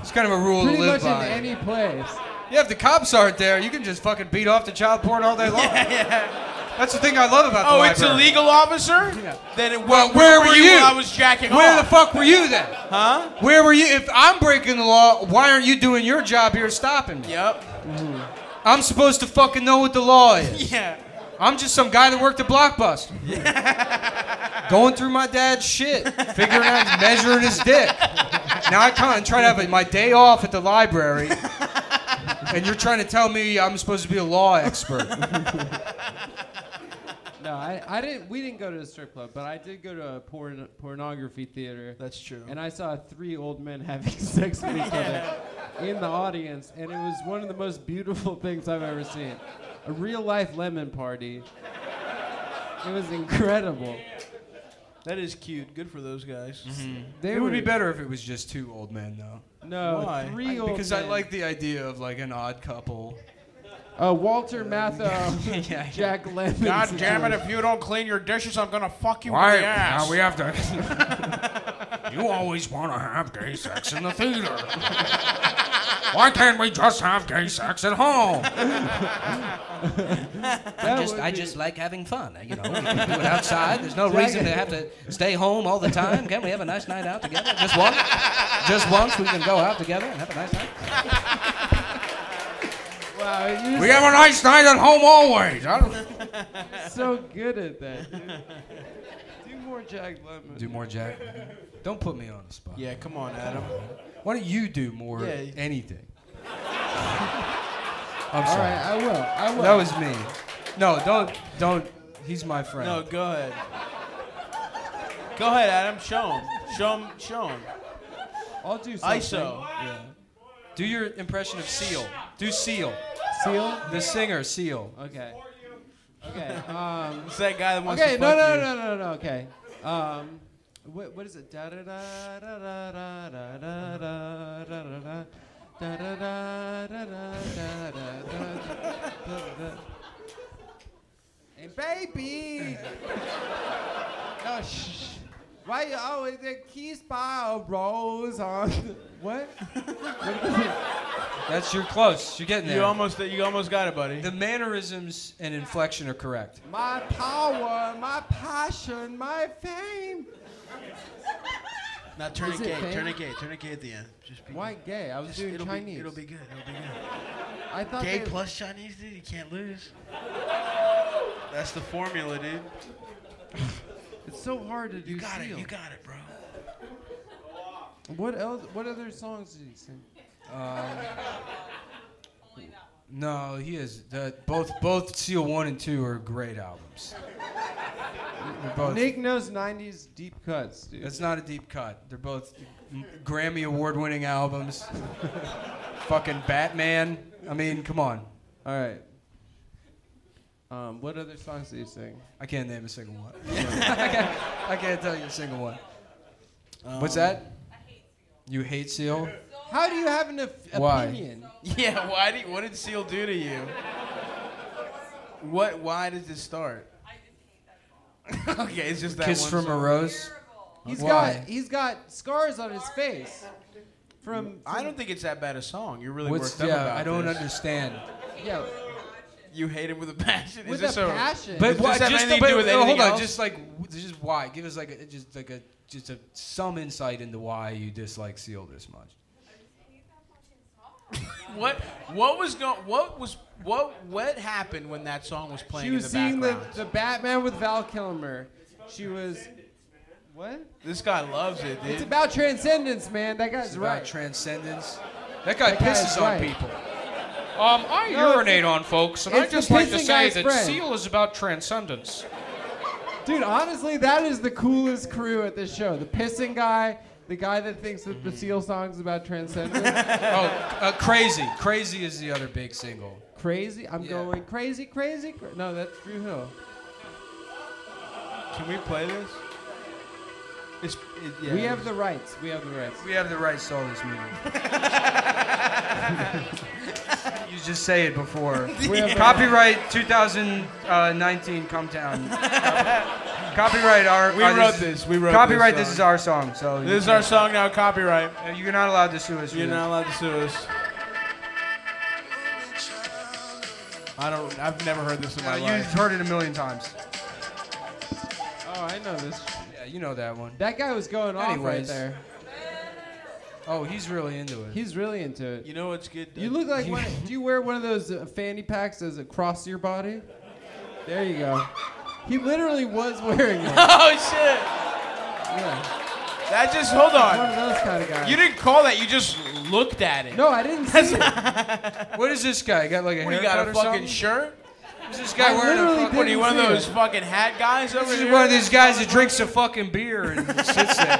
[SPEAKER 1] It's kind of a rule
[SPEAKER 3] Pretty
[SPEAKER 1] to live
[SPEAKER 3] much
[SPEAKER 1] by.
[SPEAKER 3] in any place.
[SPEAKER 1] yeah, if the cops aren't there, you can just fucking beat off to child porn all day long. That's the thing I love about
[SPEAKER 2] Oh,
[SPEAKER 1] the
[SPEAKER 2] it's
[SPEAKER 1] library.
[SPEAKER 2] illegal, officer.
[SPEAKER 1] Yeah.
[SPEAKER 2] Then it,
[SPEAKER 1] Well,
[SPEAKER 2] where, were you? when I was jacking
[SPEAKER 1] Where
[SPEAKER 2] off?
[SPEAKER 1] the fuck were you then?
[SPEAKER 2] huh?
[SPEAKER 1] Where were you? If I'm breaking the law, why aren't you doing your job here stopping me?
[SPEAKER 2] Yep.
[SPEAKER 1] I'm supposed to fucking know what the law is.
[SPEAKER 2] Yeah.
[SPEAKER 1] I'm just some guy that worked at Blockbuster. Going through my dad's shit, figuring out, measuring his dick. Now I can't try to have my day off at the library, and you're trying to tell me I'm supposed to be a law expert.
[SPEAKER 3] No, I, I didn't. We didn't go to a strip club, but I did go to a porn pornography theater,
[SPEAKER 2] That's true.
[SPEAKER 3] and I saw three old men having sex with each other in the audience, and it was one of the most beautiful things I've ever seen. A real life lemon party. It was incredible.
[SPEAKER 2] that is cute. Good for those guys.
[SPEAKER 3] They
[SPEAKER 1] It would be
[SPEAKER 3] were-
[SPEAKER 1] better if it was just two old men, though.
[SPEAKER 3] No,
[SPEAKER 2] Why?
[SPEAKER 3] three old
[SPEAKER 1] Because I
[SPEAKER 3] men.
[SPEAKER 1] like the idea of like an odd couple.
[SPEAKER 3] uh, Walter Matthau,
[SPEAKER 1] yeah, yeah.
[SPEAKER 3] Jack Lemmon.
[SPEAKER 2] God damn it!
[SPEAKER 3] situation.
[SPEAKER 2] If you don't clean your dishes, I'm gonna fuck you
[SPEAKER 4] Why
[SPEAKER 2] in the ass.
[SPEAKER 4] now we have to? you always want to have gay sex in the theater. Why can't we just have gay sex at home?
[SPEAKER 3] That would be-
[SPEAKER 1] like having fun. You know, we can do it outside. There's no
[SPEAKER 3] reason to
[SPEAKER 1] have to stay home all the time. Can we have a nice night out together? Just once, just once we can go out together and have a nice night.
[SPEAKER 3] wow. You're
[SPEAKER 4] We have a nice night at home always. I don't-
[SPEAKER 3] so good at that. Dude. Do more Jack Lemmon.
[SPEAKER 1] Do more, Jack. Don't put me on the spot.
[SPEAKER 2] Yeah, come on, Adam.
[SPEAKER 1] Why don't you do more
[SPEAKER 2] Yeah.
[SPEAKER 1] anything? I'm
[SPEAKER 3] All
[SPEAKER 1] sorry.
[SPEAKER 3] right, I will. I will.
[SPEAKER 1] That was me. No, don't, don't. He's my friend.
[SPEAKER 2] No, go ahead. Go ahead, Adam. Show him. Show him. Show him.
[SPEAKER 3] I'll do something.
[SPEAKER 2] ISO.
[SPEAKER 1] Do your impression of Seal. Do Seal.
[SPEAKER 3] Seal.
[SPEAKER 1] The singer, Seal.
[SPEAKER 3] Okay. Okay. Um,
[SPEAKER 2] It's that guy that wants
[SPEAKER 3] okay.
[SPEAKER 2] to
[SPEAKER 3] No.
[SPEAKER 2] fuck
[SPEAKER 3] No.
[SPEAKER 2] you.
[SPEAKER 3] No. No. No. Okay. Um, what, what is it? Da da da da da da da da da da da da. Da da da da da da da da da da. And baby. No. Shh. Why you always get kissed by a rose on? What? what is it?
[SPEAKER 1] That's your close. You're getting there.
[SPEAKER 2] You almost, you almost got it, buddy.
[SPEAKER 1] The mannerisms and inflection are correct.
[SPEAKER 3] My power, my passion, my fame.
[SPEAKER 2] Now turn
[SPEAKER 3] Is
[SPEAKER 2] it
[SPEAKER 3] it
[SPEAKER 2] gay.
[SPEAKER 3] fake?
[SPEAKER 2] Turn it gay. Turn it gay at the end. Just be
[SPEAKER 3] Why gay? I was
[SPEAKER 2] Just-
[SPEAKER 3] doing
[SPEAKER 2] it'll
[SPEAKER 3] Chinese.
[SPEAKER 2] Be, it'll be good. It'll be good.
[SPEAKER 3] I thought
[SPEAKER 2] Gay
[SPEAKER 3] they-
[SPEAKER 2] plus Chinese, dude. You can't lose. That's the formula, dude.
[SPEAKER 3] it's so hard to do.
[SPEAKER 2] You got it.
[SPEAKER 3] seal.
[SPEAKER 2] You got it, bro.
[SPEAKER 3] What else? What other songs did he sing?
[SPEAKER 1] No, he is. The, both both Seal one and two are great albums. They're both.
[SPEAKER 3] Nick knows '90s deep cuts, dude.
[SPEAKER 1] That's not a deep cut. They're both Grammy award-winning albums. Fucking Batman. I mean, come on.
[SPEAKER 3] All right. Um, what other songs do you sing?
[SPEAKER 1] I can't name a single one. I, can't, I can't tell you a single one. What's
[SPEAKER 2] Um,
[SPEAKER 1] that? You hate Seal?
[SPEAKER 3] How do you have an op-
[SPEAKER 1] Why?
[SPEAKER 3] opinion?
[SPEAKER 2] Yeah, why did what did Seal do to you? What? Why did this start? okay, it's just that
[SPEAKER 1] Kiss
[SPEAKER 2] one
[SPEAKER 1] from a
[SPEAKER 2] song.
[SPEAKER 1] Rose?
[SPEAKER 3] He's
[SPEAKER 1] Why?
[SPEAKER 3] got he's got scars on his face. From
[SPEAKER 2] I don't think it's that bad a song. You're really
[SPEAKER 1] What's,
[SPEAKER 2] worked up
[SPEAKER 1] yeah,
[SPEAKER 2] about
[SPEAKER 1] I don't
[SPEAKER 2] this.
[SPEAKER 1] understand.
[SPEAKER 3] yeah,
[SPEAKER 2] You hate it with a passion.
[SPEAKER 3] with
[SPEAKER 2] is this
[SPEAKER 3] a
[SPEAKER 2] a-
[SPEAKER 3] passion.
[SPEAKER 1] But
[SPEAKER 2] Does
[SPEAKER 1] why?
[SPEAKER 2] this have
[SPEAKER 1] Just
[SPEAKER 2] anything to
[SPEAKER 1] but,
[SPEAKER 2] do with
[SPEAKER 1] uh,
[SPEAKER 2] anything
[SPEAKER 1] hold on.
[SPEAKER 2] else?
[SPEAKER 1] Just like w- just why? Give us like a, just like a just a some insight into why you dislike Seal this much.
[SPEAKER 2] What? What was going? What was? What? What happened when that song was playing
[SPEAKER 3] she was
[SPEAKER 2] in the
[SPEAKER 3] seeing the,
[SPEAKER 2] background?
[SPEAKER 3] the Batman with Val Kilmer. She was what?
[SPEAKER 2] this guy loves it,
[SPEAKER 3] It's
[SPEAKER 2] dude.
[SPEAKER 3] about transcendence, man. That guy's
[SPEAKER 1] It's about
[SPEAKER 3] right.
[SPEAKER 1] transcendence. That guy
[SPEAKER 3] That guy is
[SPEAKER 1] pisses on
[SPEAKER 3] right.
[SPEAKER 1] people.
[SPEAKER 4] Um, I
[SPEAKER 3] No, it's-
[SPEAKER 4] urinate on folks, and I
[SPEAKER 3] it's the
[SPEAKER 4] just like to
[SPEAKER 3] pissing
[SPEAKER 4] say
[SPEAKER 3] guy's
[SPEAKER 4] that
[SPEAKER 3] friend.
[SPEAKER 4] Seal is about transcendence.
[SPEAKER 3] Dude, honestly, that is the coolest crew at this show. The pissing guy, the guy that thinks that the Seal song's about transcendence.
[SPEAKER 1] Oh, uh, crazy! Crazy is the other big single.
[SPEAKER 3] crazy. I'm
[SPEAKER 1] Yeah.
[SPEAKER 3] going crazy, crazy. Cra- no, that's Drew Hill.
[SPEAKER 2] Can we play this? It's. It, yeah,
[SPEAKER 3] we have the rights. We have the rights.
[SPEAKER 1] We have the rights to all this music. you just say it before.
[SPEAKER 3] We have the
[SPEAKER 1] Copyright 2019. Come down. Copyright our.
[SPEAKER 2] We
[SPEAKER 1] uh,
[SPEAKER 2] wrote
[SPEAKER 1] is-
[SPEAKER 2] this. We wrote
[SPEAKER 1] Copyright.
[SPEAKER 2] This,
[SPEAKER 1] This is
[SPEAKER 2] song.
[SPEAKER 1] our song. So you
[SPEAKER 2] This is our song now. Copyright.
[SPEAKER 1] can't- You're not allowed to sue us. for
[SPEAKER 2] You're
[SPEAKER 1] this.
[SPEAKER 2] not allowed to sue us. I don't. I've never heard this in my
[SPEAKER 1] No, you've
[SPEAKER 2] life.
[SPEAKER 1] heard it a million times.
[SPEAKER 3] Oh, I know this.
[SPEAKER 1] Yeah, you know that one.
[SPEAKER 3] That guy was going off right
[SPEAKER 1] Anyways.
[SPEAKER 3] there.
[SPEAKER 1] Oh, he's really into it.
[SPEAKER 3] He's really into it.
[SPEAKER 2] You know what's good?
[SPEAKER 3] You look like one. Do you wear one of those uh, fanny packs as a cross to your body? There you go. He literally was wearing one.
[SPEAKER 2] Oh shit!
[SPEAKER 3] Yeah.
[SPEAKER 2] That just hold
[SPEAKER 3] One
[SPEAKER 2] on.
[SPEAKER 3] of those kind of guys.
[SPEAKER 2] You didn't call that. You just looked at it.
[SPEAKER 3] no, I didn't see it.
[SPEAKER 1] what is this guy? Got like a
[SPEAKER 2] What, you
[SPEAKER 1] haircut
[SPEAKER 2] got a
[SPEAKER 1] or
[SPEAKER 2] fucking
[SPEAKER 1] something?
[SPEAKER 2] shirt?
[SPEAKER 1] Is this guy
[SPEAKER 3] I
[SPEAKER 1] wearing a
[SPEAKER 3] literally
[SPEAKER 1] fucking?
[SPEAKER 2] What are you, one of
[SPEAKER 3] see
[SPEAKER 2] those fucking hat guys over
[SPEAKER 1] This
[SPEAKER 2] here?
[SPEAKER 1] is one of these guys that drinks a fucking beer and sits there.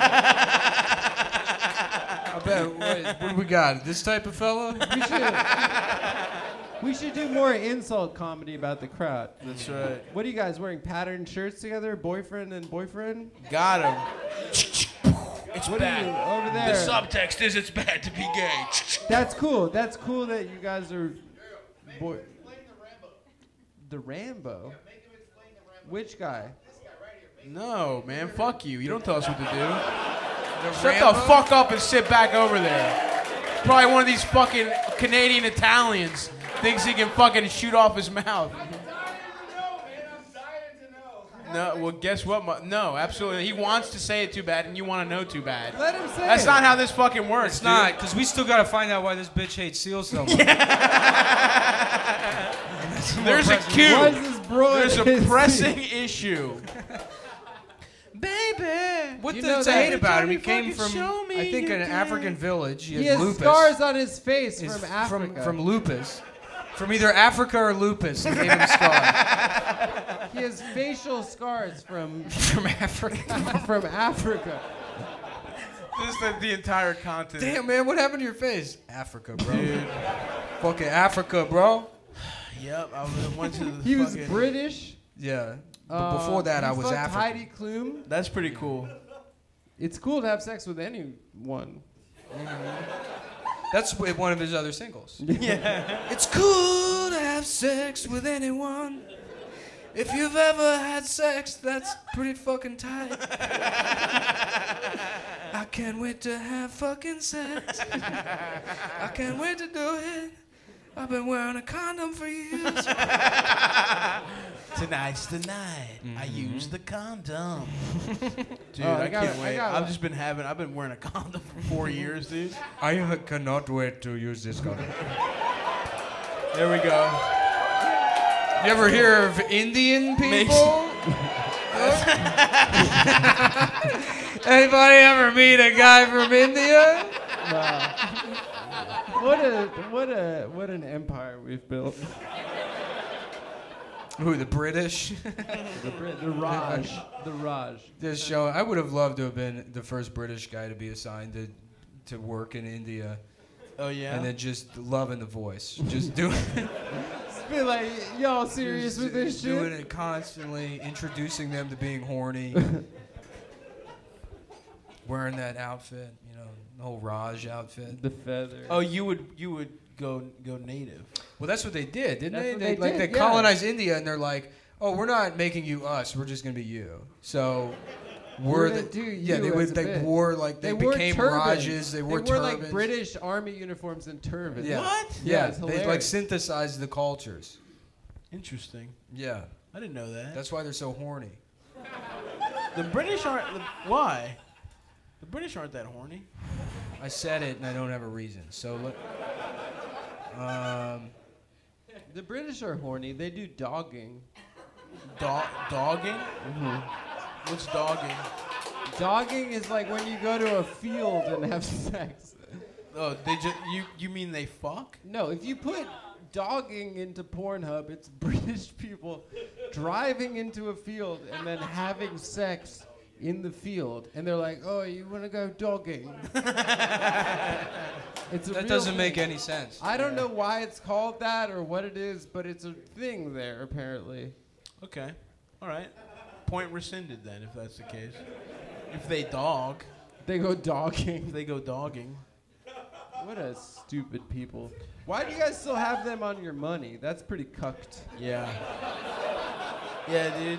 [SPEAKER 1] I bet. What, what do we got? This type of fella?
[SPEAKER 3] We should, we should do more insult comedy about the crowd.
[SPEAKER 2] That's right.
[SPEAKER 3] What are you guys wearing? Patterned shirts together? Boyfriend and boyfriend?
[SPEAKER 2] Got him. It's
[SPEAKER 3] What are you
[SPEAKER 2] bad.
[SPEAKER 3] over
[SPEAKER 2] The
[SPEAKER 3] there?
[SPEAKER 2] subtext is it's bad to be gay.
[SPEAKER 3] That's cool. That's cool that you guys are. Boy- the Rambo. Which guy?
[SPEAKER 2] No, man. Fuck you. You don't tell us what to do. Shut
[SPEAKER 1] Rambo?
[SPEAKER 2] the fuck up and sit back over there. Probably one of these fucking Canadian Italians thinks he can fucking shoot off his mouth. No, well, guess what? mu- No, absolutely. He wants to say it too bad, and you want to know too bad.
[SPEAKER 3] Let him say.
[SPEAKER 2] That's
[SPEAKER 3] it.
[SPEAKER 2] not how this fucking works.
[SPEAKER 1] It's not, because we still gotta find out why this bitch hates Seal so much.
[SPEAKER 2] There's a cue.
[SPEAKER 3] Why is this bro?
[SPEAKER 2] There's a pressing issue. Baby.
[SPEAKER 1] What
[SPEAKER 3] You know
[SPEAKER 1] does I hate
[SPEAKER 3] that-
[SPEAKER 1] about him?
[SPEAKER 2] Every
[SPEAKER 1] He
[SPEAKER 2] time
[SPEAKER 1] came
[SPEAKER 2] you
[SPEAKER 1] from,
[SPEAKER 2] fucking show me
[SPEAKER 1] I think,
[SPEAKER 2] you
[SPEAKER 1] an
[SPEAKER 2] can.
[SPEAKER 1] African village. He,
[SPEAKER 3] He
[SPEAKER 1] had
[SPEAKER 3] has
[SPEAKER 1] lupus.
[SPEAKER 3] scars on his face
[SPEAKER 1] He's
[SPEAKER 3] from
[SPEAKER 1] from,
[SPEAKER 3] Africa.
[SPEAKER 1] from lupus. From either Africa or lupus. He gave him scars.
[SPEAKER 3] he has facial scars from
[SPEAKER 1] from Africa.
[SPEAKER 3] from Africa.
[SPEAKER 2] This is the, the entire content.
[SPEAKER 1] Damn, man, what happened to your face? Africa, bro. Fucking Africa, bro.
[SPEAKER 2] Yep, I was- went to the
[SPEAKER 3] He was
[SPEAKER 2] fucking-
[SPEAKER 3] British.
[SPEAKER 1] Yeah. But before
[SPEAKER 3] Uh,
[SPEAKER 1] that,
[SPEAKER 3] he
[SPEAKER 1] I was
[SPEAKER 3] fucked
[SPEAKER 1] African.
[SPEAKER 3] Heidi Klum.
[SPEAKER 2] That's pretty cool.
[SPEAKER 3] It's cool to have sex with anyone.
[SPEAKER 1] That's w- one of his other singles.
[SPEAKER 2] Yeah.
[SPEAKER 1] It's cool to have sex with anyone. If you've ever had sex, that's pretty fucking tight. I can't wait to have fucking sex. I can't wait to do it. I've been wearing a condom for years.
[SPEAKER 2] Tonight's the night. I
[SPEAKER 1] Mm-hmm.
[SPEAKER 2] used the condom. dude,
[SPEAKER 3] Oh, I
[SPEAKER 2] I,
[SPEAKER 3] got-
[SPEAKER 2] can't
[SPEAKER 3] I
[SPEAKER 2] wait.
[SPEAKER 3] got
[SPEAKER 2] I've
[SPEAKER 3] one.
[SPEAKER 2] just been having. I've been wearing a condom for four years, dude.
[SPEAKER 1] I cannot wait to use this condom.
[SPEAKER 2] There we go.
[SPEAKER 1] You ever hear of Indian
[SPEAKER 2] Makes-
[SPEAKER 1] people? Anybody ever meet a guy from India?
[SPEAKER 3] What a what a what an empire we've built.
[SPEAKER 1] Who the British?
[SPEAKER 3] The Raj. The Raj.
[SPEAKER 1] this show. I would have loved to have been the first British guy to be assigned to to work in India,
[SPEAKER 2] Oh yeah.
[SPEAKER 1] and then just loving the voice, just doing
[SPEAKER 3] Be like, y'all serious with this
[SPEAKER 1] just doing
[SPEAKER 3] shit?
[SPEAKER 1] it constantly, introducing them to being horny, wearing that outfit, you know, the whole Raj outfit.
[SPEAKER 3] The feather.
[SPEAKER 2] oh, you would you would go go native.
[SPEAKER 1] Well, that's what they did, didn't
[SPEAKER 3] That's
[SPEAKER 1] they?
[SPEAKER 3] what
[SPEAKER 1] They,
[SPEAKER 3] they
[SPEAKER 1] like
[SPEAKER 3] did,
[SPEAKER 1] they
[SPEAKER 3] yeah.
[SPEAKER 1] colonized India, and they're like, "Oh, we're not making you us. We're just gonna be you." So. We're
[SPEAKER 3] We're
[SPEAKER 1] the,
[SPEAKER 3] gonna do
[SPEAKER 1] yeah,
[SPEAKER 3] you
[SPEAKER 1] they
[SPEAKER 3] as
[SPEAKER 1] would
[SPEAKER 3] a
[SPEAKER 1] they
[SPEAKER 3] bit.
[SPEAKER 1] wore like they,
[SPEAKER 3] wore
[SPEAKER 1] became
[SPEAKER 3] turbans.
[SPEAKER 1] Rajas. They wore,
[SPEAKER 3] they wore like
[SPEAKER 1] turbans.
[SPEAKER 3] British army uniforms and turbans.
[SPEAKER 1] Yeah.
[SPEAKER 2] What?
[SPEAKER 3] Yeah,
[SPEAKER 1] Yeah,
[SPEAKER 3] it's
[SPEAKER 1] they like
[SPEAKER 3] hilarious.
[SPEAKER 1] synthesize the cultures.
[SPEAKER 2] Interesting.
[SPEAKER 1] Yeah,
[SPEAKER 2] I didn't know that.
[SPEAKER 1] that's why they're so horny.
[SPEAKER 2] the British aren't. The, why? The British aren't that horny.
[SPEAKER 1] I said it, and I don't have a reason. So look. Um,
[SPEAKER 3] The British are horny. They do dogging.
[SPEAKER 2] Dog, dogging. What's dogging?
[SPEAKER 3] Dogging is like when you go to a field and have sex.
[SPEAKER 2] Oh, they just you. You mean they fuck?
[SPEAKER 3] No, if you put dogging into Pornhub, it's British people driving into a field and then having sex in the field, and they're like, "Oh, you want to go dogging?" it's a
[SPEAKER 1] that
[SPEAKER 3] real
[SPEAKER 1] doesn't make
[SPEAKER 3] thing.
[SPEAKER 1] any sense.
[SPEAKER 3] I don't know why it's called that or what it is, but it's a thing there apparently.
[SPEAKER 2] Okay. All right. Point rescinded then, if that's the case. If they dog,
[SPEAKER 3] They go
[SPEAKER 2] if
[SPEAKER 3] dogging.
[SPEAKER 2] they go dogging.
[SPEAKER 3] What a stupid people. Why do you guys still have them on your money? That's pretty cucked.
[SPEAKER 2] Yeah. Yeah, dude.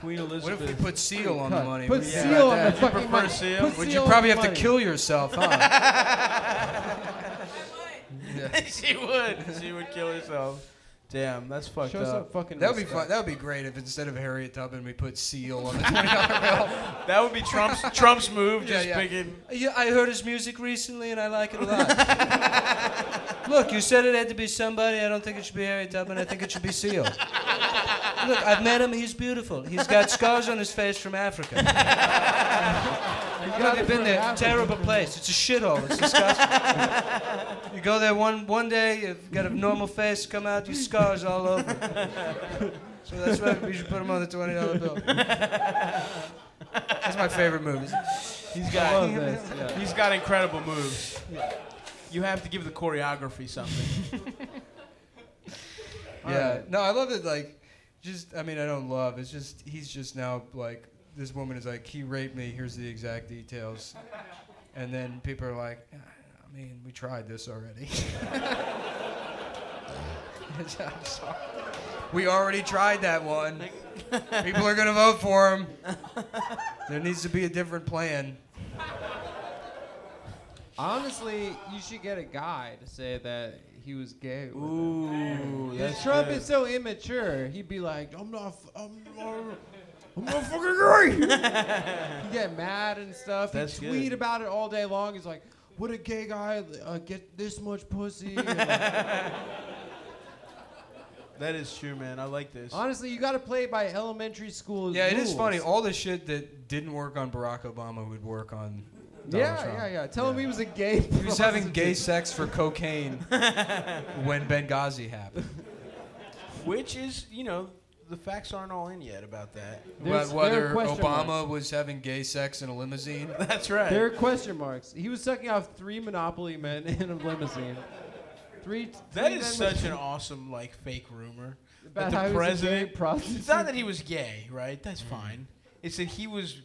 [SPEAKER 2] Queen
[SPEAKER 1] What
[SPEAKER 2] Elizabeth.
[SPEAKER 1] if we put seal on the
[SPEAKER 3] Cut.
[SPEAKER 1] money?
[SPEAKER 3] Put
[SPEAKER 1] Would you about
[SPEAKER 3] seal on the
[SPEAKER 1] that?
[SPEAKER 3] fucking
[SPEAKER 2] prefer
[SPEAKER 3] money.
[SPEAKER 2] seal?
[SPEAKER 3] Put
[SPEAKER 1] Would you
[SPEAKER 3] seal on
[SPEAKER 1] probably
[SPEAKER 3] the
[SPEAKER 1] have to
[SPEAKER 3] money.
[SPEAKER 1] kill yourself, huh?
[SPEAKER 2] she would. She would kill herself. Damn, that's fucked
[SPEAKER 3] Show some
[SPEAKER 2] up.
[SPEAKER 3] fucking.
[SPEAKER 1] that would be fun.
[SPEAKER 3] respect.
[SPEAKER 1] That would be great if instead of Harriet Tubman, we put seal on the twenty dollar bill.
[SPEAKER 2] That would be Trump's Trump's move.
[SPEAKER 1] Yeah,
[SPEAKER 2] Just
[SPEAKER 1] yeah.
[SPEAKER 2] picking.
[SPEAKER 1] Yeah, I heard his music recently, and I like it a lot. Look, you said it had to be somebody. I don't think it should be Harry Tubman. I think it should be Seal. Look, I've met him. He's beautiful. He's got scars on his face from Africa. I've
[SPEAKER 3] got
[SPEAKER 1] never
[SPEAKER 3] it
[SPEAKER 1] been
[SPEAKER 3] from
[SPEAKER 1] there.
[SPEAKER 3] Africa.
[SPEAKER 1] Terrible place. It's a shithole. It's disgusting. you go there one one day, you've got a normal face, come out, you scars all over. So that's why we should put him on the twenty dollar bill. That's my favorite movie.
[SPEAKER 2] He's
[SPEAKER 3] I
[SPEAKER 2] got.
[SPEAKER 3] love this. Yeah.
[SPEAKER 2] He's got incredible moves. You have to give the choreography something.
[SPEAKER 1] Yeah. No, I love it. Like, just I mean, I don't love. It's just he's just now like this woman is like he raped me. Here's the exact details, and then people are like, I mean, we tried this already. I'm sorry. We already tried that one. People are gonna vote for him. There needs to be a different plan.
[SPEAKER 3] Honestly, you should get a guy to say that he was gay. with him.
[SPEAKER 2] Ooh,
[SPEAKER 3] Because Trump is so immature, he'd be like, "I'm not, f- I'm, I'm, I'm not fucking gay." he get mad and stuff.
[SPEAKER 2] That's
[SPEAKER 3] he tweet
[SPEAKER 2] good.
[SPEAKER 3] about it all day long. He's like, "Would a gay guy uh, get this much pussy?" And, like,
[SPEAKER 2] That is true, man. I like this.
[SPEAKER 3] honestly, you got to play by elementary school.
[SPEAKER 1] Yeah, it is
[SPEAKER 3] rules.
[SPEAKER 1] funny. All the shit that didn't work on Barack Obama would work on. Donald
[SPEAKER 3] yeah,
[SPEAKER 1] Trump.
[SPEAKER 3] yeah, yeah. Tell him he was a gay.
[SPEAKER 1] He was having gay sex for cocaine when Benghazi happened.
[SPEAKER 2] Which is, you know, the facts aren't all in yet about that.
[SPEAKER 3] There's-
[SPEAKER 1] About
[SPEAKER 3] there are
[SPEAKER 1] whether
[SPEAKER 3] question
[SPEAKER 1] Obama
[SPEAKER 3] marks.
[SPEAKER 1] was having gay sex in a limousine.
[SPEAKER 2] That's right.
[SPEAKER 3] There are question marks. He was sucking off three Monopoly men in a limousine. Three.
[SPEAKER 2] that
[SPEAKER 3] three
[SPEAKER 2] is
[SPEAKER 3] men
[SPEAKER 2] such an awesome, like, fake rumor.
[SPEAKER 3] with-
[SPEAKER 2] that
[SPEAKER 3] about
[SPEAKER 2] the
[SPEAKER 3] how he was a gay
[SPEAKER 2] president-
[SPEAKER 3] prostitute.
[SPEAKER 2] It's not that he was gay, right? That's fine. It's that he was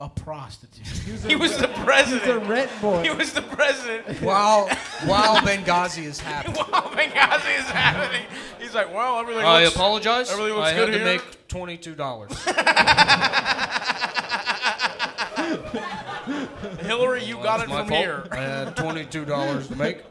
[SPEAKER 2] a prostitute. He was,
[SPEAKER 3] a-
[SPEAKER 2] the
[SPEAKER 3] He's a
[SPEAKER 2] president.
[SPEAKER 3] rent boy.
[SPEAKER 2] He was the president.
[SPEAKER 1] while while Benghazi is happening.
[SPEAKER 2] While Benghazi is happening, he's like, well, everything
[SPEAKER 4] I
[SPEAKER 2] looks...
[SPEAKER 4] apologize.
[SPEAKER 2] everything looks
[SPEAKER 4] I
[SPEAKER 2] good
[SPEAKER 4] had
[SPEAKER 2] here.
[SPEAKER 4] to make twenty-two dollars.
[SPEAKER 2] Hillary, you got it
[SPEAKER 4] my
[SPEAKER 2] from
[SPEAKER 4] fault.
[SPEAKER 2] here.
[SPEAKER 4] I had twenty-two dollars to make.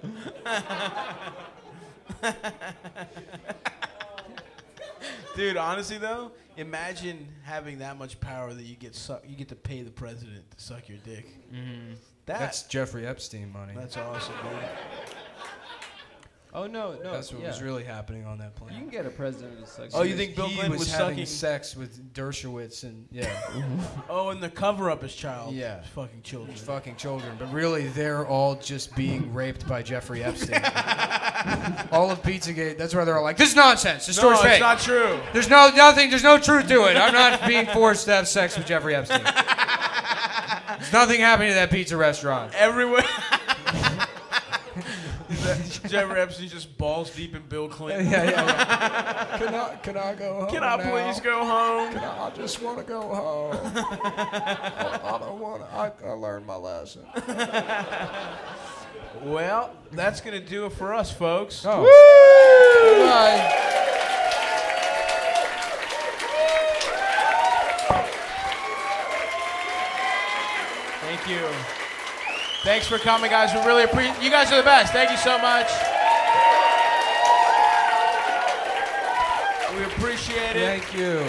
[SPEAKER 2] Dude, honestly though, imagine having that much power that you get suck, you get to pay the president to suck your dick. That,
[SPEAKER 1] Mm-hmm. That's
[SPEAKER 2] that's
[SPEAKER 1] Jeffrey Epstein money.
[SPEAKER 2] that's awesome, dude.
[SPEAKER 3] Oh no, no.
[SPEAKER 1] That's what
[SPEAKER 3] yeah.
[SPEAKER 1] was really happening on that
[SPEAKER 3] You
[SPEAKER 1] plane.
[SPEAKER 3] can get a president to suck.
[SPEAKER 2] Oh,
[SPEAKER 3] your
[SPEAKER 2] you
[SPEAKER 3] dick.
[SPEAKER 2] think Bill
[SPEAKER 1] he
[SPEAKER 2] Clinton
[SPEAKER 1] was,
[SPEAKER 2] was
[SPEAKER 1] having
[SPEAKER 2] sucking-
[SPEAKER 1] sex with Dershowitz and yeah,
[SPEAKER 2] Oh, and the cover up is child.
[SPEAKER 1] Yeah.
[SPEAKER 2] fucking children.
[SPEAKER 1] fucking children. But really, they're all just being raped by Jeffrey Epstein. all of Pizzagate. That's where they're all like, "This is nonsense. This
[SPEAKER 2] No,
[SPEAKER 1] story's
[SPEAKER 2] it's
[SPEAKER 1] fake.
[SPEAKER 2] not true.
[SPEAKER 1] there's no nothing. There's no truth to it. I'm not being forced to have sex with Jeffrey Epstein. there's nothing happening to that pizza restaurant.
[SPEAKER 2] Everywhere. Jeffrey Epstein just balls deep in Bill Clinton.
[SPEAKER 1] Yeah, Oh, yeah. can I can I go home?
[SPEAKER 2] Can I
[SPEAKER 1] now?
[SPEAKER 2] please go home?
[SPEAKER 1] I just want to go home. I, don't want. I, I learned my lesson.
[SPEAKER 2] Well, that's gonna do it for us, folks.
[SPEAKER 1] Oh.
[SPEAKER 2] Thank you. Thanks for coming, guys. We really appreciate. You guys are the best. Thank you so much. We appreciate it.
[SPEAKER 1] Thank you.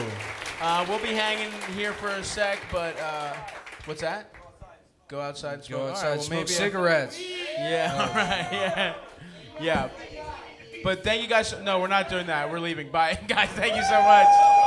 [SPEAKER 2] Uh, we'll be hanging here for a sec, but uh, what's that? Go outside. and smoke.
[SPEAKER 1] Go
[SPEAKER 2] All right,
[SPEAKER 1] outside,
[SPEAKER 2] well,
[SPEAKER 1] smoke
[SPEAKER 2] maybe I-
[SPEAKER 1] cigarettes. Oh.
[SPEAKER 2] Yeah. All right. Yeah. Yeah. But thank you guys. so- No, we're not doing that. We're leaving. Bye, guys. Thank you so much.